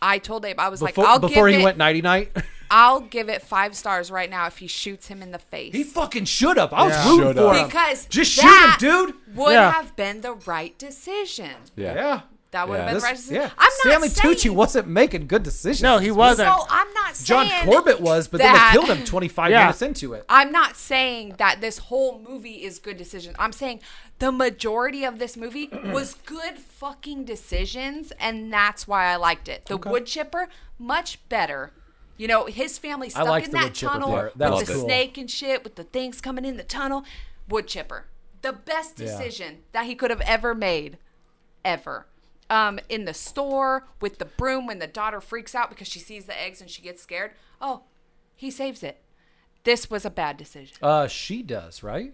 [SPEAKER 1] I told Abe I was
[SPEAKER 2] Before,
[SPEAKER 1] like I'll
[SPEAKER 2] before
[SPEAKER 1] give
[SPEAKER 2] he
[SPEAKER 1] it
[SPEAKER 2] went nighty night,
[SPEAKER 1] I'll give it 5 stars right now if he shoots him in the face.
[SPEAKER 2] he fucking should have. I was
[SPEAKER 3] Yeah.
[SPEAKER 2] rooting
[SPEAKER 4] Should
[SPEAKER 2] for
[SPEAKER 4] have.
[SPEAKER 2] him.
[SPEAKER 1] because
[SPEAKER 2] Just shoot him,
[SPEAKER 1] that
[SPEAKER 2] dude.
[SPEAKER 1] Would
[SPEAKER 3] Yeah.
[SPEAKER 1] have been the right decision.
[SPEAKER 4] Yeah.
[SPEAKER 2] Yeah.
[SPEAKER 1] That would
[SPEAKER 4] Yeah.
[SPEAKER 1] have been
[SPEAKER 4] This-
[SPEAKER 1] the right decision.
[SPEAKER 2] Yeah.
[SPEAKER 1] I'm not
[SPEAKER 2] Stanley
[SPEAKER 1] saying,
[SPEAKER 2] Tucci wasn't making good decisions.
[SPEAKER 3] No, he wasn't.
[SPEAKER 1] So I'm not saying
[SPEAKER 2] John Corbett was, but then they
[SPEAKER 1] that-
[SPEAKER 2] killed him 25
[SPEAKER 3] Yeah.
[SPEAKER 2] minutes into it.
[SPEAKER 1] I'm not saying that this whole movie is good decisions. I'm saying the majority of this movie was good fucking decisions, and that's why I liked it. The wood chipper, much better. You know, his family stuck
[SPEAKER 2] liked
[SPEAKER 1] in
[SPEAKER 2] the wood
[SPEAKER 1] that
[SPEAKER 2] chipper
[SPEAKER 1] tunnel
[SPEAKER 2] part.
[SPEAKER 1] with
[SPEAKER 2] That
[SPEAKER 4] was
[SPEAKER 1] the
[SPEAKER 2] cool.
[SPEAKER 1] snake and shit, with the things coming in the tunnel. Wood chipper, the best decision that he could have ever made, ever. Um, in the store with the broom when the daughter freaks out because she sees the eggs and she gets scared. Oh, he saves it. This was a bad decision.
[SPEAKER 2] Uh, she does, right?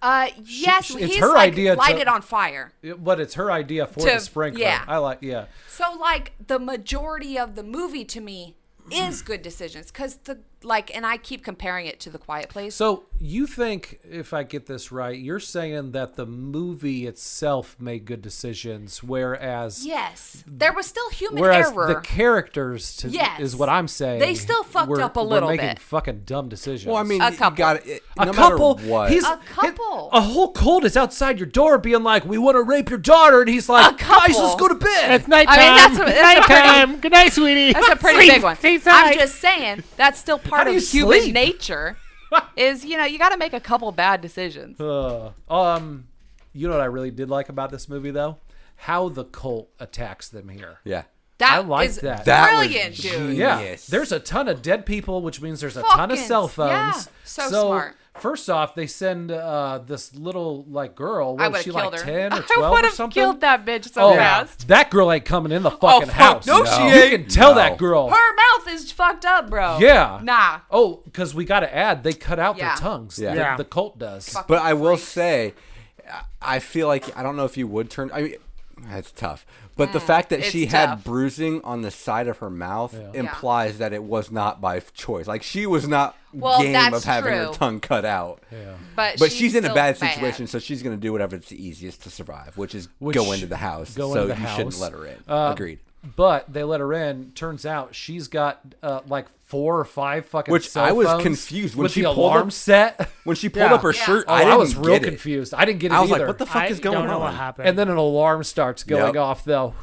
[SPEAKER 1] Uh, yes,
[SPEAKER 2] sh- it's
[SPEAKER 1] he's
[SPEAKER 2] her
[SPEAKER 1] like
[SPEAKER 2] idea to-
[SPEAKER 1] lighted on fire.
[SPEAKER 2] It- But it's her idea for
[SPEAKER 1] To-
[SPEAKER 2] the sprinkler.
[SPEAKER 1] yeah.
[SPEAKER 2] I like. Yeah.
[SPEAKER 1] So like the majority of the movie to me is good decisions because the like, and I keep comparing it to The Quiet Place.
[SPEAKER 2] So you think, if I get this right, you're saying that the movie itself made good decisions, whereas
[SPEAKER 1] yes, there was still human
[SPEAKER 2] whereas
[SPEAKER 1] error.
[SPEAKER 2] the characters to,
[SPEAKER 1] Yes.
[SPEAKER 2] is what I'm saying.
[SPEAKER 1] They still fucked
[SPEAKER 2] were-
[SPEAKER 1] up a
[SPEAKER 2] were
[SPEAKER 1] little
[SPEAKER 2] making
[SPEAKER 1] bit.
[SPEAKER 2] fucking dumb decisions.
[SPEAKER 4] Well, I mean,
[SPEAKER 1] A
[SPEAKER 4] you
[SPEAKER 1] couple.
[SPEAKER 4] got it.
[SPEAKER 2] A
[SPEAKER 4] no matter
[SPEAKER 2] couple.
[SPEAKER 4] What?
[SPEAKER 2] He's
[SPEAKER 1] A couple.
[SPEAKER 2] a whole cult is outside your door, being like, "We want to rape your daughter," and he's like,
[SPEAKER 1] A couple.
[SPEAKER 2] "Guys, let's go to bed."
[SPEAKER 3] It's nighttime.
[SPEAKER 1] that's a- that's a pretty-
[SPEAKER 3] nighttime. Good night, sweetie.
[SPEAKER 1] that's a pretty big one. I'm just saying that's still part
[SPEAKER 2] do
[SPEAKER 1] of
[SPEAKER 2] you
[SPEAKER 1] human
[SPEAKER 2] sleep?
[SPEAKER 1] nature. is you know you got to make a couple bad decisions.
[SPEAKER 2] Uh, um, you know what I really did like about this movie though, how the cult attacks them here.
[SPEAKER 4] yeah.
[SPEAKER 1] That
[SPEAKER 2] I liked
[SPEAKER 1] is
[SPEAKER 2] that.
[SPEAKER 4] That was
[SPEAKER 1] brilliant, dude.
[SPEAKER 4] genius.
[SPEAKER 2] Yeah,
[SPEAKER 4] Yes.
[SPEAKER 2] there's a ton of dead people, which means there's a ton of
[SPEAKER 1] Fucking-
[SPEAKER 2] cell phones.
[SPEAKER 1] yeah, so smart.
[SPEAKER 2] First off, they send uh, this little like girl. What,
[SPEAKER 1] I
[SPEAKER 2] is
[SPEAKER 1] would
[SPEAKER 2] she
[SPEAKER 1] have
[SPEAKER 2] like
[SPEAKER 1] killed her.
[SPEAKER 2] ten or
[SPEAKER 1] I
[SPEAKER 2] twelve
[SPEAKER 1] would
[SPEAKER 2] or
[SPEAKER 1] have
[SPEAKER 2] something?
[SPEAKER 1] killed that bitch so
[SPEAKER 2] oh,
[SPEAKER 1] fast. Oh,
[SPEAKER 2] that girl ain't coming in the fucking
[SPEAKER 1] fuck,
[SPEAKER 2] house.
[SPEAKER 1] no,
[SPEAKER 4] she
[SPEAKER 2] You
[SPEAKER 4] ain't.
[SPEAKER 2] can tell
[SPEAKER 4] No.
[SPEAKER 2] that girl.
[SPEAKER 1] Her mouth is fucked up, bro.
[SPEAKER 2] Yeah.
[SPEAKER 1] Nah.
[SPEAKER 2] Oh, because we got to add, they cut out
[SPEAKER 1] Yeah.
[SPEAKER 2] their tongues.
[SPEAKER 4] Yeah.
[SPEAKER 2] The,
[SPEAKER 3] Yeah.
[SPEAKER 2] the cult does.
[SPEAKER 4] But I will say, I- I feel like I don't know if you would turn. I mean, that's tough. But the fact that
[SPEAKER 1] Mm, it's
[SPEAKER 4] she
[SPEAKER 1] tough.
[SPEAKER 4] had bruising on the side of her mouth implies that it was not by f- choice. Like she was not
[SPEAKER 1] Well,
[SPEAKER 4] game of
[SPEAKER 1] that's
[SPEAKER 4] having her
[SPEAKER 1] true.
[SPEAKER 4] tongue cut out.
[SPEAKER 1] But,
[SPEAKER 4] But she's, in a
[SPEAKER 1] still
[SPEAKER 4] bad situation, so she's going to do whatever it's easiest to survive, which is
[SPEAKER 2] Which-
[SPEAKER 4] go into the house.
[SPEAKER 2] go
[SPEAKER 4] so
[SPEAKER 2] into the
[SPEAKER 4] you shouldn't
[SPEAKER 2] house.
[SPEAKER 4] let her in.
[SPEAKER 2] Uh,
[SPEAKER 4] Agreed.
[SPEAKER 2] But they let her in. Turns out she's got uh, like four or five fucking.
[SPEAKER 4] Which
[SPEAKER 2] cell
[SPEAKER 4] I was
[SPEAKER 2] phones
[SPEAKER 4] confused when
[SPEAKER 2] with
[SPEAKER 4] she
[SPEAKER 2] the
[SPEAKER 4] pulled
[SPEAKER 2] alarm
[SPEAKER 4] up-
[SPEAKER 2] set. Oh,
[SPEAKER 4] When she pulled
[SPEAKER 3] Yeah.
[SPEAKER 4] up her
[SPEAKER 1] Yeah.
[SPEAKER 4] shirt,
[SPEAKER 1] Oh,
[SPEAKER 4] I
[SPEAKER 2] I,
[SPEAKER 4] didn't
[SPEAKER 2] was real
[SPEAKER 4] get it.
[SPEAKER 2] confused. I didn't get it
[SPEAKER 4] I was
[SPEAKER 2] either.
[SPEAKER 4] like, "What the fuck is going
[SPEAKER 3] don't know
[SPEAKER 4] on?"
[SPEAKER 3] what happened.
[SPEAKER 2] And then an alarm starts going
[SPEAKER 4] Yep.
[SPEAKER 2] off though.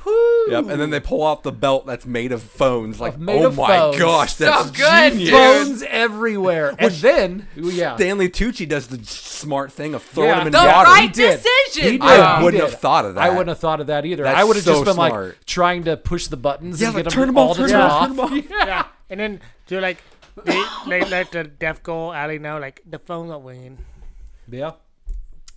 [SPEAKER 4] Yep. And then they pull out the belt that's made of phones. Like,
[SPEAKER 2] made
[SPEAKER 4] oh
[SPEAKER 2] of
[SPEAKER 4] my
[SPEAKER 2] phones.
[SPEAKER 4] gosh,
[SPEAKER 1] So
[SPEAKER 4] that's
[SPEAKER 1] good,
[SPEAKER 4] genius.
[SPEAKER 1] dude.
[SPEAKER 2] Phones everywhere. And then, ooh, yeah.
[SPEAKER 4] Stanley Tucci does the smart thing of throwing
[SPEAKER 2] Yeah.
[SPEAKER 4] them in
[SPEAKER 2] The
[SPEAKER 1] The
[SPEAKER 4] water.
[SPEAKER 2] He
[SPEAKER 1] right
[SPEAKER 2] did.
[SPEAKER 1] decision. Um,
[SPEAKER 2] He did.
[SPEAKER 1] though.
[SPEAKER 4] I
[SPEAKER 2] He
[SPEAKER 4] wouldn't
[SPEAKER 2] did.
[SPEAKER 4] have thought of that.
[SPEAKER 2] I wouldn't have thought of that either.
[SPEAKER 4] That's
[SPEAKER 2] I would have
[SPEAKER 4] so
[SPEAKER 2] just been
[SPEAKER 4] smart.
[SPEAKER 2] like trying to push the buttons
[SPEAKER 4] Yeah,
[SPEAKER 2] and
[SPEAKER 4] like,
[SPEAKER 2] get
[SPEAKER 4] turn
[SPEAKER 2] them,
[SPEAKER 4] 'em off,
[SPEAKER 2] all to
[SPEAKER 4] turn
[SPEAKER 2] turn
[SPEAKER 4] 'em off,
[SPEAKER 2] off.
[SPEAKER 4] turn 'em
[SPEAKER 3] yeah. And then do like they, they let the deaf girl alley know like the phone not ringing.
[SPEAKER 2] Yeah.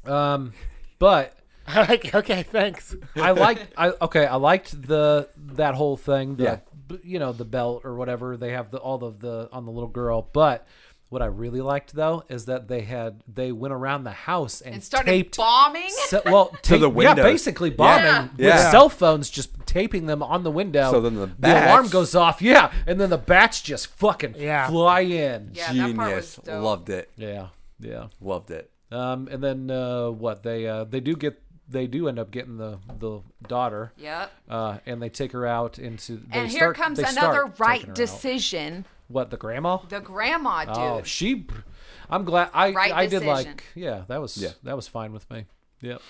[SPEAKER 2] Um, but
[SPEAKER 3] I'm like, okay, thanks.
[SPEAKER 2] I liked. I okay. I liked the that whole thing. The,
[SPEAKER 4] Yeah.
[SPEAKER 2] b- You know the belt or whatever they have the all of the on the little girl. But what I really liked though is that they had they went around the house and,
[SPEAKER 1] And started
[SPEAKER 2] taped.
[SPEAKER 1] bombing.
[SPEAKER 2] se- well, tape,
[SPEAKER 4] the
[SPEAKER 2] yeah,
[SPEAKER 4] windows.
[SPEAKER 2] basically bombing
[SPEAKER 1] Yeah.
[SPEAKER 2] with
[SPEAKER 4] Yeah.
[SPEAKER 2] cell phones, just taping them on the window.
[SPEAKER 4] So then the
[SPEAKER 2] alarm
[SPEAKER 4] bats-
[SPEAKER 2] goes off, yeah, and then the bats just fucking
[SPEAKER 3] Yeah.
[SPEAKER 2] fly in.
[SPEAKER 1] Yeah, that part was
[SPEAKER 4] Genius.
[SPEAKER 1] dope.
[SPEAKER 4] Loved it.
[SPEAKER 2] yeah, yeah.
[SPEAKER 4] Loved it.
[SPEAKER 2] Um, and then uh, what they uh, they do get they do end up getting the the daughter.
[SPEAKER 1] Yep.
[SPEAKER 2] Uh, and they take her out into. They
[SPEAKER 1] and here
[SPEAKER 2] start-
[SPEAKER 1] comes
[SPEAKER 2] they
[SPEAKER 1] another
[SPEAKER 2] start taking her
[SPEAKER 1] right
[SPEAKER 2] out.
[SPEAKER 1] decision.
[SPEAKER 2] What the grandma?
[SPEAKER 1] The grandma dude.
[SPEAKER 2] Oh, she. I'm glad. I
[SPEAKER 1] Right
[SPEAKER 2] I did
[SPEAKER 1] decision.
[SPEAKER 2] like. Yeah, that was
[SPEAKER 4] Yeah.
[SPEAKER 2] that was fine with me. Yep.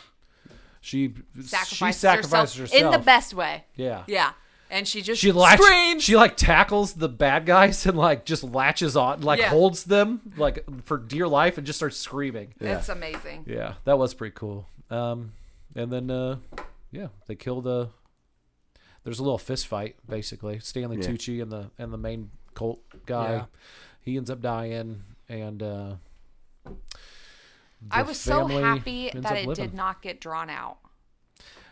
[SPEAKER 2] She she
[SPEAKER 1] sacrifices,
[SPEAKER 2] sacrifices
[SPEAKER 1] herself,
[SPEAKER 2] herself,
[SPEAKER 1] in the best way.
[SPEAKER 2] Yeah.
[SPEAKER 1] Yeah. And she just
[SPEAKER 2] She latch,
[SPEAKER 1] screams.
[SPEAKER 2] She like tackles the bad guys and like just latches on, like
[SPEAKER 1] Yeah.
[SPEAKER 2] holds them like for dear life and just starts screaming.
[SPEAKER 1] It's amazing.
[SPEAKER 2] Yeah, that was pretty cool. Um, and then uh, yeah, they kill the. There's a little fist fight basically. Stanley Tucci and the and the main cult guy,
[SPEAKER 3] Yeah.
[SPEAKER 2] he ends up dying, and uh,
[SPEAKER 1] I
[SPEAKER 2] the
[SPEAKER 1] was so
[SPEAKER 2] family
[SPEAKER 1] happy
[SPEAKER 2] ends
[SPEAKER 1] that
[SPEAKER 2] up
[SPEAKER 1] it
[SPEAKER 2] living.
[SPEAKER 1] did not get drawn out.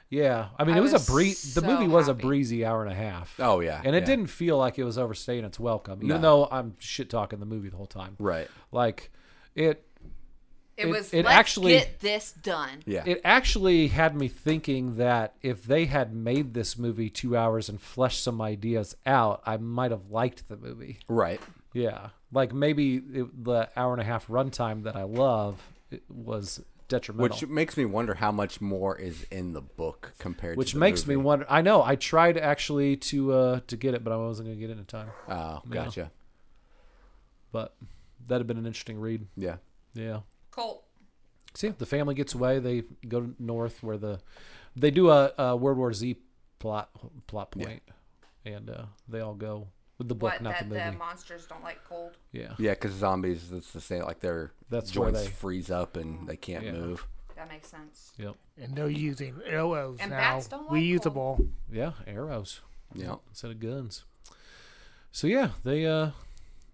[SPEAKER 2] yeah, I mean
[SPEAKER 1] I
[SPEAKER 2] it was,
[SPEAKER 1] was
[SPEAKER 2] a breeze.
[SPEAKER 1] so
[SPEAKER 2] the movie was
[SPEAKER 1] happy.
[SPEAKER 2] a breezy hour and a half.
[SPEAKER 4] Oh, yeah,
[SPEAKER 2] and it
[SPEAKER 4] yeah.
[SPEAKER 2] didn't feel like it was overstaying its welcome, even
[SPEAKER 4] No.
[SPEAKER 2] though I'm shit talking the movie the whole time.
[SPEAKER 4] Right.
[SPEAKER 2] Like it
[SPEAKER 1] It,
[SPEAKER 2] It-
[SPEAKER 1] was
[SPEAKER 2] it
[SPEAKER 1] let's
[SPEAKER 2] actually-
[SPEAKER 1] get this done.
[SPEAKER 4] Yeah.
[SPEAKER 2] It actually had me thinking that if they had made this movie two hours and fleshed some ideas out, I might have liked the movie.
[SPEAKER 4] right.
[SPEAKER 2] Yeah. Like maybe it, the hour and a half runtime that I love it was detrimental.
[SPEAKER 4] Which
[SPEAKER 2] Which,
[SPEAKER 4] makes me wonder how much more is in the book compared to the
[SPEAKER 2] makes me
[SPEAKER 4] movie.
[SPEAKER 2] wonder. I know. I tried actually to uh, to get it, but I wasn't going to get it in time.
[SPEAKER 4] Oh, gotcha.
[SPEAKER 2] But that'd have been an interesting read.
[SPEAKER 4] Yeah.
[SPEAKER 2] Yeah.
[SPEAKER 1] Colt.
[SPEAKER 2] See, the family gets away. They go north where the they do a, a World War Z plot plot point, and uh, they all go with the book,
[SPEAKER 1] What
[SPEAKER 2] not the
[SPEAKER 1] that
[SPEAKER 2] movie.
[SPEAKER 1] the monsters don't like cold.
[SPEAKER 2] yeah,
[SPEAKER 4] Yeah, because zombies, it's the same. Like their
[SPEAKER 2] That's where
[SPEAKER 4] joints
[SPEAKER 2] they-
[SPEAKER 4] freeze up and they can't move.
[SPEAKER 1] That makes sense.
[SPEAKER 2] yep,
[SPEAKER 3] And they're using arrows
[SPEAKER 1] And
[SPEAKER 3] now.
[SPEAKER 1] bats don't like
[SPEAKER 3] Reusable.
[SPEAKER 2] yeah, arrows
[SPEAKER 4] Yeah.
[SPEAKER 2] instead of guns. So yeah, they uh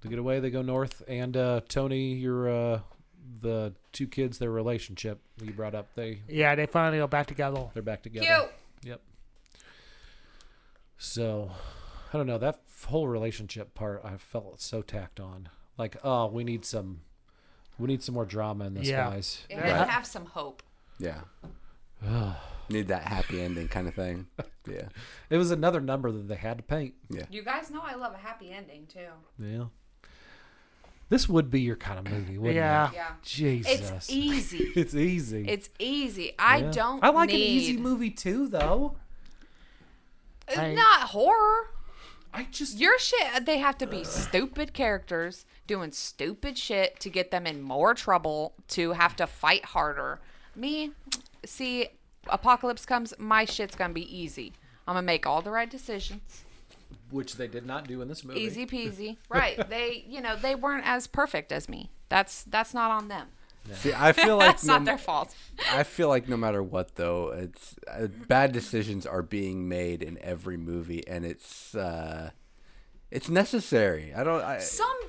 [SPEAKER 2] they get away. They go north, and uh, Tony, your uh, the two kids, their relationship you brought up, they
[SPEAKER 3] Yeah, they finally go back together.
[SPEAKER 2] they're back together.
[SPEAKER 1] Cute.
[SPEAKER 2] Yep. So, I don't know that f- whole relationship part. I felt so tacked on. Like, oh, we need some, we need some more drama in this,
[SPEAKER 3] Yeah.
[SPEAKER 2] guys.
[SPEAKER 1] It did have some hope.
[SPEAKER 4] Yeah. Need that happy ending kind of thing. Yeah.
[SPEAKER 2] It was another number that they had to paint.
[SPEAKER 1] You guys know I love a happy ending too.
[SPEAKER 2] Yeah. This would be your kind of movie, wouldn't
[SPEAKER 3] Yeah.
[SPEAKER 2] it?
[SPEAKER 1] Yeah.
[SPEAKER 2] Jesus.
[SPEAKER 1] It's easy.
[SPEAKER 2] It's easy.
[SPEAKER 1] It's easy. I
[SPEAKER 2] Yeah.
[SPEAKER 1] don't.
[SPEAKER 2] I like an
[SPEAKER 1] need-
[SPEAKER 2] easy movie too, though.
[SPEAKER 1] It's
[SPEAKER 3] I-
[SPEAKER 1] Not horror.
[SPEAKER 2] I just
[SPEAKER 1] Your shit, they have to be stupid characters doing stupid shit to get them in more trouble to have to fight harder. Me, see, apocalypse comes, my shit's gonna be easy. I'm gonna make all the right decisions.
[SPEAKER 2] which they did not do in this movie.
[SPEAKER 1] Easy peasy. right. They, you know, they weren't as perfect as me. That's that's not on them.
[SPEAKER 4] See, I feel like
[SPEAKER 1] That's
[SPEAKER 4] no,
[SPEAKER 1] not their fault.
[SPEAKER 4] I feel like no matter what, though, it's uh, bad decisions are being made in every movie, and it's uh, it's necessary. I don't. I,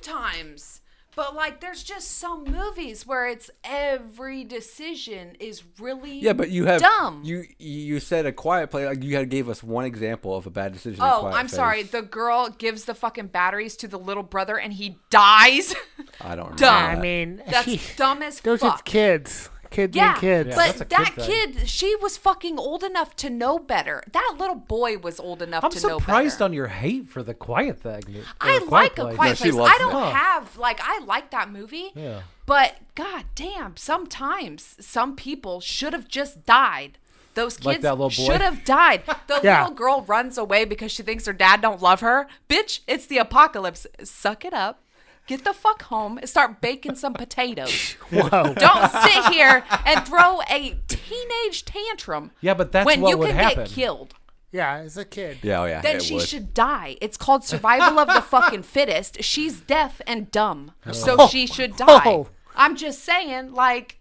[SPEAKER 1] Sometimes, but like there's just some movies where it's every decision is really
[SPEAKER 4] yeah, but you have
[SPEAKER 1] dumb.
[SPEAKER 4] You you said a quiet play. Like you had gave us one example of a bad decision. in
[SPEAKER 1] Oh,
[SPEAKER 4] Quiet
[SPEAKER 1] I'm
[SPEAKER 4] Place.
[SPEAKER 1] sorry. The girl gives the fucking batteries to the little brother and he dies.
[SPEAKER 4] I don't.
[SPEAKER 1] Dumb.
[SPEAKER 4] remember
[SPEAKER 3] I
[SPEAKER 4] that.
[SPEAKER 3] mean,
[SPEAKER 1] That's dumb as
[SPEAKER 3] those are
[SPEAKER 1] fuck.
[SPEAKER 3] kids. Kids
[SPEAKER 1] Yeah,
[SPEAKER 3] being kids.
[SPEAKER 2] Yeah, that's a
[SPEAKER 1] but that
[SPEAKER 2] kid thing.
[SPEAKER 1] kid, she was fucking old enough to know better. That little boy was old enough
[SPEAKER 2] I'm
[SPEAKER 1] to know
[SPEAKER 2] surprised
[SPEAKER 1] better.
[SPEAKER 2] on your hate for the Quiet Thing. or
[SPEAKER 1] I
[SPEAKER 2] Quiet
[SPEAKER 1] like a
[SPEAKER 2] Place. Oh.
[SPEAKER 1] quiet
[SPEAKER 4] she
[SPEAKER 1] place.
[SPEAKER 4] loves
[SPEAKER 1] I don't
[SPEAKER 2] it.
[SPEAKER 1] have like I like that movie.
[SPEAKER 2] Yeah.
[SPEAKER 1] But god damn, sometimes some people should have just died. Those
[SPEAKER 2] Like
[SPEAKER 1] kids
[SPEAKER 2] that little boy?
[SPEAKER 1] should have died. The
[SPEAKER 3] Yeah.
[SPEAKER 1] little girl runs away because she thinks her dad don't love her. Bitch, it's the apocalypse. Suck it up. Get the fuck home and start baking some potatoes.
[SPEAKER 3] Whoa.
[SPEAKER 1] Don't sit here and throw a teenage tantrum.
[SPEAKER 2] Yeah, but that's
[SPEAKER 1] when
[SPEAKER 2] what
[SPEAKER 1] you
[SPEAKER 2] would
[SPEAKER 1] can
[SPEAKER 2] happen.
[SPEAKER 1] get killed.
[SPEAKER 3] Yeah, as a kid.
[SPEAKER 4] Yeah, oh yeah.
[SPEAKER 1] Then
[SPEAKER 4] it
[SPEAKER 1] she
[SPEAKER 4] would.
[SPEAKER 1] should die. It's called survival of the fucking fittest. She's deaf and dumb,
[SPEAKER 2] Oh.
[SPEAKER 1] so she should die.
[SPEAKER 3] Oh.
[SPEAKER 1] I'm just saying, like,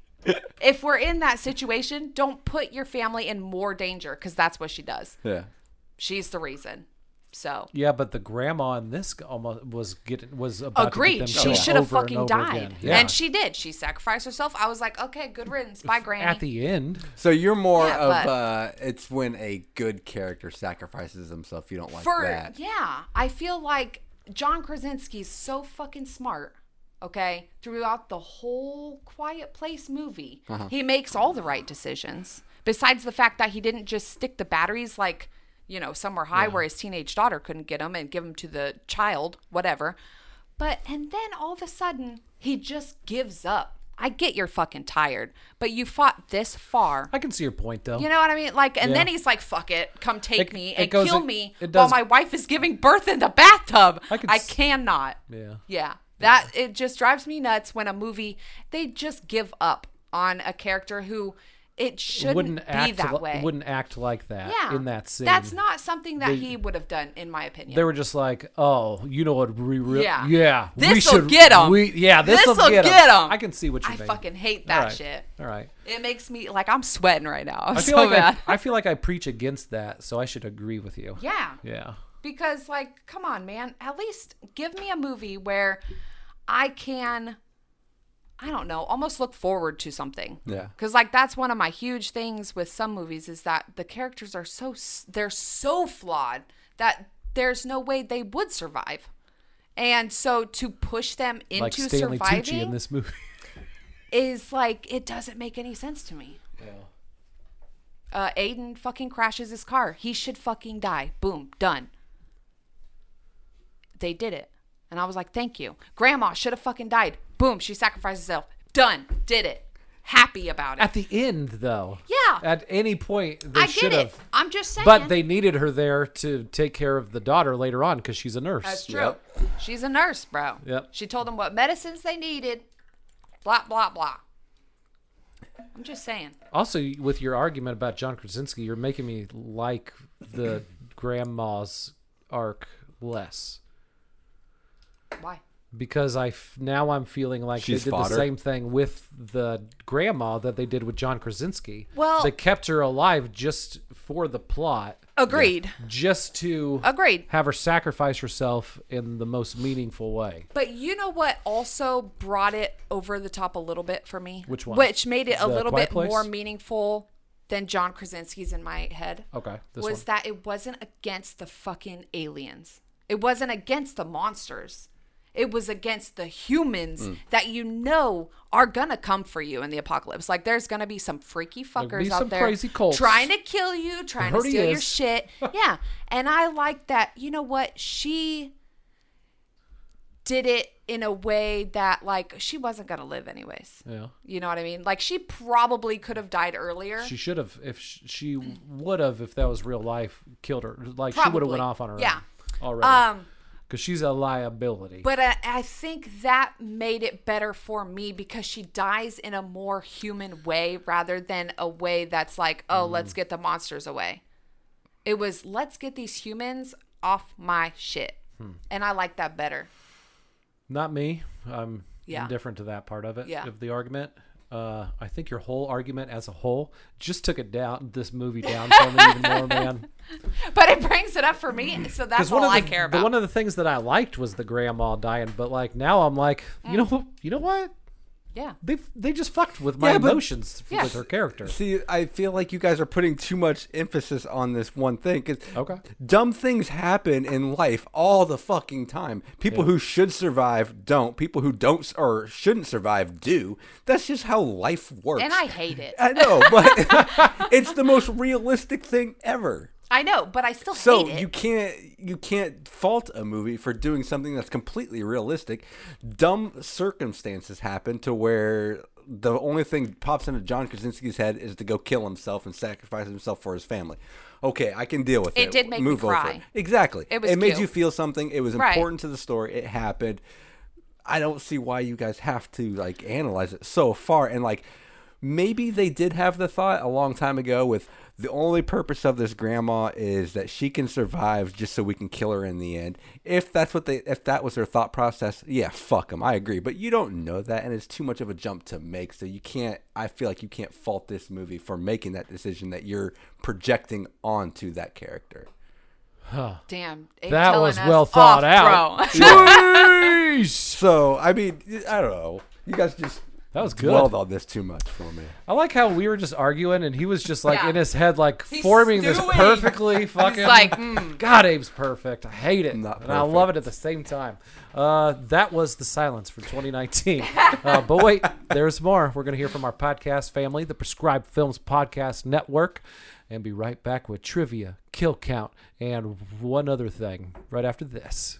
[SPEAKER 1] if we're in that situation, don't put your family in more danger because that's what she does.
[SPEAKER 4] Yeah.
[SPEAKER 1] She's the reason. So
[SPEAKER 2] Yeah, but the grandma in this almost was getting was about To
[SPEAKER 1] agreed.
[SPEAKER 2] get them
[SPEAKER 1] Oh, She
[SPEAKER 2] killed
[SPEAKER 1] should have
[SPEAKER 2] over and
[SPEAKER 1] fucking
[SPEAKER 2] over
[SPEAKER 1] died,
[SPEAKER 2] again. Yeah.
[SPEAKER 1] and she did. She sacrificed herself. I was like, okay, good riddance. Bye, Granny.
[SPEAKER 2] at the end.
[SPEAKER 4] So you're more
[SPEAKER 1] Yeah,
[SPEAKER 4] of
[SPEAKER 1] but-
[SPEAKER 4] uh it's when a good character sacrifices himself. You don't like
[SPEAKER 1] for
[SPEAKER 4] that.
[SPEAKER 1] yeah i feel like john krasinski's so fucking smart okay throughout the whole quiet place movie he makes all the right decisions besides the fact that he didn't just stick the batteries like you know somewhere high where his teenage daughter couldn't get them and give them to the child whatever but and then all of a sudden he just gives up i get you're fucking tired but you fought this far
[SPEAKER 2] I can see your point though.
[SPEAKER 1] you know what I mean? Like, and
[SPEAKER 2] Yeah.
[SPEAKER 1] then he's like, "Fuck it, come take
[SPEAKER 2] It-
[SPEAKER 1] me
[SPEAKER 2] it
[SPEAKER 1] and
[SPEAKER 2] goes-
[SPEAKER 1] kill
[SPEAKER 2] it-
[SPEAKER 1] me
[SPEAKER 2] it
[SPEAKER 1] while
[SPEAKER 2] does-
[SPEAKER 1] my wife is giving birth in the bathtub." I,
[SPEAKER 2] I could s-
[SPEAKER 1] cannot.
[SPEAKER 2] Yeah.
[SPEAKER 1] Yeah, that it just drives me nuts when a movie they just give up on a character who it shouldn't
[SPEAKER 2] wouldn't
[SPEAKER 1] be
[SPEAKER 2] act
[SPEAKER 1] that
[SPEAKER 2] li-
[SPEAKER 1] way.
[SPEAKER 2] wouldn't act like that
[SPEAKER 1] yeah,
[SPEAKER 2] in that scene.
[SPEAKER 1] That's not something that he would have done, in my opinion.
[SPEAKER 2] They were just like, "Oh, you know what? We re-
[SPEAKER 1] Yeah.
[SPEAKER 2] yeah, yeah, we
[SPEAKER 1] This'll
[SPEAKER 2] should
[SPEAKER 1] get 'em.
[SPEAKER 2] We, yeah, this will
[SPEAKER 1] This'll
[SPEAKER 2] get 'em."
[SPEAKER 1] get 'em.
[SPEAKER 2] I can see what you
[SPEAKER 1] I
[SPEAKER 2] mean.
[SPEAKER 1] fucking hate
[SPEAKER 2] All
[SPEAKER 1] that
[SPEAKER 2] right.
[SPEAKER 1] shit.
[SPEAKER 2] All right.
[SPEAKER 1] It makes me like I'm sweating right now. I'm
[SPEAKER 2] I feel
[SPEAKER 1] so
[SPEAKER 2] like
[SPEAKER 1] bad.
[SPEAKER 2] I, I feel like I preach against that, so I should agree with you.
[SPEAKER 1] yeah.
[SPEAKER 2] Yeah.
[SPEAKER 1] because like come on man at least give me a movie where i can i don't know almost look forward to something
[SPEAKER 4] Yeah.
[SPEAKER 1] because like that's one of my huge things with some movies is that the characters are so s- they're so flawed that there's no way they would survive and so to push them into
[SPEAKER 2] Like Stanley
[SPEAKER 1] surviving
[SPEAKER 2] Tucci in this movie.
[SPEAKER 1] is like it doesn't make any sense to me uh, Aiden fucking crashes his car. He should fucking die. Boom, done. They did it. And I was like, thank you. Grandma should have fucking died. Boom, she sacrificed herself. Done, did it. Happy about it.
[SPEAKER 2] At the end, though.
[SPEAKER 1] Yeah.
[SPEAKER 2] At any point, they
[SPEAKER 1] I
[SPEAKER 2] should
[SPEAKER 1] get it.
[SPEAKER 2] have.
[SPEAKER 1] I'm just saying.
[SPEAKER 2] But they needed her there to take care of the daughter later on because she's a nurse.
[SPEAKER 1] That's true. She's a nurse, bro.
[SPEAKER 2] Yep.
[SPEAKER 1] She told them what medicines they needed. Blah, blah, blah. I'm just saying.
[SPEAKER 2] Also, with your argument about John Krasinski, you're making me like the grandma's arc less
[SPEAKER 1] Why?
[SPEAKER 2] because I f- now I'm feeling like
[SPEAKER 4] She's
[SPEAKER 2] they did
[SPEAKER 4] fodder.
[SPEAKER 2] the same thing with the grandma that they did with John Krasinski.
[SPEAKER 1] Well-
[SPEAKER 2] they kept her alive just for the plot,
[SPEAKER 1] Agreed.
[SPEAKER 2] just to
[SPEAKER 1] Agreed.
[SPEAKER 2] have her sacrifice herself in the most meaningful way.
[SPEAKER 1] But you know what also brought it over the top a little bit for me?
[SPEAKER 2] Which one?
[SPEAKER 1] Which made it a
[SPEAKER 2] The
[SPEAKER 1] little
[SPEAKER 2] Quiet
[SPEAKER 1] bit
[SPEAKER 2] Place?
[SPEAKER 1] more meaningful than John Krasinski's in my head.
[SPEAKER 2] Okay, this
[SPEAKER 1] was
[SPEAKER 2] one.
[SPEAKER 1] that it wasn't against the fucking aliens. It wasn't against the monsters. It was against the humans
[SPEAKER 2] Mm.
[SPEAKER 1] that you know are gonna come for you in the apocalypse. Like there's gonna be some freaky fuckers
[SPEAKER 2] be
[SPEAKER 1] out
[SPEAKER 2] some
[SPEAKER 1] there
[SPEAKER 2] crazy cults.
[SPEAKER 1] trying to kill you, trying to
[SPEAKER 2] Already
[SPEAKER 1] steal your
[SPEAKER 2] is.
[SPEAKER 1] shit. yeah. And I like that, you know what, she did it in a way that like she wasn't gonna live anyways.
[SPEAKER 2] yeah.
[SPEAKER 1] You know what I mean? Like she probably could have died earlier.
[SPEAKER 2] She should have, if sh- she would have, if that was real life, killed her. Like she would have
[SPEAKER 1] Probably.
[SPEAKER 2] went off on her
[SPEAKER 1] Yeah.
[SPEAKER 2] own already.
[SPEAKER 1] um
[SPEAKER 2] Because she's a liability.
[SPEAKER 1] But I, I think that made it better for me because she dies in a more human way rather than a way that's like,
[SPEAKER 2] Mm-hmm.
[SPEAKER 1] oh, let's get the monsters away. It was, let's get these humans off my shit.
[SPEAKER 2] Hmm.
[SPEAKER 1] And I like that better.
[SPEAKER 2] Not me. I'm
[SPEAKER 1] Yeah.
[SPEAKER 2] indifferent to that part of it
[SPEAKER 1] Yeah.
[SPEAKER 2] of the argument. Uh, I think your whole argument as a whole just took it down. This movie down for me even more, man.
[SPEAKER 1] But it brings it up for me. So that's all
[SPEAKER 2] Mm-hmm. one of the,
[SPEAKER 1] I care
[SPEAKER 2] the
[SPEAKER 1] about.
[SPEAKER 2] one of the things that I liked was the grandma dying, but like now I'm like, you know,
[SPEAKER 1] Mm.
[SPEAKER 2] wh- you know what?
[SPEAKER 1] yeah.
[SPEAKER 2] They they just fucked with my
[SPEAKER 4] Yeah, but-
[SPEAKER 2] emotions f-
[SPEAKER 1] Yeah.
[SPEAKER 2] with her character.
[SPEAKER 4] See, I feel like you guys are putting too much emphasis on this one thing. 'cause
[SPEAKER 2] Okay.
[SPEAKER 4] Dumb things happen in life all the fucking time. People who should survive don't. People who don't s- or shouldn't survive do. That's just how life works.
[SPEAKER 1] And I hate it.
[SPEAKER 4] I know, but it's the most realistic thing ever.
[SPEAKER 1] I know, but I still
[SPEAKER 4] So
[SPEAKER 1] hate it.
[SPEAKER 4] you can't you can't fault a movie for doing something that's completely realistic. Dumb circumstances happen to where the only thing pops into John Krasinski's head is to go kill himself and sacrifice himself for his family. Okay, I can deal with it.
[SPEAKER 1] It did make me
[SPEAKER 4] Move over
[SPEAKER 1] cry.
[SPEAKER 4] it. Exactly.
[SPEAKER 1] It was
[SPEAKER 4] made
[SPEAKER 1] cute.
[SPEAKER 4] you feel something. It was
[SPEAKER 1] Right.
[SPEAKER 4] important to the story. It happened. I don't see why you guys have to like analyze it so far and like maybe they did have the thought a long time ago with the only purpose of this grandma is that she can survive just so we can kill her in the end. If that's what they if that was their thought process, yeah, fuck them. I agree, but you don't know that and it's too much of a jump to make, so you can't I feel like you can't fault this movie for making that decision that you're projecting onto that character.
[SPEAKER 1] Damn. Abe
[SPEAKER 2] That
[SPEAKER 1] telling
[SPEAKER 2] was
[SPEAKER 1] us
[SPEAKER 2] well thought
[SPEAKER 1] off,
[SPEAKER 2] out.
[SPEAKER 1] bro.
[SPEAKER 2] Jeez!
[SPEAKER 4] So, I mean, I don't know. You guys just
[SPEAKER 2] That was good.
[SPEAKER 4] dwelled on this too much for me.
[SPEAKER 2] I like how we were just arguing and he was just like
[SPEAKER 1] Yeah.
[SPEAKER 2] in his head, like
[SPEAKER 1] He's
[SPEAKER 2] forming this
[SPEAKER 1] stewing.
[SPEAKER 2] perfectly fucking.
[SPEAKER 1] like, mm.
[SPEAKER 2] God, Abe's perfect. I hate it.
[SPEAKER 4] Not
[SPEAKER 2] and I love it at the same time. Uh, that was The Silence from 2019. uh, but wait, there's more. We're going to hear from our podcast family, the Prescribed Films Podcast Network, and be right back with trivia, kill count, and one other thing right after this.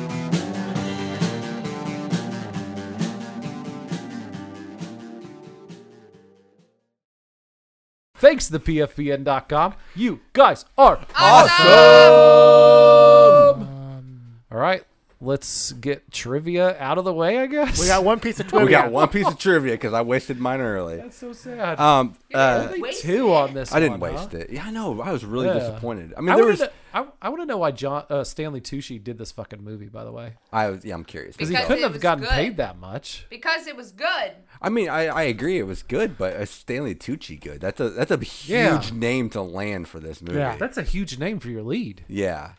[SPEAKER 2] Thanks to the PFPN.com. You guys are Um, All right, let's get trivia out of the way, I guess.
[SPEAKER 3] We got one piece of trivia.
[SPEAKER 4] We got one piece of trivia because I wasted mine early.
[SPEAKER 2] That's so sad.
[SPEAKER 4] Um, uh,
[SPEAKER 2] Only two on this.
[SPEAKER 4] I didn't
[SPEAKER 2] one,
[SPEAKER 4] waste
[SPEAKER 2] huh?
[SPEAKER 4] it. Yeah, I know. I was really
[SPEAKER 2] Yeah.
[SPEAKER 4] disappointed.
[SPEAKER 2] I
[SPEAKER 4] I mean, there
[SPEAKER 2] wanna
[SPEAKER 4] was.
[SPEAKER 2] know- I, I want to know why John uh, Stanley Tucci did this fucking movie. By the way,
[SPEAKER 4] I was. Yeah, I'm curious.
[SPEAKER 2] he
[SPEAKER 1] Because
[SPEAKER 2] couldn't
[SPEAKER 1] it
[SPEAKER 2] have
[SPEAKER 1] was
[SPEAKER 2] gotten
[SPEAKER 1] good.
[SPEAKER 2] paid that much.
[SPEAKER 1] because it was good.
[SPEAKER 4] I mean, I, I agree. It was good, but uh, Stanley Tucci good. That's a that's a huge
[SPEAKER 2] Yeah.
[SPEAKER 4] name to land for this movie.
[SPEAKER 2] that's a huge name for your lead.
[SPEAKER 4] Yeah.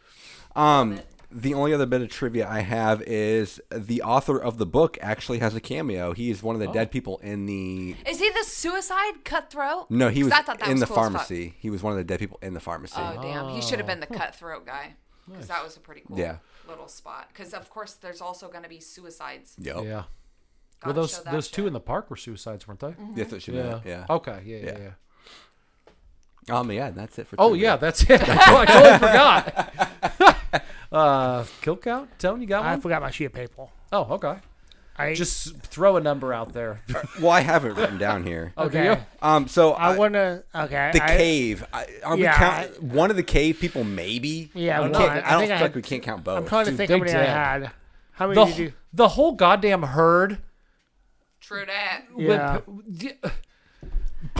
[SPEAKER 4] Um, the only other bit of trivia I have is the author of the book actually has a cameo. He is one of
[SPEAKER 2] Oh.
[SPEAKER 4] the dead people in the.
[SPEAKER 1] Is he the suicide cutthroat?
[SPEAKER 4] No, he
[SPEAKER 1] 'Cause
[SPEAKER 4] was
[SPEAKER 1] I thought that
[SPEAKER 4] in
[SPEAKER 1] was
[SPEAKER 4] the
[SPEAKER 1] cool as fuck.
[SPEAKER 4] pharmacy. He was one of the dead people in the pharmacy.
[SPEAKER 1] Oh, damn! He should have been the cutthroat guy because that was a pretty cool
[SPEAKER 4] Yeah.
[SPEAKER 1] little spot. Because of course, there's also going to be suicides.
[SPEAKER 4] Yep.
[SPEAKER 2] Yeah.
[SPEAKER 1] Gotta
[SPEAKER 2] well, those
[SPEAKER 1] show that
[SPEAKER 2] those
[SPEAKER 1] shit.
[SPEAKER 2] two
[SPEAKER 1] Mm-hmm.
[SPEAKER 2] in the park were suicides, weren't they?
[SPEAKER 4] That's what she meant. Yeah.
[SPEAKER 3] Oh.
[SPEAKER 2] Okay. Yeah. Yeah.
[SPEAKER 4] Yeah.
[SPEAKER 2] yeah.
[SPEAKER 4] Um. Yeah. That's it for.
[SPEAKER 2] Oh
[SPEAKER 4] trivia.
[SPEAKER 2] yeah, that's it. I totally forgot. uh, kill count. Tony, you got
[SPEAKER 3] I
[SPEAKER 2] one?
[SPEAKER 3] forgot my sheet of paper.
[SPEAKER 2] oh, okay.
[SPEAKER 3] I
[SPEAKER 2] Just throw a number out there.
[SPEAKER 4] Well, I have it written down here.
[SPEAKER 2] Oh, do
[SPEAKER 3] Okay.
[SPEAKER 2] you?
[SPEAKER 4] Um. So
[SPEAKER 3] I
[SPEAKER 4] I
[SPEAKER 3] want to. Okay.
[SPEAKER 4] the
[SPEAKER 3] I,
[SPEAKER 4] cave. I, are
[SPEAKER 3] Yeah,
[SPEAKER 4] we count one of the cave people? Maybe.
[SPEAKER 3] Yeah,
[SPEAKER 4] We
[SPEAKER 3] no,
[SPEAKER 4] can't,
[SPEAKER 3] I-
[SPEAKER 4] I,
[SPEAKER 3] I
[SPEAKER 4] don't
[SPEAKER 3] think
[SPEAKER 4] think
[SPEAKER 3] I had-
[SPEAKER 4] we can't count both.
[SPEAKER 3] I'm trying to think
[SPEAKER 2] they
[SPEAKER 3] how many I
[SPEAKER 2] did.
[SPEAKER 3] had. How many
[SPEAKER 2] The,
[SPEAKER 3] did you?
[SPEAKER 2] wh- the whole goddamn herd.
[SPEAKER 1] True that.
[SPEAKER 3] Yeah.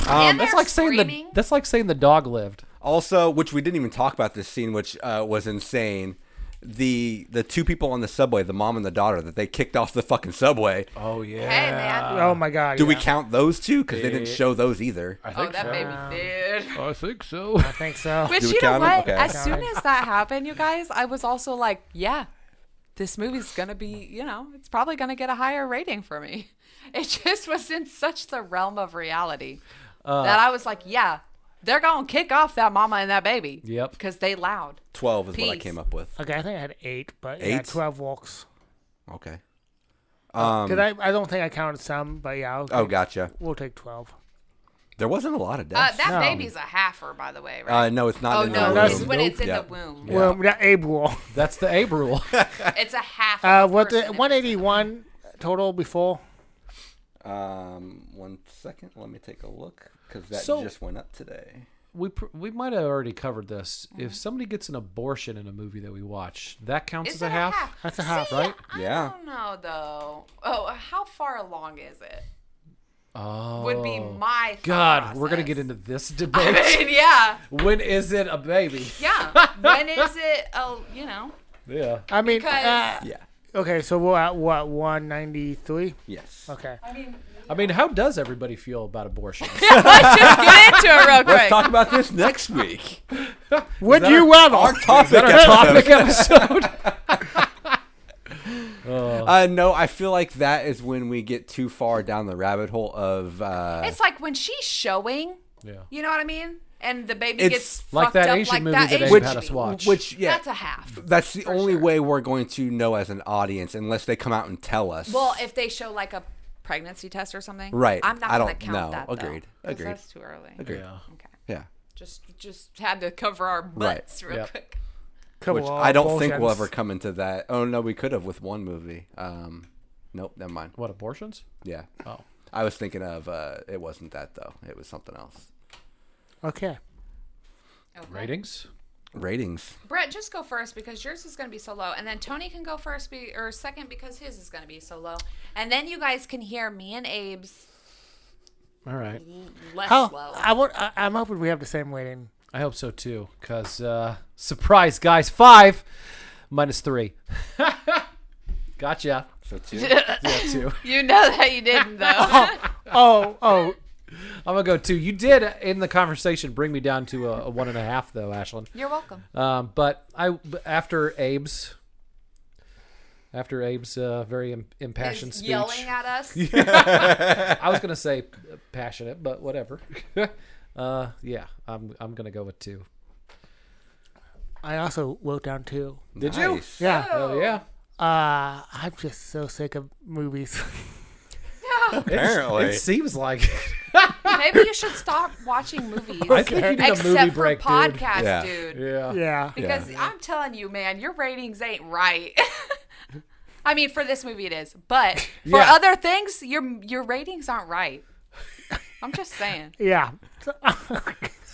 [SPEAKER 1] Um,
[SPEAKER 2] That's like saying the that's like saying the dog lived.
[SPEAKER 4] also, which we didn't even talk about this scene, which uh, was insane. The the two people on the subway, the mom and the daughter, that they kicked off the fucking subway.
[SPEAKER 2] Oh yeah.
[SPEAKER 1] Hey man!
[SPEAKER 2] uh,
[SPEAKER 3] oh my god.
[SPEAKER 4] Do we
[SPEAKER 3] yeah.
[SPEAKER 4] count those two? Because they didn't show those either.
[SPEAKER 1] Oh, that baby did.
[SPEAKER 2] I think so.
[SPEAKER 3] I think so.
[SPEAKER 1] Which
[SPEAKER 4] Do we
[SPEAKER 1] you know
[SPEAKER 4] count 'em?
[SPEAKER 1] what?
[SPEAKER 4] Okay.
[SPEAKER 1] As soon as that happened, you guys, I was also like, yeah, this movie's gonna be, you know, it's probably gonna get a higher rating for me. It just was in such the realm of reality
[SPEAKER 2] Uh,
[SPEAKER 1] that I was like, yeah, they're gonna kick off that mama and that baby.
[SPEAKER 2] Yep.
[SPEAKER 1] Because they loud.
[SPEAKER 4] Twelve is what I
[SPEAKER 1] Peace.
[SPEAKER 4] came up with.
[SPEAKER 3] Okay, I think I had eight, but yeah,
[SPEAKER 4] Eight?
[SPEAKER 3] twelve walks.
[SPEAKER 4] Okay. Um,
[SPEAKER 3] Because I, I don't think I counted some, but yeah. I'll
[SPEAKER 4] Oh,
[SPEAKER 3] take-
[SPEAKER 4] gotcha.
[SPEAKER 3] We'll take twelve.
[SPEAKER 4] There wasn't a lot of
[SPEAKER 1] Uh,
[SPEAKER 4] deaths.
[SPEAKER 1] that
[SPEAKER 3] No.
[SPEAKER 1] baby's a halfer, by the way, right?
[SPEAKER 4] Uh, no, it's not.
[SPEAKER 1] oh
[SPEAKER 4] in
[SPEAKER 1] no,
[SPEAKER 4] the
[SPEAKER 1] it's
[SPEAKER 4] room.
[SPEAKER 1] when it's in
[SPEAKER 4] Yep.
[SPEAKER 1] the womb.
[SPEAKER 4] Yeah.
[SPEAKER 3] Well, not Abe wall.
[SPEAKER 2] That's the Abe rule.
[SPEAKER 1] It's a half.
[SPEAKER 3] Uh,
[SPEAKER 1] of a
[SPEAKER 3] what the
[SPEAKER 1] person.
[SPEAKER 3] one eighty one total before?
[SPEAKER 4] Um, one second. Let me take a look because that
[SPEAKER 2] So-
[SPEAKER 4] just went up today.
[SPEAKER 2] we pr- we might have already covered this.
[SPEAKER 1] Mm-hmm.
[SPEAKER 2] If somebody gets an abortion in a movie that we watch, that counts
[SPEAKER 1] Is
[SPEAKER 2] as a
[SPEAKER 1] it
[SPEAKER 2] half.
[SPEAKER 3] That's a half, right?
[SPEAKER 1] I
[SPEAKER 4] Yeah.
[SPEAKER 1] don't know though. Oh, how far along is it?
[SPEAKER 2] Oh.
[SPEAKER 1] Would be my thought
[SPEAKER 2] God, we're gonna get
[SPEAKER 1] process.
[SPEAKER 2] into this
[SPEAKER 1] I
[SPEAKER 2] debate.
[SPEAKER 1] mean, yeah,
[SPEAKER 2] when is it a baby?
[SPEAKER 1] yeah. when is it? Oh, you know,
[SPEAKER 2] Yeah.
[SPEAKER 3] I mean,
[SPEAKER 1] Because-
[SPEAKER 3] uh,
[SPEAKER 4] Yeah.
[SPEAKER 3] okay, so we're at what one ninety three?
[SPEAKER 4] Yes.
[SPEAKER 3] Okay.
[SPEAKER 2] I mean, how does everybody feel about abortion?
[SPEAKER 1] let's just get into it real
[SPEAKER 4] Let's
[SPEAKER 1] quick.
[SPEAKER 4] talk about this next week.
[SPEAKER 3] Would you rather?
[SPEAKER 4] Our topic.
[SPEAKER 2] Topic episode.
[SPEAKER 4] Uh, no, I feel like that is when we get too far down the rabbit hole of. Uh,
[SPEAKER 1] it's like when she's showing.
[SPEAKER 2] Yeah.
[SPEAKER 1] You know what I mean? and the baby
[SPEAKER 4] It's
[SPEAKER 1] gets
[SPEAKER 2] like
[SPEAKER 1] fucked
[SPEAKER 2] that
[SPEAKER 1] up
[SPEAKER 2] Asian
[SPEAKER 1] like
[SPEAKER 2] movie
[SPEAKER 1] that
[SPEAKER 2] that Abe
[SPEAKER 1] Asian
[SPEAKER 2] had us
[SPEAKER 1] movie.
[SPEAKER 2] watch.
[SPEAKER 4] Which yeah,
[SPEAKER 1] That's a half.
[SPEAKER 4] That's the
[SPEAKER 1] for
[SPEAKER 4] only
[SPEAKER 1] sure.
[SPEAKER 4] way we're going to know as an audience, unless they come out and tell us.
[SPEAKER 1] Well, if they show like a pregnancy test or something,
[SPEAKER 4] Right.
[SPEAKER 1] I'm not
[SPEAKER 4] I
[SPEAKER 1] gonna
[SPEAKER 4] don't
[SPEAKER 1] count
[SPEAKER 4] know.
[SPEAKER 1] that. though,
[SPEAKER 4] Agreed.
[SPEAKER 1] 'cause
[SPEAKER 4] Agreed.
[SPEAKER 1] That's too early.
[SPEAKER 4] Agreed.
[SPEAKER 2] Yeah.
[SPEAKER 1] Okay.
[SPEAKER 4] yeah.
[SPEAKER 1] Just just had to cover our butts real
[SPEAKER 2] Yep.
[SPEAKER 1] quick.
[SPEAKER 3] Couple
[SPEAKER 4] Which
[SPEAKER 3] of
[SPEAKER 4] I don't think we'll
[SPEAKER 3] bullshits.
[SPEAKER 4] ever come into that. Oh no, we could have with one movie. Um, nope, never mind.
[SPEAKER 2] What abortions?
[SPEAKER 4] Yeah.
[SPEAKER 2] Oh,
[SPEAKER 4] I was thinking of uh, it wasn't that though. It was something else.
[SPEAKER 3] Okay.
[SPEAKER 1] Okay.
[SPEAKER 2] ratings.
[SPEAKER 4] Ratings.
[SPEAKER 1] Brett, just go first because yours is going to be so low, and then Tony can go first be, or second because his is going to be so low, and then you guys can hear me and Abe's
[SPEAKER 2] All right.
[SPEAKER 1] less
[SPEAKER 3] Oh,
[SPEAKER 1] low.
[SPEAKER 3] I want. I, I'm hoping we have the same rating.
[SPEAKER 2] I hope so too, because uh, surprise, guys, five minus three. gotcha.
[SPEAKER 4] So two.
[SPEAKER 2] Yeah, two.
[SPEAKER 1] you know that you didn't though.
[SPEAKER 3] Oh, oh,
[SPEAKER 2] I'm gonna go two. You did uh, in the conversation bring me down to a, a one and a half, though, Ashlyn.
[SPEAKER 1] You're welcome.
[SPEAKER 2] Um, but I b- after Abe's after Abe's uh, very im- impassioned
[SPEAKER 1] Is
[SPEAKER 2] speech,
[SPEAKER 1] yelling at us.
[SPEAKER 2] I was gonna say uh, passionate, but whatever. uh, yeah, I'm I'm gonna go with two.
[SPEAKER 3] I also wrote down two.
[SPEAKER 2] Did
[SPEAKER 4] Nice.
[SPEAKER 2] you?
[SPEAKER 3] Yeah.
[SPEAKER 2] Oh yeah.
[SPEAKER 3] Uh, I'm just so sick of movies.
[SPEAKER 4] Apparently.
[SPEAKER 2] It seems like. it.
[SPEAKER 1] Maybe you should stop watching movies.
[SPEAKER 2] I think you need a
[SPEAKER 1] Except
[SPEAKER 2] movie
[SPEAKER 1] for
[SPEAKER 2] break, dude.
[SPEAKER 1] podcast,
[SPEAKER 4] Yeah.
[SPEAKER 1] dude.
[SPEAKER 2] Yeah.
[SPEAKER 3] yeah.
[SPEAKER 1] Because I'm telling you, man, your ratings ain't right. I mean, for this movie it is, but for
[SPEAKER 2] Yeah.
[SPEAKER 1] other things, your your ratings aren't right. I'm just saying.
[SPEAKER 3] Yeah. So-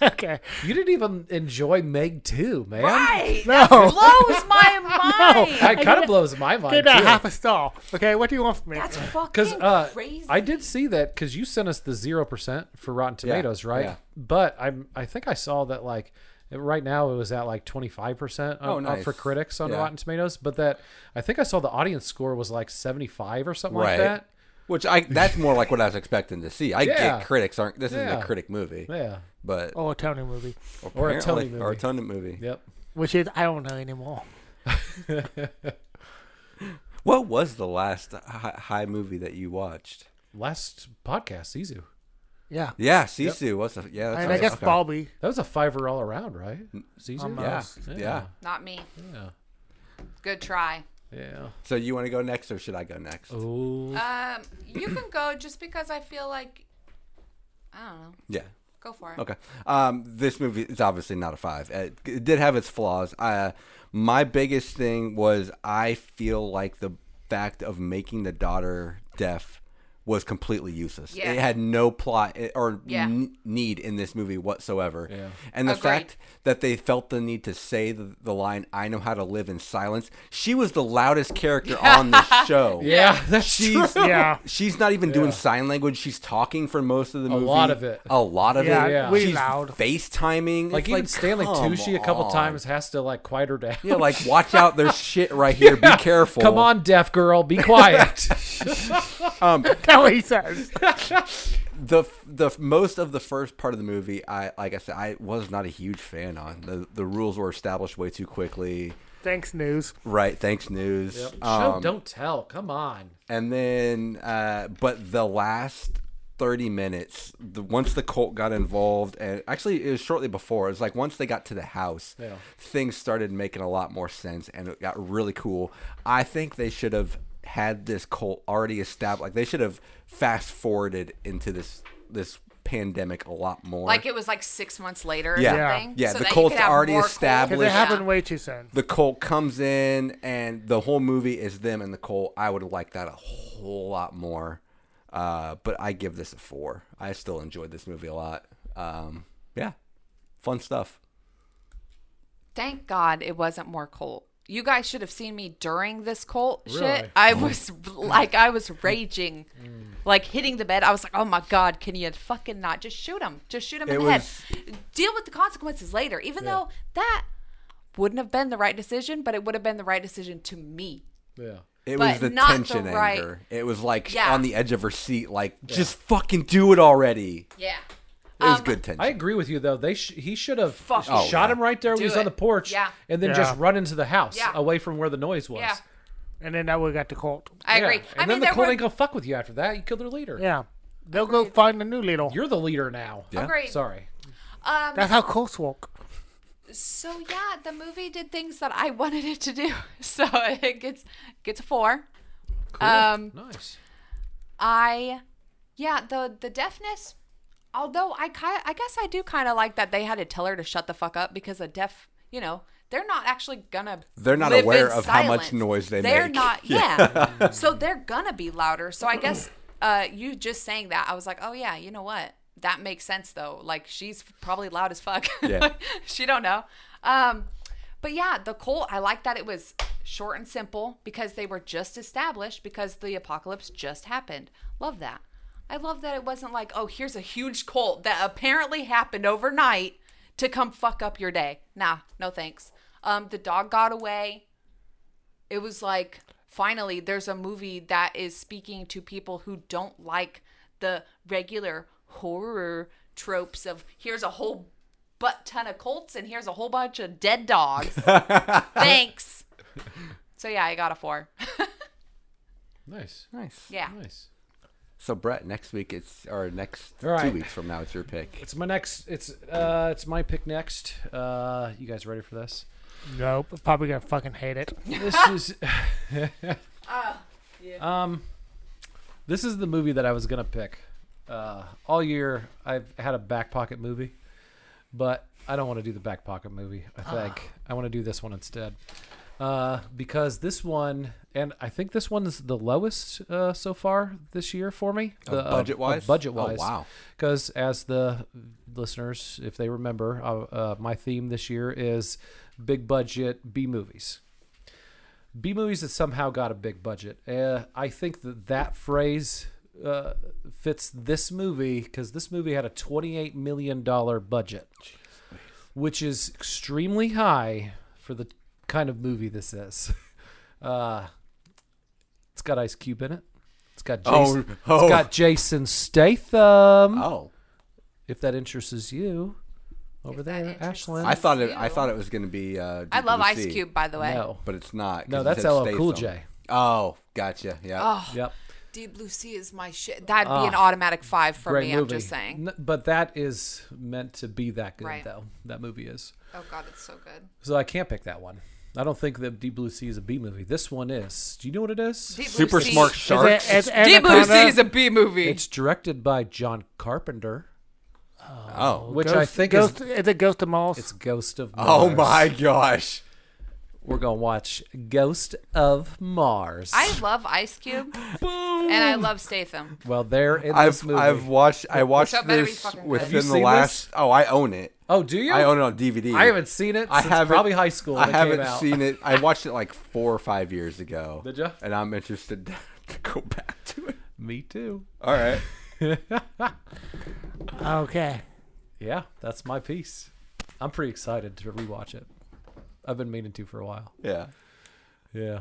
[SPEAKER 3] okay.
[SPEAKER 2] You didn't even enjoy Meg 2, man.
[SPEAKER 1] Right?
[SPEAKER 3] No.
[SPEAKER 1] blows my mind.
[SPEAKER 2] That kind of blows my
[SPEAKER 3] Give
[SPEAKER 2] mind.
[SPEAKER 3] that
[SPEAKER 2] too.
[SPEAKER 3] half a star. Okay. What do you want from me?
[SPEAKER 1] That's uh, fucking
[SPEAKER 2] because uh,
[SPEAKER 1] crazy.
[SPEAKER 2] I did see that because you sent us the zero percent for Rotten Tomatoes, right?
[SPEAKER 4] yeah.
[SPEAKER 2] But I am I think I saw that like it- right now it was at like twenty five percent
[SPEAKER 4] Oh, nice.
[SPEAKER 2] for critics on
[SPEAKER 4] Yeah.
[SPEAKER 2] Rotten Tomatoes, but that I think I saw the audience score was like seventy five or something
[SPEAKER 4] Right.
[SPEAKER 2] like that.
[SPEAKER 4] Which I that's more like what I was expecting to see. I
[SPEAKER 2] Yeah.
[SPEAKER 4] get critics aren't this isn't
[SPEAKER 2] Yeah.
[SPEAKER 4] a critic movie.
[SPEAKER 2] Yeah.
[SPEAKER 4] But
[SPEAKER 3] Oh, a Tony movie,
[SPEAKER 2] Or a Tony
[SPEAKER 4] apparently-
[SPEAKER 2] movie.
[SPEAKER 4] Or a Tony movie.
[SPEAKER 2] Yep.
[SPEAKER 3] which is I don't know anymore.
[SPEAKER 4] What was the last high, high movie that you watched?
[SPEAKER 2] Last podcast, Sisu.
[SPEAKER 3] Yeah.
[SPEAKER 4] Yeah, Sisu. What's the yeah? That
[SPEAKER 3] And I
[SPEAKER 4] sounds-
[SPEAKER 3] guess
[SPEAKER 4] okay.
[SPEAKER 3] Bobby.
[SPEAKER 2] That was a fiver all around, right?
[SPEAKER 4] Mm,
[SPEAKER 2] Sisu.
[SPEAKER 4] Yeah,
[SPEAKER 2] Yeah.
[SPEAKER 4] yeah.
[SPEAKER 1] Not me.
[SPEAKER 2] Yeah.
[SPEAKER 1] Good try.
[SPEAKER 2] Yeah.
[SPEAKER 4] So you want to go next, or should I go next?
[SPEAKER 2] Oh. Ooh.
[SPEAKER 1] Um, you can go just because I feel like I don't know.
[SPEAKER 4] Yeah.
[SPEAKER 1] Go for it.
[SPEAKER 4] Okay. Um, this movie is obviously not a five. It, it did have its flaws. Uh, my biggest thing was I feel like the fact of making the daughter deaf was completely useless.
[SPEAKER 1] Yeah.
[SPEAKER 4] It had no plot i- or
[SPEAKER 1] Yeah.
[SPEAKER 4] n- need in this movie whatsoever.
[SPEAKER 2] Yeah.
[SPEAKER 4] And the
[SPEAKER 1] Agreed.
[SPEAKER 4] fact that they felt the need to say the, the line "I know how to live in silence," she was the loudest character on the show.
[SPEAKER 2] Yeah. That's true.
[SPEAKER 4] She's
[SPEAKER 3] Yeah.
[SPEAKER 4] She's not even doing sign language. She's talking for most of the movie.
[SPEAKER 2] lot of it.
[SPEAKER 4] A lot of
[SPEAKER 3] Yeah,
[SPEAKER 4] it.
[SPEAKER 2] Yeah.
[SPEAKER 3] really
[SPEAKER 4] She's
[SPEAKER 3] loud.
[SPEAKER 4] FaceTiming.
[SPEAKER 2] Like
[SPEAKER 4] It's
[SPEAKER 2] even Stanley
[SPEAKER 4] come
[SPEAKER 2] Tucci a couple
[SPEAKER 4] on.
[SPEAKER 2] times has to like quiet her down.
[SPEAKER 4] Yeah, like watch out. There's shit right here. Be careful.
[SPEAKER 2] Come on, deaf girl, be quiet.
[SPEAKER 3] That's what he says.
[SPEAKER 4] The f- the f- most of the first part of the movie, I like I said, I was not a huge fan on. The the rules were established way too quickly.
[SPEAKER 3] Thanks, news.
[SPEAKER 4] Right. Thanks, news. Um,
[SPEAKER 2] Show, don't tell. Come on.
[SPEAKER 4] And then, uh, but the last 30 minutes, the, once the cult got involved, and actually it was shortly before, it was like once they got to the house,
[SPEAKER 2] Yeah.
[SPEAKER 4] things started making a lot more sense and it got really cool. I think they should have had this cult already established. Like they should have fast forwarded into this, this pandemic a lot more.
[SPEAKER 1] Like it was like six months later or
[SPEAKER 4] Yeah.
[SPEAKER 3] Yeah.
[SPEAKER 1] something.
[SPEAKER 4] Yeah, the
[SPEAKER 1] that you
[SPEAKER 4] cult's
[SPEAKER 1] could have
[SPEAKER 4] already
[SPEAKER 1] more
[SPEAKER 4] established.
[SPEAKER 1] Cool.
[SPEAKER 3] Because it
[SPEAKER 4] Yeah.
[SPEAKER 3] happened way too soon.
[SPEAKER 4] the cult comes in and the whole movie is them and the cult. I would like that a whole lot more. Uh, but I give this a four. I still enjoyed this movie a lot. Um, yeah, fun stuff.
[SPEAKER 1] Thank God it wasn't more cult. You guys should have seen me during this cult shit.
[SPEAKER 2] Really? Mm.
[SPEAKER 1] I was like, I was raging, like hitting the bed. I was like, oh my God, can you fucking not? Just shoot him. Just shoot him in
[SPEAKER 4] It
[SPEAKER 1] the head. Deal with the consequences later, even though that wouldn't have been the right decision, but it would have been the right decision to me.
[SPEAKER 2] Yeah.
[SPEAKER 4] It
[SPEAKER 1] But
[SPEAKER 4] was the
[SPEAKER 1] not the
[SPEAKER 4] tension
[SPEAKER 1] right-
[SPEAKER 4] anger. It was like
[SPEAKER 1] Yeah.
[SPEAKER 4] on the edge of her seat, like just fucking do it already.
[SPEAKER 1] Yeah.
[SPEAKER 4] It
[SPEAKER 1] Um,
[SPEAKER 4] was good tension.
[SPEAKER 2] I agree with you though. They sh- he should have
[SPEAKER 1] Fuck
[SPEAKER 2] shot
[SPEAKER 1] it.
[SPEAKER 2] him right there when
[SPEAKER 1] Do
[SPEAKER 2] he was
[SPEAKER 1] it.
[SPEAKER 2] on the porch,
[SPEAKER 1] Yeah.
[SPEAKER 2] and then just
[SPEAKER 3] Yeah.
[SPEAKER 2] run into the house
[SPEAKER 1] Yeah.
[SPEAKER 2] away from where the noise was.
[SPEAKER 1] Yeah.
[SPEAKER 3] And then that we got the cult.
[SPEAKER 1] I
[SPEAKER 2] Yeah.
[SPEAKER 1] agree.
[SPEAKER 2] And
[SPEAKER 1] I
[SPEAKER 2] then
[SPEAKER 1] mean,
[SPEAKER 2] the
[SPEAKER 1] there
[SPEAKER 2] cult
[SPEAKER 1] were
[SPEAKER 2] ain't gonna fuck with you after that. You killed their leader.
[SPEAKER 3] Yeah. They'll go find a new little.
[SPEAKER 2] You're the leader now.
[SPEAKER 4] Yeah.
[SPEAKER 1] Agreed.
[SPEAKER 2] Sorry.
[SPEAKER 1] Um,
[SPEAKER 3] That's how course walk.
[SPEAKER 1] so yeah, the movie did things that I wanted it to do. So it gets gets a four.
[SPEAKER 2] Cool.
[SPEAKER 1] Um,
[SPEAKER 2] nice.
[SPEAKER 1] I, yeah, the the deafness. Although I kind, I guess I do kind of like that they had to tell her to shut the fuck up because a deaf, you know, they're not actually gonna.
[SPEAKER 4] They're not
[SPEAKER 1] live in
[SPEAKER 4] aware of how much
[SPEAKER 1] silence.
[SPEAKER 4] noise they
[SPEAKER 1] They're
[SPEAKER 4] make.
[SPEAKER 1] not. Yeah. so they're gonna be louder. So I guess uh, you just saying that, I was like, oh yeah, you know what? That makes sense though. Like she's probably loud as fuck.
[SPEAKER 4] Yeah.
[SPEAKER 1] she don't know. Um, but yeah, the cult. I like that it was short and simple because they were just established because the apocalypse just happened. Love that. I love that it wasn't like, oh, here's a huge cult that apparently happened overnight to come fuck up your day. Nah, no thanks. Um, the dog got away. It was like finally there's a movie that is speaking to people who don't like the regular horror tropes of here's a whole butt ton of colts and here's a whole bunch of dead dogs. Thanks. So yeah, I got a four.
[SPEAKER 2] Nice.
[SPEAKER 4] Nice.
[SPEAKER 1] yeah.
[SPEAKER 2] Nice.
[SPEAKER 4] So Brett, next week it's or next
[SPEAKER 2] All right.
[SPEAKER 4] two weeks from now it's your pick.
[SPEAKER 2] It's my next. It's uh, it's my pick next. Uh, you guys ready for this?
[SPEAKER 3] Nope. Probably gonna fucking hate it.
[SPEAKER 2] This is. Ah, Um, this is the movie that I was gonna pick. Uh, all year I've had a back pocket movie, but I don't want to do the back pocket movie. I think I want to do this one instead. Uh, because this one, and I think this one is the lowest uh, so far this year for me. The,
[SPEAKER 4] budget-wise?
[SPEAKER 2] budget
[SPEAKER 4] Oh,
[SPEAKER 2] wise.
[SPEAKER 4] wow.
[SPEAKER 2] Because as the listeners, if they remember, uh, uh, my theme this year is big budget B movies. B movies that somehow got a big budget. Uh, I think that that phrase uh, fits this movie because this movie had a $28 million budget, which is extremely high for the kind of movie this is. Uh, it's got Ice Cube in it. It's got
[SPEAKER 4] Oh,
[SPEAKER 2] Jason,
[SPEAKER 4] oh.
[SPEAKER 2] It's got Jason Statham.
[SPEAKER 4] Oh,
[SPEAKER 2] If that interests you, over there,
[SPEAKER 1] interests
[SPEAKER 2] Ashland.
[SPEAKER 4] I thought it. I thought it was going to be. Uh,
[SPEAKER 1] I love Ice
[SPEAKER 4] DDC,
[SPEAKER 1] Cube, by the way.
[SPEAKER 2] no,
[SPEAKER 4] but it's not. 'cause
[SPEAKER 2] no,
[SPEAKER 4] it
[SPEAKER 2] that's
[SPEAKER 4] said
[SPEAKER 2] LL Cool
[SPEAKER 4] Statham.
[SPEAKER 2] J.
[SPEAKER 4] Oh, gotcha. Yeah.
[SPEAKER 1] Oh,
[SPEAKER 2] Yep.
[SPEAKER 1] Deep Blue Sea is my shit. That'd be an automatic five for me. I'm just saying.
[SPEAKER 2] N- but that is meant to be that good,
[SPEAKER 1] Right.
[SPEAKER 2] though. That movie is.
[SPEAKER 1] Oh God, it's so good.
[SPEAKER 2] So I can't pick that one. I don't think that Deep Blue Sea is a B movie. This one is. Do you know what it is?
[SPEAKER 1] Deep Blue
[SPEAKER 4] Super
[SPEAKER 1] Sea-
[SPEAKER 4] smart
[SPEAKER 3] Is
[SPEAKER 4] shark.
[SPEAKER 3] it, it's
[SPEAKER 1] Deep Blue Sea
[SPEAKER 3] Anaconda?
[SPEAKER 1] is a B movie.
[SPEAKER 2] It's directed by John Carpenter,
[SPEAKER 4] Oh.
[SPEAKER 2] which I
[SPEAKER 3] Ghost-
[SPEAKER 2] think
[SPEAKER 3] Ghost,
[SPEAKER 2] is
[SPEAKER 3] is it Ghost of Mars?
[SPEAKER 2] it's Ghost of Mars.
[SPEAKER 4] Oh my gosh.
[SPEAKER 2] We're gonna watch Ghost of Mars.
[SPEAKER 1] I love Ice Cube, and I love Statham.
[SPEAKER 2] well, they're in this
[SPEAKER 4] I've
[SPEAKER 2] movie.
[SPEAKER 4] I've watched I watched
[SPEAKER 1] that better be
[SPEAKER 4] this
[SPEAKER 1] fucking good. Have you
[SPEAKER 4] within the
[SPEAKER 2] seen
[SPEAKER 4] last.
[SPEAKER 2] this?
[SPEAKER 4] Oh, I own it.
[SPEAKER 2] oh, do you?
[SPEAKER 4] I own it on DVD.
[SPEAKER 2] I haven't seen it.
[SPEAKER 4] I
[SPEAKER 2] since
[SPEAKER 4] haven't.
[SPEAKER 2] probably high school.
[SPEAKER 4] I
[SPEAKER 2] when it came
[SPEAKER 4] haven't
[SPEAKER 2] out.
[SPEAKER 4] seen it. I watched it like four or five years ago.
[SPEAKER 2] Did ya?
[SPEAKER 4] And I'm interested to go back to it.
[SPEAKER 2] Me too.
[SPEAKER 4] All right.
[SPEAKER 3] okay.
[SPEAKER 2] Yeah, that's my piece. I'm pretty excited to rewatch it. I've been meaning to for a while.
[SPEAKER 4] Yeah.
[SPEAKER 2] Yeah.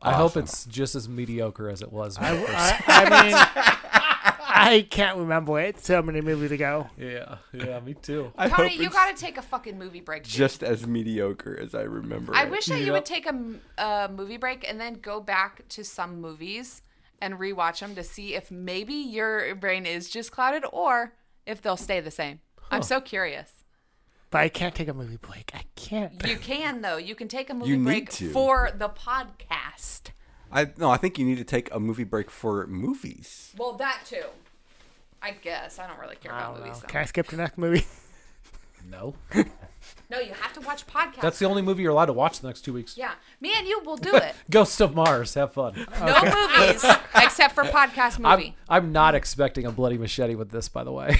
[SPEAKER 2] I hope it's just as mediocre as it was. when it first-
[SPEAKER 3] I, I mean, I can't remember it. So many movies ago.
[SPEAKER 2] yeah, yeah, me too.
[SPEAKER 4] I hope
[SPEAKER 1] Tony, you
[SPEAKER 4] it's
[SPEAKER 1] gotta take a fucking movie break. dude.
[SPEAKER 4] just as mediocre as I remember.
[SPEAKER 1] I
[SPEAKER 4] it.
[SPEAKER 1] wish that you
[SPEAKER 2] Yep.
[SPEAKER 1] would take a, m- a movie break and then go back to some movies and rewatch them to see if maybe your brain is just clouded or if they'll stay the same. I'm so curious.
[SPEAKER 3] But I can't take a movie break. I can't.
[SPEAKER 1] You can though. You can take a movie
[SPEAKER 4] You need
[SPEAKER 1] break
[SPEAKER 4] to.
[SPEAKER 1] for the podcast.
[SPEAKER 4] I no. I think you need to take a movie break for movies.
[SPEAKER 1] Well, that too. I guess I don't really care about movies. though.
[SPEAKER 3] Can I skip the next movie?
[SPEAKER 2] No.
[SPEAKER 1] No, you have to watch podcasts.
[SPEAKER 2] That's the only movie you're allowed to watch the next two weeks.
[SPEAKER 1] yeah, me and you will do it.
[SPEAKER 2] Ghost of Mars. Have fun.
[SPEAKER 1] No movies except for podcast movie.
[SPEAKER 2] I'm, I'm not expecting a bloody machete with this, by the way.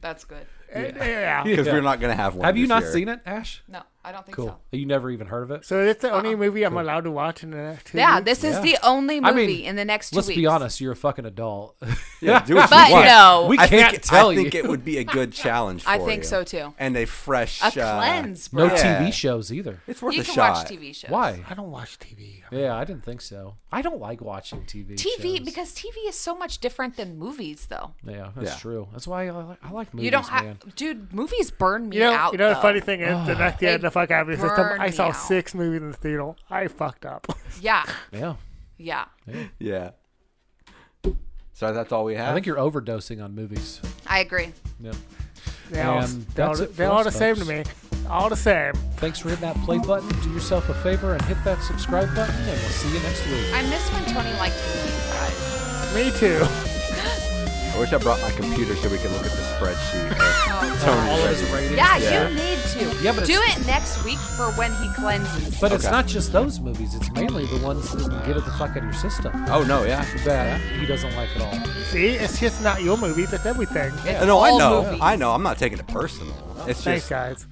[SPEAKER 1] That's good.
[SPEAKER 3] yeah.
[SPEAKER 4] Because we're not gonna have one.
[SPEAKER 2] Have you
[SPEAKER 4] this
[SPEAKER 2] not
[SPEAKER 4] year.
[SPEAKER 2] seen it, Ash?
[SPEAKER 1] No, I don't think
[SPEAKER 2] Cool.
[SPEAKER 1] so.
[SPEAKER 2] You never even heard of it?
[SPEAKER 3] So it's the only movie I'm allowed to watch in the next two
[SPEAKER 1] Uh-uh. Yeah,
[SPEAKER 3] weeks?
[SPEAKER 1] this is
[SPEAKER 2] Yeah.
[SPEAKER 1] the only movie
[SPEAKER 2] I mean,
[SPEAKER 1] in the next 2
[SPEAKER 2] Let's
[SPEAKER 1] weeks.
[SPEAKER 2] be honest. You're a fucking adult.
[SPEAKER 4] Yeah, do what you
[SPEAKER 1] But
[SPEAKER 4] want.
[SPEAKER 1] no.
[SPEAKER 2] We
[SPEAKER 4] I
[SPEAKER 2] can't
[SPEAKER 4] think,
[SPEAKER 2] tell
[SPEAKER 4] I think
[SPEAKER 2] you.
[SPEAKER 4] it would be a good challenge. For
[SPEAKER 1] I think
[SPEAKER 4] you.
[SPEAKER 1] so, too.
[SPEAKER 4] And a fresh
[SPEAKER 1] A
[SPEAKER 4] uh,
[SPEAKER 1] cleanse, bro.
[SPEAKER 2] No
[SPEAKER 4] Yeah.
[SPEAKER 2] TV shows either.
[SPEAKER 4] It's worth
[SPEAKER 1] you
[SPEAKER 4] a
[SPEAKER 1] can
[SPEAKER 4] shot.
[SPEAKER 1] watch TV shows.
[SPEAKER 2] Why?
[SPEAKER 3] I don't watch TV.
[SPEAKER 2] Yeah, I didn't think so. I don't like watching TV.
[SPEAKER 1] TV
[SPEAKER 2] shows.
[SPEAKER 1] because TV is so much different than movies, though.
[SPEAKER 2] yeah, that's
[SPEAKER 4] Yeah.
[SPEAKER 2] true. That's why I, li- I like movies.
[SPEAKER 1] you don't have,
[SPEAKER 2] man.
[SPEAKER 1] dude. Movies burn me
[SPEAKER 3] You know,
[SPEAKER 1] out.
[SPEAKER 3] you know the
[SPEAKER 1] though.
[SPEAKER 3] funny thing is, the next year,
[SPEAKER 1] They
[SPEAKER 3] the fuck out of the system,
[SPEAKER 1] burn
[SPEAKER 3] I
[SPEAKER 1] me
[SPEAKER 3] saw
[SPEAKER 1] out.
[SPEAKER 3] six movies in the theater. I fucked up.
[SPEAKER 1] Yeah,
[SPEAKER 2] Yeah,
[SPEAKER 1] yeah.
[SPEAKER 4] Yeah. So that's all we have. Uh,
[SPEAKER 2] I think you're overdosing on movies.
[SPEAKER 1] I agree.
[SPEAKER 2] Yeah.
[SPEAKER 3] They all,
[SPEAKER 2] And
[SPEAKER 3] they all,
[SPEAKER 2] that's it
[SPEAKER 3] they
[SPEAKER 2] for
[SPEAKER 3] all
[SPEAKER 2] us,
[SPEAKER 3] the same to me.
[SPEAKER 2] folks.
[SPEAKER 3] All the same.
[SPEAKER 2] Thanks for hitting that play button. Do yourself a favor and hit that subscribe button, and we'll see you next week.
[SPEAKER 1] I miss when Tony liked me.
[SPEAKER 3] Me too.
[SPEAKER 4] I wish I brought my computer so we could look at the spreadsheet. of Tony's ratings.
[SPEAKER 1] Yeah,
[SPEAKER 4] Yeah.
[SPEAKER 1] you need to.
[SPEAKER 2] Yeah, but
[SPEAKER 1] do
[SPEAKER 2] it's-
[SPEAKER 1] it next week for when he cleanses.
[SPEAKER 2] But it's
[SPEAKER 4] Okay.
[SPEAKER 2] not just those movies. It's mainly the ones that can get it the fuck out of your system
[SPEAKER 4] Oh no, yeah, I
[SPEAKER 2] that he doesn't like at all.
[SPEAKER 3] See, it's just not your movies. It's everything.
[SPEAKER 4] No, I
[SPEAKER 1] all
[SPEAKER 4] know,
[SPEAKER 1] movies.
[SPEAKER 4] I know. I'm not taking it personal. It's
[SPEAKER 3] Thanks,
[SPEAKER 4] just
[SPEAKER 3] guys.